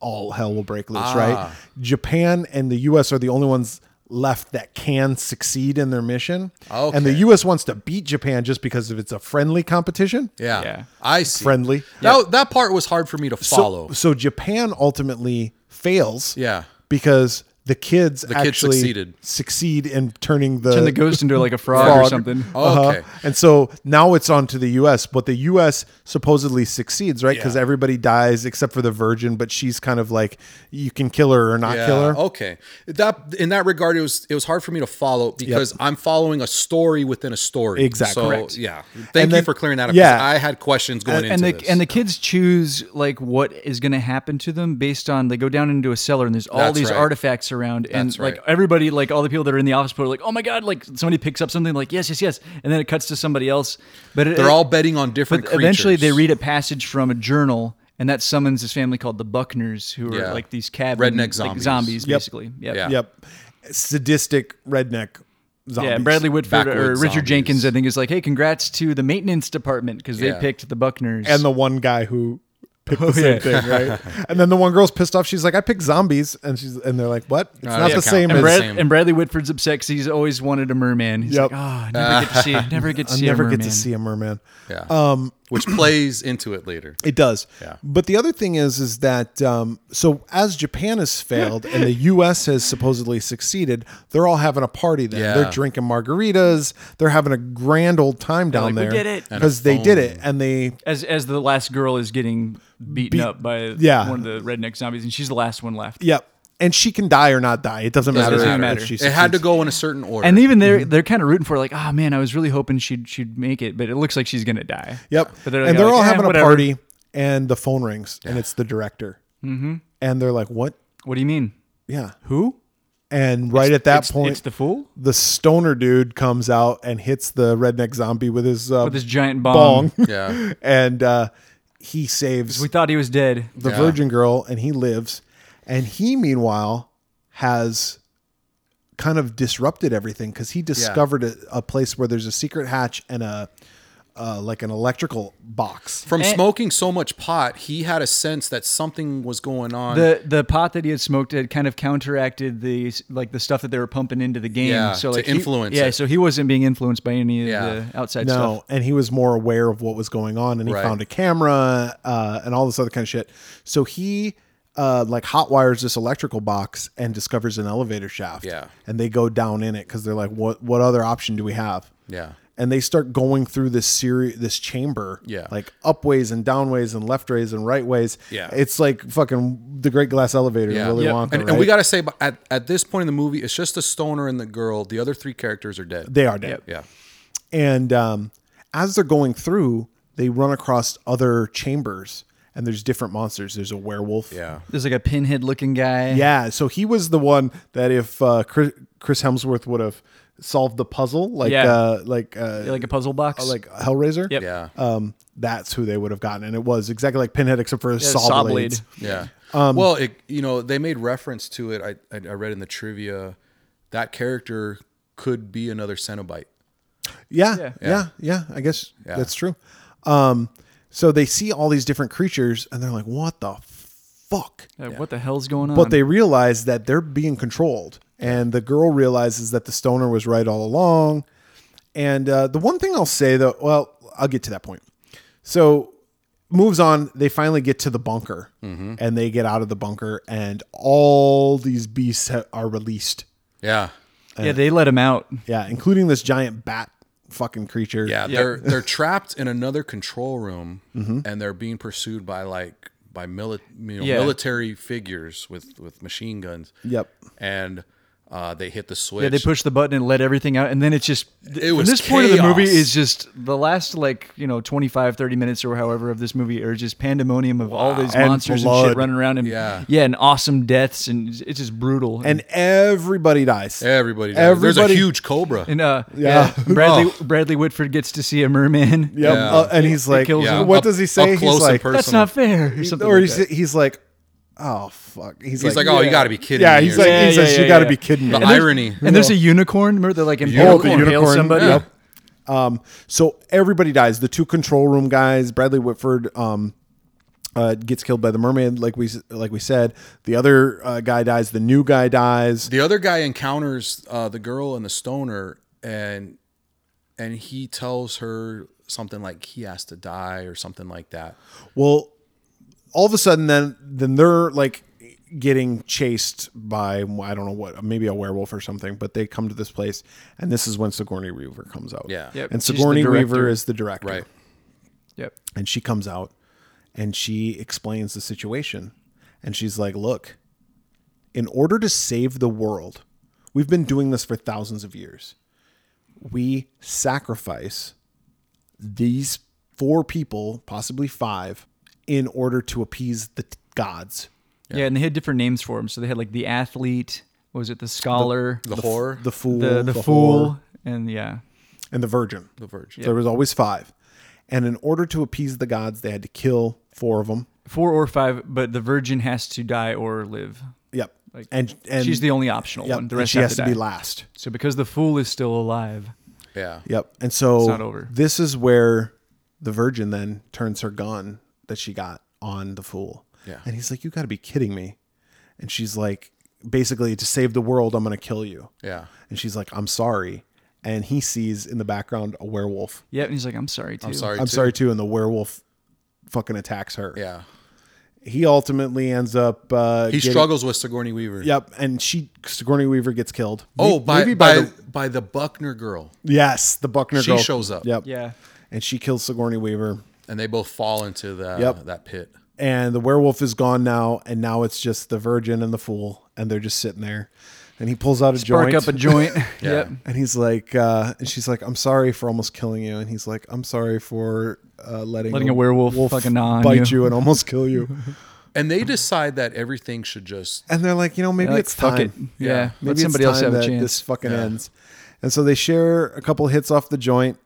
Speaker 2: all hell will break loose, right?
Speaker 3: Ah.
Speaker 2: Japan and the U.S. are the only ones left that can succeed in their mission, and the
Speaker 1: Okay.
Speaker 2: U.S. wants to beat Japan just because if it's a friendly competition.
Speaker 1: Yeah.
Speaker 3: Yeah.
Speaker 1: I see.
Speaker 2: Friendly.
Speaker 1: That, that part was hard for me to follow.
Speaker 2: So, so Japan ultimately fails,
Speaker 1: yeah.
Speaker 2: because the kids
Speaker 1: kids
Speaker 2: actually
Speaker 1: succeeded.
Speaker 2: succeed in turning
Speaker 3: Turn the ghost into like a frog, or
Speaker 2: Frog.
Speaker 3: something.
Speaker 2: uh-huh.
Speaker 1: Oh, okay.
Speaker 2: And so now it's on to the U.S., but the U.S. supposedly succeeds, right? Because
Speaker 1: Yeah.
Speaker 2: everybody dies except for the virgin, but she's kind of like, you can kill her or not
Speaker 1: Yeah, Oh,
Speaker 2: kill her.
Speaker 1: Okay. That in that regard, it was it was hard for me to follow because I'm following a story within a story.
Speaker 2: Exactly.
Speaker 1: So
Speaker 2: Correct.
Speaker 1: yeah. Thank
Speaker 2: And
Speaker 1: you
Speaker 2: then-
Speaker 1: for clearing that up.
Speaker 2: yeah.
Speaker 1: Yeah. I had questions going
Speaker 3: and
Speaker 1: into
Speaker 3: the
Speaker 1: this.
Speaker 3: and the kids choose like what is going to happen to them based on they go down into a cellar and there's all
Speaker 1: That's
Speaker 3: these
Speaker 1: right.
Speaker 3: artifacts around and
Speaker 1: That's
Speaker 3: like
Speaker 1: right.
Speaker 3: everybody like all the people that are in the office are like oh my god like somebody picks up something like yes yes yes and then it cuts to somebody else but it,
Speaker 1: They're all betting on different
Speaker 3: but eventually they
Speaker 1: creatures.
Speaker 3: read a passage from a journal and that summons this family called the Buckners who are
Speaker 1: Yeah.
Speaker 3: like these cabin
Speaker 1: Redneck
Speaker 3: like,
Speaker 1: zombies.
Speaker 3: zombies
Speaker 2: Yep.
Speaker 3: basically Yep.
Speaker 1: Yeah.
Speaker 2: Yep. Sadistic redneck zombies.
Speaker 3: Yeah, Bradley Whitford or Richard
Speaker 1: Backwoods zombies.
Speaker 3: Jenkins, I think, is like, "Hey, congrats to the maintenance department because they
Speaker 1: Yeah.
Speaker 3: picked the Buckners."
Speaker 2: And the one guy who picked the
Speaker 3: Oh, yeah.
Speaker 2: same thing, right? and then the one girl's pissed off. She's like, I picked zombies. And she's and they're like, what? It's
Speaker 1: Uh, yeah,
Speaker 2: not the
Speaker 1: count.
Speaker 2: same
Speaker 1: And
Speaker 2: as.
Speaker 1: Brad-
Speaker 3: Brad, and Bradley Whitford's upset 'cause he's always wanted a merman. He's
Speaker 2: Yep.
Speaker 3: like, oh, never get to see, never get to
Speaker 2: I
Speaker 3: see, a
Speaker 2: never get
Speaker 3: merman."
Speaker 2: to see a merman.
Speaker 1: yeah. um which plays into it later.
Speaker 2: It does.
Speaker 1: Yeah.
Speaker 2: But the other thing is, is that um, so as Japan has failed and the U.S. has supposedly succeeded, they're all having a party. Then
Speaker 1: Yeah.
Speaker 2: they're drinking margaritas. They're having a grand old time down
Speaker 3: like,
Speaker 2: there
Speaker 3: "We did it."
Speaker 2: because they did it and they
Speaker 3: As as the last girl is getting beaten up by
Speaker 2: yeah.
Speaker 3: one of the redneck zombies, and she's the last one left.
Speaker 2: yep. And she can die or not die. It doesn't matter.
Speaker 1: Doesn't
Speaker 3: matter.
Speaker 2: if she
Speaker 1: It had to
Speaker 2: succeeds.
Speaker 1: go in a certain order.
Speaker 3: And
Speaker 2: Mm-hmm.
Speaker 3: even they're they're kind of rooting for her, like, oh man, I was really hoping she'd she'd make it, but it looks like she's gonna die.
Speaker 2: Yep.
Speaker 3: But they're like-
Speaker 2: and they're
Speaker 3: like,
Speaker 2: all
Speaker 3: "Eh,
Speaker 2: having
Speaker 3: whatever."
Speaker 2: a party, and the phone rings, and it's the director. Mm-hmm. And they're like, "What?
Speaker 3: What do you mean?
Speaker 2: Yeah."
Speaker 3: Who?
Speaker 2: And right at that
Speaker 3: It's-
Speaker 2: point,
Speaker 3: it's the fool
Speaker 2: the stoner dude comes out and hits the redneck zombie with his uh,
Speaker 3: with this giant bomb.
Speaker 2: bong,
Speaker 1: yeah.
Speaker 2: and uh, he saves
Speaker 3: We thought he was dead.
Speaker 2: the
Speaker 1: Yeah.
Speaker 2: virgin girl, and he lives. And he, meanwhile, has kind of disrupted everything because he discovered a, a place where there's a secret hatch and a uh, like an electrical box.
Speaker 1: From
Speaker 3: And-
Speaker 1: smoking so much pot, he had a sense that something was going on.
Speaker 3: The the pot that he had smoked had kind of counteracted the like the stuff that they were pumping into the game.
Speaker 1: Yeah,
Speaker 3: so
Speaker 1: to
Speaker 3: like he-
Speaker 1: influence
Speaker 3: yeah,
Speaker 1: it.
Speaker 3: so he wasn't being influenced by any of
Speaker 1: Yeah.
Speaker 3: the outside
Speaker 2: no,
Speaker 3: stuff.
Speaker 2: and he was more aware of what was going on, and he
Speaker 1: Right.
Speaker 2: found a camera uh, and all this other kind of shit. So he uh, like hotwires this electrical box and discovers an elevator shaft.
Speaker 1: Yeah.
Speaker 2: and they go down in it because they're like, "What? What other option do we have?"
Speaker 1: Yeah.
Speaker 2: and they start going through this series, this chamber.
Speaker 1: Yeah.
Speaker 2: like upways and downways and leftways and rightways.
Speaker 1: Yeah.
Speaker 2: it's like fucking the Great Glass Elevator, in
Speaker 1: Yeah.
Speaker 2: Willy
Speaker 1: Yep.
Speaker 2: Wonka.
Speaker 1: and, and we
Speaker 2: right?
Speaker 1: got to say, but at, at this point in the movie, it's just the stoner and the girl. The other three characters are dead.
Speaker 2: they are dead.
Speaker 1: yeah.
Speaker 2: And um, as they're going through, they run across other chambers and there's different monsters. There's a werewolf.
Speaker 1: Yeah.
Speaker 3: There's like a pinhead looking guy.
Speaker 2: Yeah. So he was the one that if uh, Chris, Chris Hemsworth would have solved the puzzle, like
Speaker 3: Yeah.
Speaker 2: uh, like uh,
Speaker 3: Like a puzzle box.
Speaker 2: like Hellraiser,
Speaker 3: Yep.
Speaker 1: Yeah.
Speaker 2: um, that's who they would have gotten. And it was exactly like Pinhead, except for his
Speaker 3: Yeah,
Speaker 2: saw,
Speaker 3: saw
Speaker 2: blades.
Speaker 3: blade.
Speaker 1: Yeah.
Speaker 2: Um,
Speaker 1: well, it, you know, they made reference to it. I, I I read in the trivia that character could be another Cenobite.
Speaker 2: Yeah, yeah,
Speaker 3: Yeah.
Speaker 2: yeah. I guess that's true. Um, so they see all these different creatures and they're like, what the fuck?
Speaker 3: Like, What the hell's going on?
Speaker 2: But they realize that they're being controlled. And the girl realizes that the stoner was right all along. And uh, the one thing I'll say, though, well, I'll get to that point. So moves on. They finally get to the bunker
Speaker 1: Mm-hmm.
Speaker 2: and they get out of the bunker, and all these beasts ha- are released.
Speaker 1: Yeah.
Speaker 3: yeah, they let him out.
Speaker 2: Yeah, including this giant bat fucking creature.
Speaker 1: Yeah. They're they're trapped in another control room
Speaker 2: Mm-hmm.
Speaker 1: and they're being pursued by like by mili- you know,
Speaker 3: Yeah.
Speaker 1: military figures with with machine guns.
Speaker 2: Yep.
Speaker 1: And Uh, they hit the switch.
Speaker 3: Yeah, they push the button and let everything out, and then it's just
Speaker 1: It was
Speaker 3: from this point of the movie
Speaker 1: chaos.
Speaker 3: is just the last like you know 25, 30 minutes or however of this movie are just pandemonium of all these
Speaker 2: And
Speaker 3: monsters and
Speaker 2: blood.
Speaker 3: shit running around and
Speaker 1: Yeah.
Speaker 3: and awesome deaths and it's it's just brutal
Speaker 2: and everybody dies.
Speaker 1: Everybody. Dies. There's a
Speaker 2: Everybody-
Speaker 1: huge cobra.
Speaker 3: and uh
Speaker 2: Yeah. Oh.
Speaker 3: yeah, Bradley Bradley Whitford gets to see a merman.
Speaker 2: Yep.
Speaker 1: Yeah.
Speaker 2: Uh, and he's like,
Speaker 3: kills him.
Speaker 2: what
Speaker 1: up-
Speaker 2: does he
Speaker 1: up
Speaker 2: say?
Speaker 1: close
Speaker 2: He's
Speaker 1: and
Speaker 2: like,
Speaker 1: personal.
Speaker 3: that's not fair or something.
Speaker 2: or
Speaker 3: like
Speaker 2: he's,
Speaker 3: that.
Speaker 2: he's like, oh fuck. He's,
Speaker 1: He's like, oh, you gotta be kidding
Speaker 2: Yeah,
Speaker 1: me
Speaker 2: he's
Speaker 1: or
Speaker 2: like,
Speaker 3: something.
Speaker 2: he
Speaker 3: Yeah,
Speaker 2: says,
Speaker 3: yeah,
Speaker 2: you
Speaker 3: yeah,
Speaker 2: gotta
Speaker 3: yeah.
Speaker 2: be kidding me.
Speaker 1: the irony.
Speaker 3: and there's a unicorn. Remember they're like
Speaker 2: Oh,
Speaker 3: impaled
Speaker 2: the
Speaker 3: and impale
Speaker 2: unicorn.
Speaker 3: somebody.
Speaker 2: Yep. Um, so everybody dies. The two control room guys, Bradley Whitford, um, uh, gets killed by the mermaid, like we s- like we said. The other uh, guy dies. The new guy dies.
Speaker 1: the other guy encounters uh, the girl and the stoner, and and he tells her something like he has to die or something like that.
Speaker 2: Well, all of a sudden, then then they're like getting chased by I don't know what, maybe a werewolf or something. But they come to this place, and this is when Sigourney Weaver comes out.
Speaker 1: Yeah. Yep.
Speaker 2: and
Speaker 3: She's the
Speaker 2: Sigourney Weaver
Speaker 3: director.
Speaker 2: is the director,
Speaker 1: Right.
Speaker 3: Yep.
Speaker 2: And she comes out, and she explains the situation, and she's like, "Look, in order to save the world, we've been doing this for thousands of years. We sacrifice these four people, possibly five, in order to appease the t- gods.
Speaker 3: Yeah. and they had different names for him. So they had like the athlete. What was it the scholar?
Speaker 1: The, horror,
Speaker 2: The fool,
Speaker 3: the, the,
Speaker 2: whore,
Speaker 3: fool and yeah
Speaker 2: and the virgin.
Speaker 1: the virgin.
Speaker 2: There was always five. And in order to appease the gods, they had to kill four of them.
Speaker 3: four or five but the virgin has to die or live
Speaker 2: Yep. and and
Speaker 3: she's the only optional
Speaker 2: yep,
Speaker 3: one the
Speaker 2: and
Speaker 3: rest
Speaker 2: she
Speaker 3: have
Speaker 2: has
Speaker 3: to,
Speaker 2: to be
Speaker 3: die.
Speaker 2: last.
Speaker 3: so because the fool is still alive
Speaker 1: Yeah.
Speaker 2: Yep. And so
Speaker 3: not over.
Speaker 2: this is where the virgin then turns her gun that she got on the fool.
Speaker 1: Yeah.
Speaker 2: And he's like, You gotta be kidding me. And she's like, basically, to save the world, I'm gonna kill you.
Speaker 1: Yeah.
Speaker 2: And she's like, I'm sorry. And he sees in the background a werewolf.
Speaker 3: yeah and he's like i'm sorry too
Speaker 1: I'm sorry.
Speaker 2: I'm
Speaker 1: too.
Speaker 2: sorry too, and the werewolf fucking attacks her.
Speaker 1: Yeah.
Speaker 2: He ultimately ends up uh
Speaker 1: He
Speaker 2: getting-
Speaker 1: struggles with Sigourney Weaver.
Speaker 2: Yep, and she Sigourney Weaver gets killed.
Speaker 1: Oh,
Speaker 2: May-
Speaker 1: by
Speaker 2: maybe
Speaker 1: by,
Speaker 2: the,
Speaker 1: the, by the Buckner girl,
Speaker 2: yes, the Buckner
Speaker 1: She
Speaker 2: girl
Speaker 1: shows up.
Speaker 2: Yep.
Speaker 3: yeah
Speaker 2: and she kills Sigourney Weaver,
Speaker 1: and they both fall into the
Speaker 2: Yep.
Speaker 1: that pit.
Speaker 2: and the werewolf is gone now, and now it's just the virgin and the fool, and they're just sitting there, and he pulls out a
Speaker 3: bark
Speaker 2: joint,
Speaker 3: up a joint yep
Speaker 2: and he's like, uh, and she's like, I'm sorry for almost killing you, and he's like, I'm sorry for uh, letting
Speaker 3: Letting a werewolf fucking gnaw on
Speaker 2: bite
Speaker 3: you."
Speaker 2: you and almost kill you,
Speaker 1: And they decide that everything should just
Speaker 2: and they're like, you know, maybe
Speaker 3: like,
Speaker 2: it's
Speaker 3: fuck
Speaker 2: time.
Speaker 3: it yeah,
Speaker 1: Yeah.
Speaker 3: let somebody
Speaker 2: it's
Speaker 3: else
Speaker 2: time
Speaker 3: have a
Speaker 2: that
Speaker 3: chance
Speaker 2: This fucking ends. And so they share a couple hits off the joint,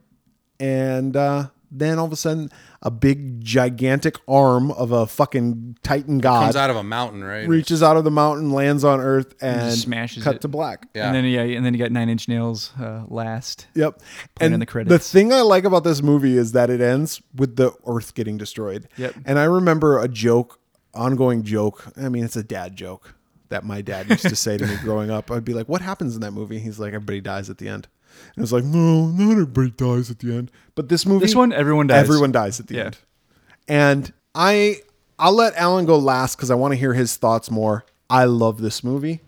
Speaker 2: and uh, then all of a sudden, a big gigantic arm of a fucking Titan god
Speaker 1: comes out of a mountain, right?
Speaker 2: reaches out of the mountain, lands on Earth, and
Speaker 3: just smashes
Speaker 2: cut
Speaker 3: it.
Speaker 2: to black.
Speaker 1: Yeah.
Speaker 3: and then yeah and then you got nine inch nails uh, last
Speaker 2: Yep.
Speaker 3: in
Speaker 2: and
Speaker 3: the credits.
Speaker 2: thing I like about this movie is that it ends with the Earth getting destroyed.
Speaker 3: Yep.
Speaker 2: And I remember a joke, ongoing joke. I mean, it's a dad joke that my dad used to say to me growing up. I'd be like, "What happens in that movie?" He's like, "Everybody dies at the end." And I was like, "No, not everybody dies at the end." But this movie,
Speaker 3: This one, everyone dies.
Speaker 2: Everyone dies at the
Speaker 3: Yeah.
Speaker 2: end. And I, I'll let Alan go last because I want to hear his thoughts more. I love this movie.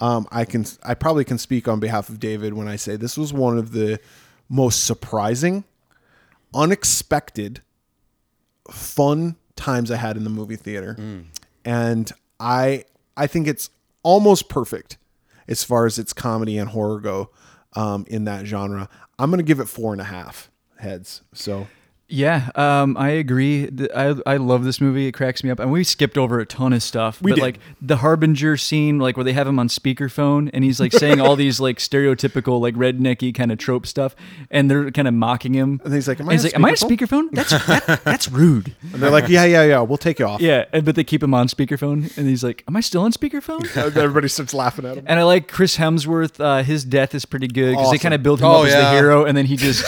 Speaker 2: Um, I can I probably can speak on behalf of David when I say this was one of the most surprising, unexpected, fun times I had in the movie theater. And I I think it's almost perfect as far as its comedy and horror go um, in that genre. I'm gonna give it four and a half heads. So
Speaker 3: Yeah, um, I agree. Th- I I love this movie. It cracks me up, and we skipped over a ton of stuff. We but
Speaker 2: did.
Speaker 3: like the Harbinger scene, like where they have him on speakerphone, and he's like saying all these like stereotypical like rednecky kind of trope stuff, and they're kind of mocking him. And
Speaker 2: he's like, "Am I
Speaker 3: and
Speaker 2: on
Speaker 3: he's like, am I on speakerphone? That's that, that's rude."
Speaker 2: and they're like, yeah, yeah, yeah, we'll take you off.
Speaker 3: Yeah, and, but they keep him on speakerphone, and he's like, "Am I still on speakerphone?"
Speaker 2: And Everybody starts laughing at him.
Speaker 3: And I like Chris Hemsworth. Uh, his death is pretty good because they
Speaker 2: Awesome.
Speaker 3: kind of build him
Speaker 1: Oh,
Speaker 3: up as
Speaker 1: yeah.
Speaker 3: the hero, and then he just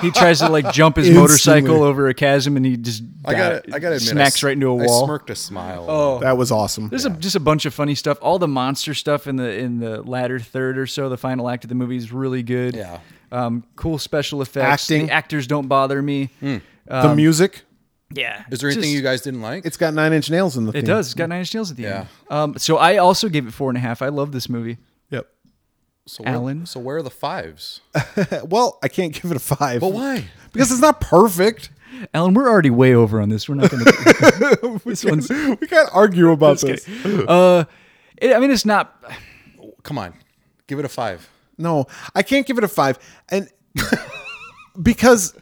Speaker 3: he tries to like jump his
Speaker 2: Instantly.
Speaker 3: motorcycle over a chasm, and he just
Speaker 1: I got. I got to admit,
Speaker 3: smacks
Speaker 1: I,
Speaker 3: right into a
Speaker 1: I
Speaker 3: wall.
Speaker 1: smirked a smile. Oh,
Speaker 2: That was awesome.
Speaker 3: There's a, just a bunch of funny stuff. All the monster stuff in the in the latter third or so, the final act of the movie is really good.
Speaker 1: Yeah.
Speaker 3: um, cool special effects.
Speaker 2: Acting.
Speaker 3: the actors don't bother me.
Speaker 1: Hmm.
Speaker 2: the music,
Speaker 3: Yeah,
Speaker 1: is there anything
Speaker 3: Just-
Speaker 1: you guys didn't like?
Speaker 2: it's got nine inch nails in the
Speaker 3: It
Speaker 2: theme.
Speaker 3: does. It's got nine inch nails at the
Speaker 1: Yeah.
Speaker 3: end. Um, so I also gave it four and a half. I love this movie.
Speaker 2: Yep.
Speaker 1: so where,
Speaker 3: Alan?
Speaker 1: So where are the fives?
Speaker 2: Well, I can't give it a five.
Speaker 1: But why?
Speaker 2: Because it's not perfect.
Speaker 3: Alan, we're already way over on this. We're not going to. this one's.
Speaker 2: We can't argue about this.
Speaker 3: Uh, it, I mean, it's not.
Speaker 1: Come on. Give it a five.
Speaker 2: No, I can't give it a five. And because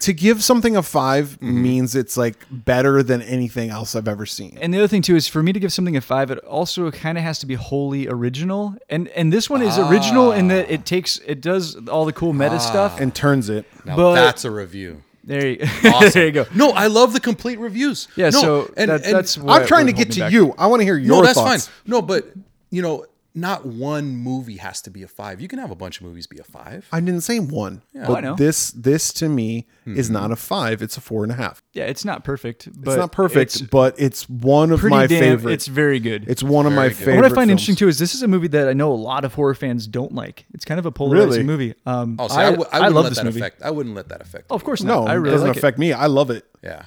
Speaker 2: to give something a 5 means it's like better than anything else I've ever seen.
Speaker 3: And the other thing too is for me to give something a five, it also kind of has to be wholly original. And and this one is original in that it takes it does all the cool meta stuff.
Speaker 2: And turns it.
Speaker 1: Now
Speaker 3: But-
Speaker 1: that's a review.
Speaker 3: There you
Speaker 1: Awesome.
Speaker 3: there you go.
Speaker 1: No, I love the complete reviews.
Speaker 3: Yeah,
Speaker 1: No,
Speaker 3: so that- that's what-
Speaker 2: I'm trying to
Speaker 3: would
Speaker 2: get
Speaker 3: hold me
Speaker 2: to
Speaker 3: back.
Speaker 2: you. I want to hear your
Speaker 1: no, that's
Speaker 2: thoughts.
Speaker 1: fine. No, but you know, not one movie has to be a five. You can have a bunch of movies be a five.
Speaker 2: I didn't say one.
Speaker 3: Oh,
Speaker 2: but
Speaker 3: I know.
Speaker 2: this this to me is not a five. It's a four and a half.
Speaker 3: Yeah, it's not perfect, but
Speaker 2: It's not perfect,
Speaker 3: It's
Speaker 2: but it's one of
Speaker 3: pretty
Speaker 2: my
Speaker 3: damn.
Speaker 2: favorite.
Speaker 3: It's very good.
Speaker 2: It's one of my
Speaker 1: good.
Speaker 2: favorite.
Speaker 3: what I find
Speaker 2: films.
Speaker 3: interesting too is this is a movie that I know a lot of horror fans don't like. It's kind of a polarizing
Speaker 2: Really?
Speaker 3: movie. Um,
Speaker 1: Oh, see,
Speaker 3: I,
Speaker 1: I, w- I
Speaker 3: I
Speaker 1: wouldn't
Speaker 3: love
Speaker 1: let
Speaker 3: this
Speaker 1: that
Speaker 3: movie.
Speaker 1: affect. I wouldn't let that affect.
Speaker 3: Oh, of course not.
Speaker 2: No,
Speaker 3: I
Speaker 2: it
Speaker 3: really
Speaker 2: doesn't
Speaker 3: like it.
Speaker 2: affect me. I love it.
Speaker 1: yeah.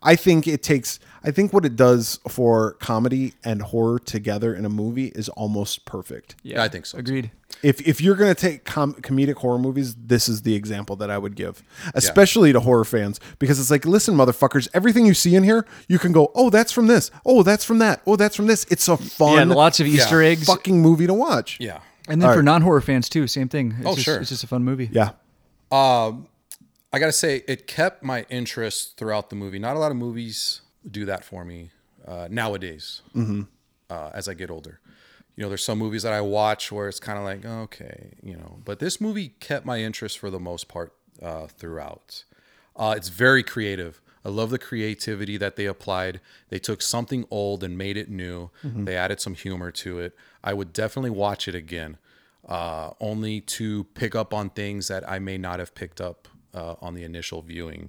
Speaker 2: I think it takes. I think what it does for comedy and horror together in a movie is almost perfect.
Speaker 1: Yeah, I think so, too.
Speaker 3: Agreed.
Speaker 2: If if you're gonna take com- comedic horror movies, this is the example that I would give, especially to horror fans, because it's like, listen, motherfuckers, everything you see in here, you can go, oh, that's from this, oh, that's from that, oh, that's from this. It's a
Speaker 3: Yeah,
Speaker 2: fun,
Speaker 3: and lots of Easter eggs.
Speaker 2: fucking movie to watch.
Speaker 1: Yeah.
Speaker 3: And then
Speaker 2: All
Speaker 3: for
Speaker 2: right.
Speaker 3: non-horror fans too, same thing. It's
Speaker 1: Oh,
Speaker 3: just,
Speaker 1: sure.
Speaker 3: It's just a fun movie.
Speaker 2: yeah.
Speaker 1: I gotta say, it kept my interest throughout the movie. Not a lot of movies do that for me uh, nowadays. Uh, as I get older, you know, there's some movies that I watch where it's kind of like, okay, you know, but this movie kept my interest for the most part uh, throughout. Uh, it's very creative. I love the creativity that they applied. They took something old and made it new. They added some humor to it. I would definitely watch it again uh, only to pick up on things that I may not have picked up uh, on the initial viewing.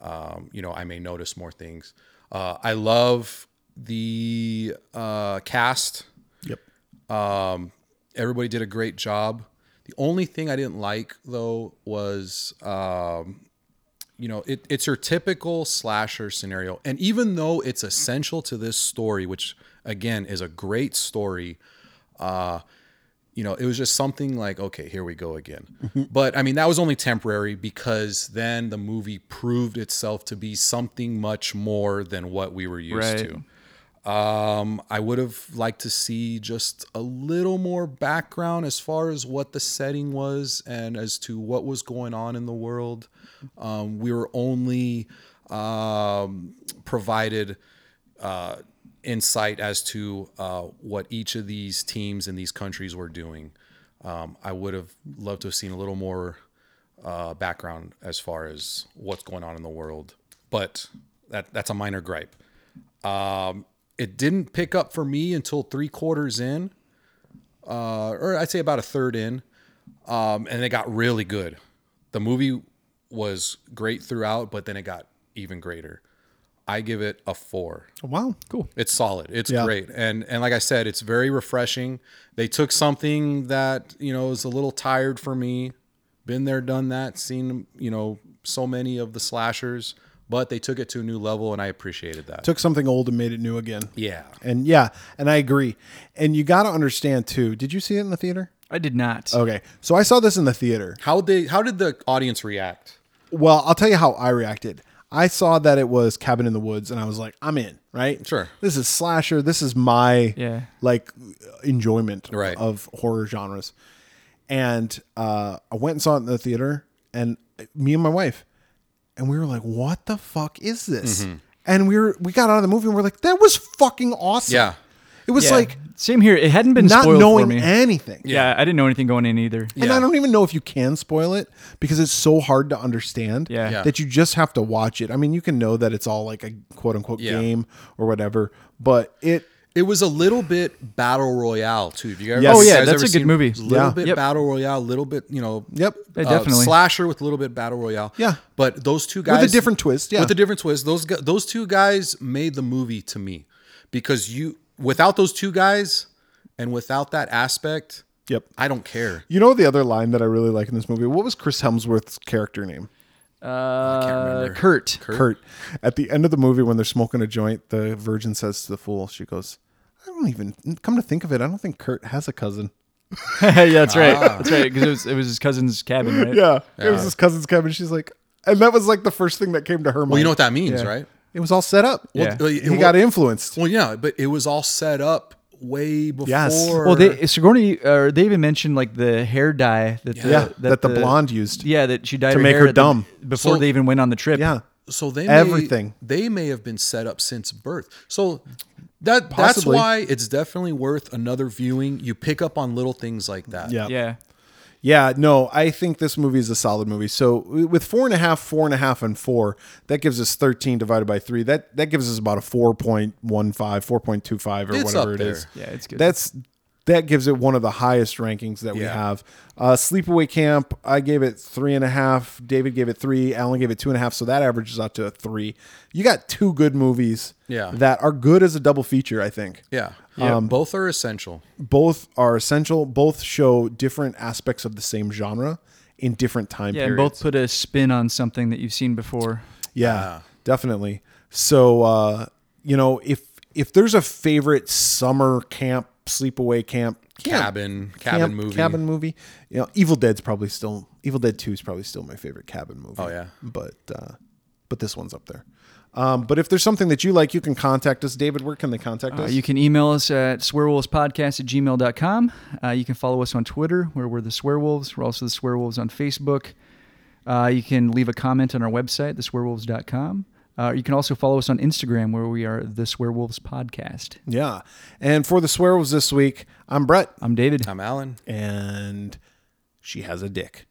Speaker 1: Um, you know, I may notice more things. Uh, I love the uh, cast.
Speaker 2: Yep.
Speaker 1: Um, everybody did a great job. The only thing I didn't like though was, um, you know, it, it's your typical slasher scenario. And even though it's essential to this story, which again is a great story, uh, you know, it was just something like, okay, here we go again. But I mean, that was only temporary because then the movie proved itself to be something much more than what we were used
Speaker 3: Right.
Speaker 1: to. Um, I would have liked to see just a little more background as far as what the setting was and as to what was going on in the world. Um, we were only um, provided uh, insight as to uh, what each of these teams in these countries were doing. Um, I would have loved to have seen a little more uh, background as far as what's going on in the world, but that that's a minor gripe. Um, it didn't pick up for me until three quarters in, uh, or I'd say about a third in, um, and it got really good. The movie was great throughout, but then it got even greater. I give it a four.
Speaker 2: Wow. Cool.
Speaker 1: It's solid. It's
Speaker 2: Yeah.
Speaker 1: great. And and like I said, it's very refreshing. They took something that, you know, is a little tired for me. Been there, done that, seen, you know, so many of the slashers, but they took it to a new level and I appreciated that.
Speaker 2: Took something old and made it new again.
Speaker 1: yeah.
Speaker 2: And yeah, and I agree. And you got to understand too. Did you see it in the theater?
Speaker 3: I did not.
Speaker 2: Okay. So I saw this in the theater.
Speaker 1: How they how did the audience react?
Speaker 2: Well, I'll tell you how I reacted. I saw that it was Cabin in the Woods and I was like, I'm in, right?
Speaker 1: Sure.
Speaker 2: This is slasher. This is my
Speaker 3: Yeah.
Speaker 2: like enjoyment
Speaker 1: Right.
Speaker 2: of horror genres. And uh, I went and saw it in the theater and me and my wife and we were like, what the fuck is this?
Speaker 1: Mm-hmm.
Speaker 2: And we were we got out of the movie and we're like, that was fucking awesome.
Speaker 1: Yeah.
Speaker 2: It was
Speaker 3: Yeah.
Speaker 2: like
Speaker 3: same here. It hadn't been
Speaker 2: not
Speaker 3: spoiled for
Speaker 2: knowing
Speaker 3: me.
Speaker 2: anything.
Speaker 3: yeah, I didn't know anything going in either.
Speaker 2: And
Speaker 1: Yeah.
Speaker 2: I don't even know if you can spoil it because it's so hard to understand
Speaker 3: Yeah. Yeah.
Speaker 2: that you just have to watch it. I mean, you can know that it's all like a quote unquote
Speaker 1: Yeah.
Speaker 2: game or whatever, but it
Speaker 1: It was a little bit battle royale too. If you guys,
Speaker 2: Yes. Oh, yeah,
Speaker 1: guys
Speaker 3: that's
Speaker 1: ever
Speaker 3: a good
Speaker 1: seen-
Speaker 3: movie.
Speaker 1: Little
Speaker 2: Yeah.
Speaker 1: bit
Speaker 3: Yep.
Speaker 1: battle royale, little bit you know. uh,
Speaker 2: Yep. Yeah,
Speaker 3: definitely.
Speaker 1: slasher with a little bit battle royale.
Speaker 2: Yeah.
Speaker 1: but those two guys
Speaker 2: different twist, yeah.
Speaker 1: with a different twist. Those gu- those two guys made the movie to me because you without those two guys and without that aspect,
Speaker 2: Yep.
Speaker 1: I don't care.
Speaker 2: You know the other line that I really like in this movie? What was Chris Hemsworth's character name?
Speaker 3: Uh,
Speaker 1: remember.
Speaker 3: Kurt.
Speaker 2: Kurt. At the end of the movie when they're smoking a joint, the virgin says to the fool, she goes, I don't even come to think of it, I don't think Kurt has a cousin.
Speaker 3: yeah, that's right. That's right. Because it was, it was his cousin's cabin, right?
Speaker 2: Yeah. It was his cousin's cabin. She's like and that was like the first thing that came to her mind.
Speaker 1: Well, you know what that means, right?
Speaker 2: It was all set up.
Speaker 3: Yeah.
Speaker 2: Well, he got influenced.
Speaker 1: Well, yeah, but it was all set up way before.
Speaker 2: Yes.
Speaker 3: Well, they, Sigourney, or they even mentioned like the hair dye that the,
Speaker 2: Yeah, that the blonde used
Speaker 3: Yeah, that she dyed
Speaker 2: to make
Speaker 3: hair
Speaker 2: her
Speaker 3: at the-
Speaker 2: dumb.
Speaker 3: before
Speaker 1: So-
Speaker 3: they even went on the trip.
Speaker 2: Yeah.
Speaker 1: so they
Speaker 2: Everything.
Speaker 1: may, they may have been set up since birth. So that that's
Speaker 2: Possibly.
Speaker 1: why it's definitely worth another viewing. You pick up on little things like that.
Speaker 2: Yeah.
Speaker 3: yeah.
Speaker 2: Yeah, no, I think this movie is a solid movie. So with four and a half, four and a half, and four, that gives us thirteen divided by three. That that gives us about a 4.15, 4.25 or
Speaker 1: It's
Speaker 2: whatever
Speaker 1: up
Speaker 2: it is.
Speaker 3: Yeah, it's good.
Speaker 2: That's that gives it one of the highest rankings that we
Speaker 1: Yeah.
Speaker 2: have. Uh, Sleepaway Camp, I gave it three and a half. David gave it three. Alan gave it two and a half. So that averages out to a three. You got two good movies
Speaker 1: Yeah.
Speaker 2: that are good as a double feature, I think
Speaker 1: Yeah. Um, Both are essential.
Speaker 2: both are essential. Both show different aspects of the same genre in different time
Speaker 3: yeah, and
Speaker 2: periods.
Speaker 3: both put a spin on something that you've seen before.
Speaker 2: yeah,
Speaker 1: Ah.
Speaker 2: definitely. So uh, you know, if if there's a favorite summer camp, sleepaway camp, camp
Speaker 1: Cabin, cabin
Speaker 2: camp-
Speaker 1: movie.
Speaker 2: cabin movie, you know, Evil Dead's probably still Evil Dead Two is probably still my favorite cabin movie.
Speaker 1: Oh, yeah.
Speaker 2: but uh, but this one's up there. Um, but if there's something that you like, you can contact us. David, where can they contact
Speaker 3: Uh,
Speaker 2: us?
Speaker 3: you can email us at swearwolvespodcast at gmail.com. Uh, you can follow us on Twitter, where we're the Swearwolves. We're also the Swearwolves on Facebook. Uh, you can leave a comment on our website, theswearwolves.com. Uh, you can also follow us on Instagram, where we are the Swearwolves Podcast.
Speaker 2: yeah. And for the swearwolves this week, I'm Brett.
Speaker 3: I'm David.
Speaker 1: I'm Alan.
Speaker 2: and she has a dick.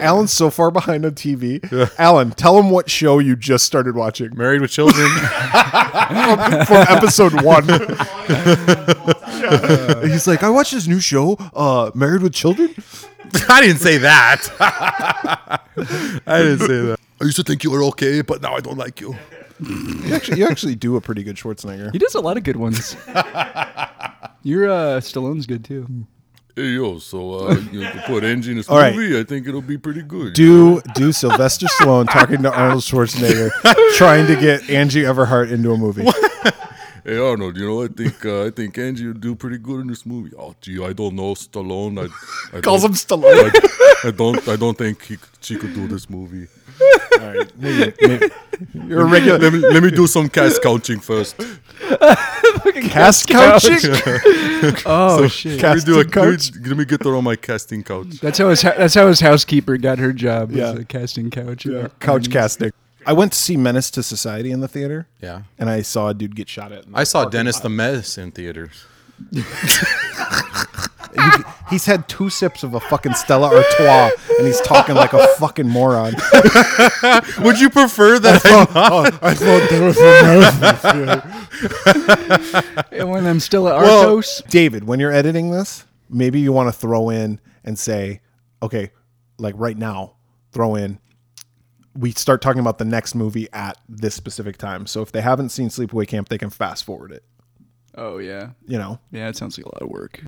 Speaker 2: Alan's so far behind on TV. Alan, tell him what show you just started watching
Speaker 1: Married with Children.
Speaker 2: from episode one. He's like, I watched this new show, uh, Married with Children.
Speaker 1: I didn't say that. I didn't say that. I used to think you were okay, but now I don't like you.
Speaker 2: You actually, you actually do a pretty good Schwarzenegger.
Speaker 3: He does a lot of good ones. Your uh, Stallone's good too.
Speaker 5: Hey yo, so uh, you can put Angie in this
Speaker 2: All right.
Speaker 5: movie. I think it'll be pretty good.
Speaker 2: Do do Sylvester Stallone talking to Arnold Schwarzenegger, trying to get Angie Everhart into a movie.
Speaker 5: Hey Arnold, you know I think uh, I think Angie will do pretty good in this movie. Oh gee, I don't know Stallone. I, I don't-
Speaker 2: Stallone.
Speaker 5: I don't. I don't think he, she could do this movie.
Speaker 2: You're a regular
Speaker 5: Let me let me do some cast counting first.
Speaker 2: cast couching.
Speaker 3: Oh shit!
Speaker 5: Let me do a
Speaker 2: Casting couch.
Speaker 5: Let me, let me get her on my casting couch.
Speaker 3: That's how his that's how his housekeeper got her job.
Speaker 2: Yeah.
Speaker 3: was a casting couch.
Speaker 2: couch casting. I went to see Menace to Society in the theater.
Speaker 1: Mm-hmm. Yeah.
Speaker 2: And I saw a dude get shot at. in the
Speaker 1: I saw
Speaker 2: parking
Speaker 1: Dennis
Speaker 2: lot.
Speaker 1: the Menace in theaters.
Speaker 2: He's had two sips of a fucking Stella Artois, and he's talking like a fucking moron.
Speaker 1: Would you prefer that? I-
Speaker 2: I thought there was a
Speaker 3: And when I'm still at
Speaker 2: Well,
Speaker 3: Artos,
Speaker 2: David, when you're editing this, maybe you want to throw in and say, okay, like right now, throw in. We start talking about the next movie at this specific time. So if they haven't seen Sleepaway Camp, they can fast forward it.
Speaker 3: oh yeah,
Speaker 2: You know.
Speaker 3: yeah, it sounds like a lot of work.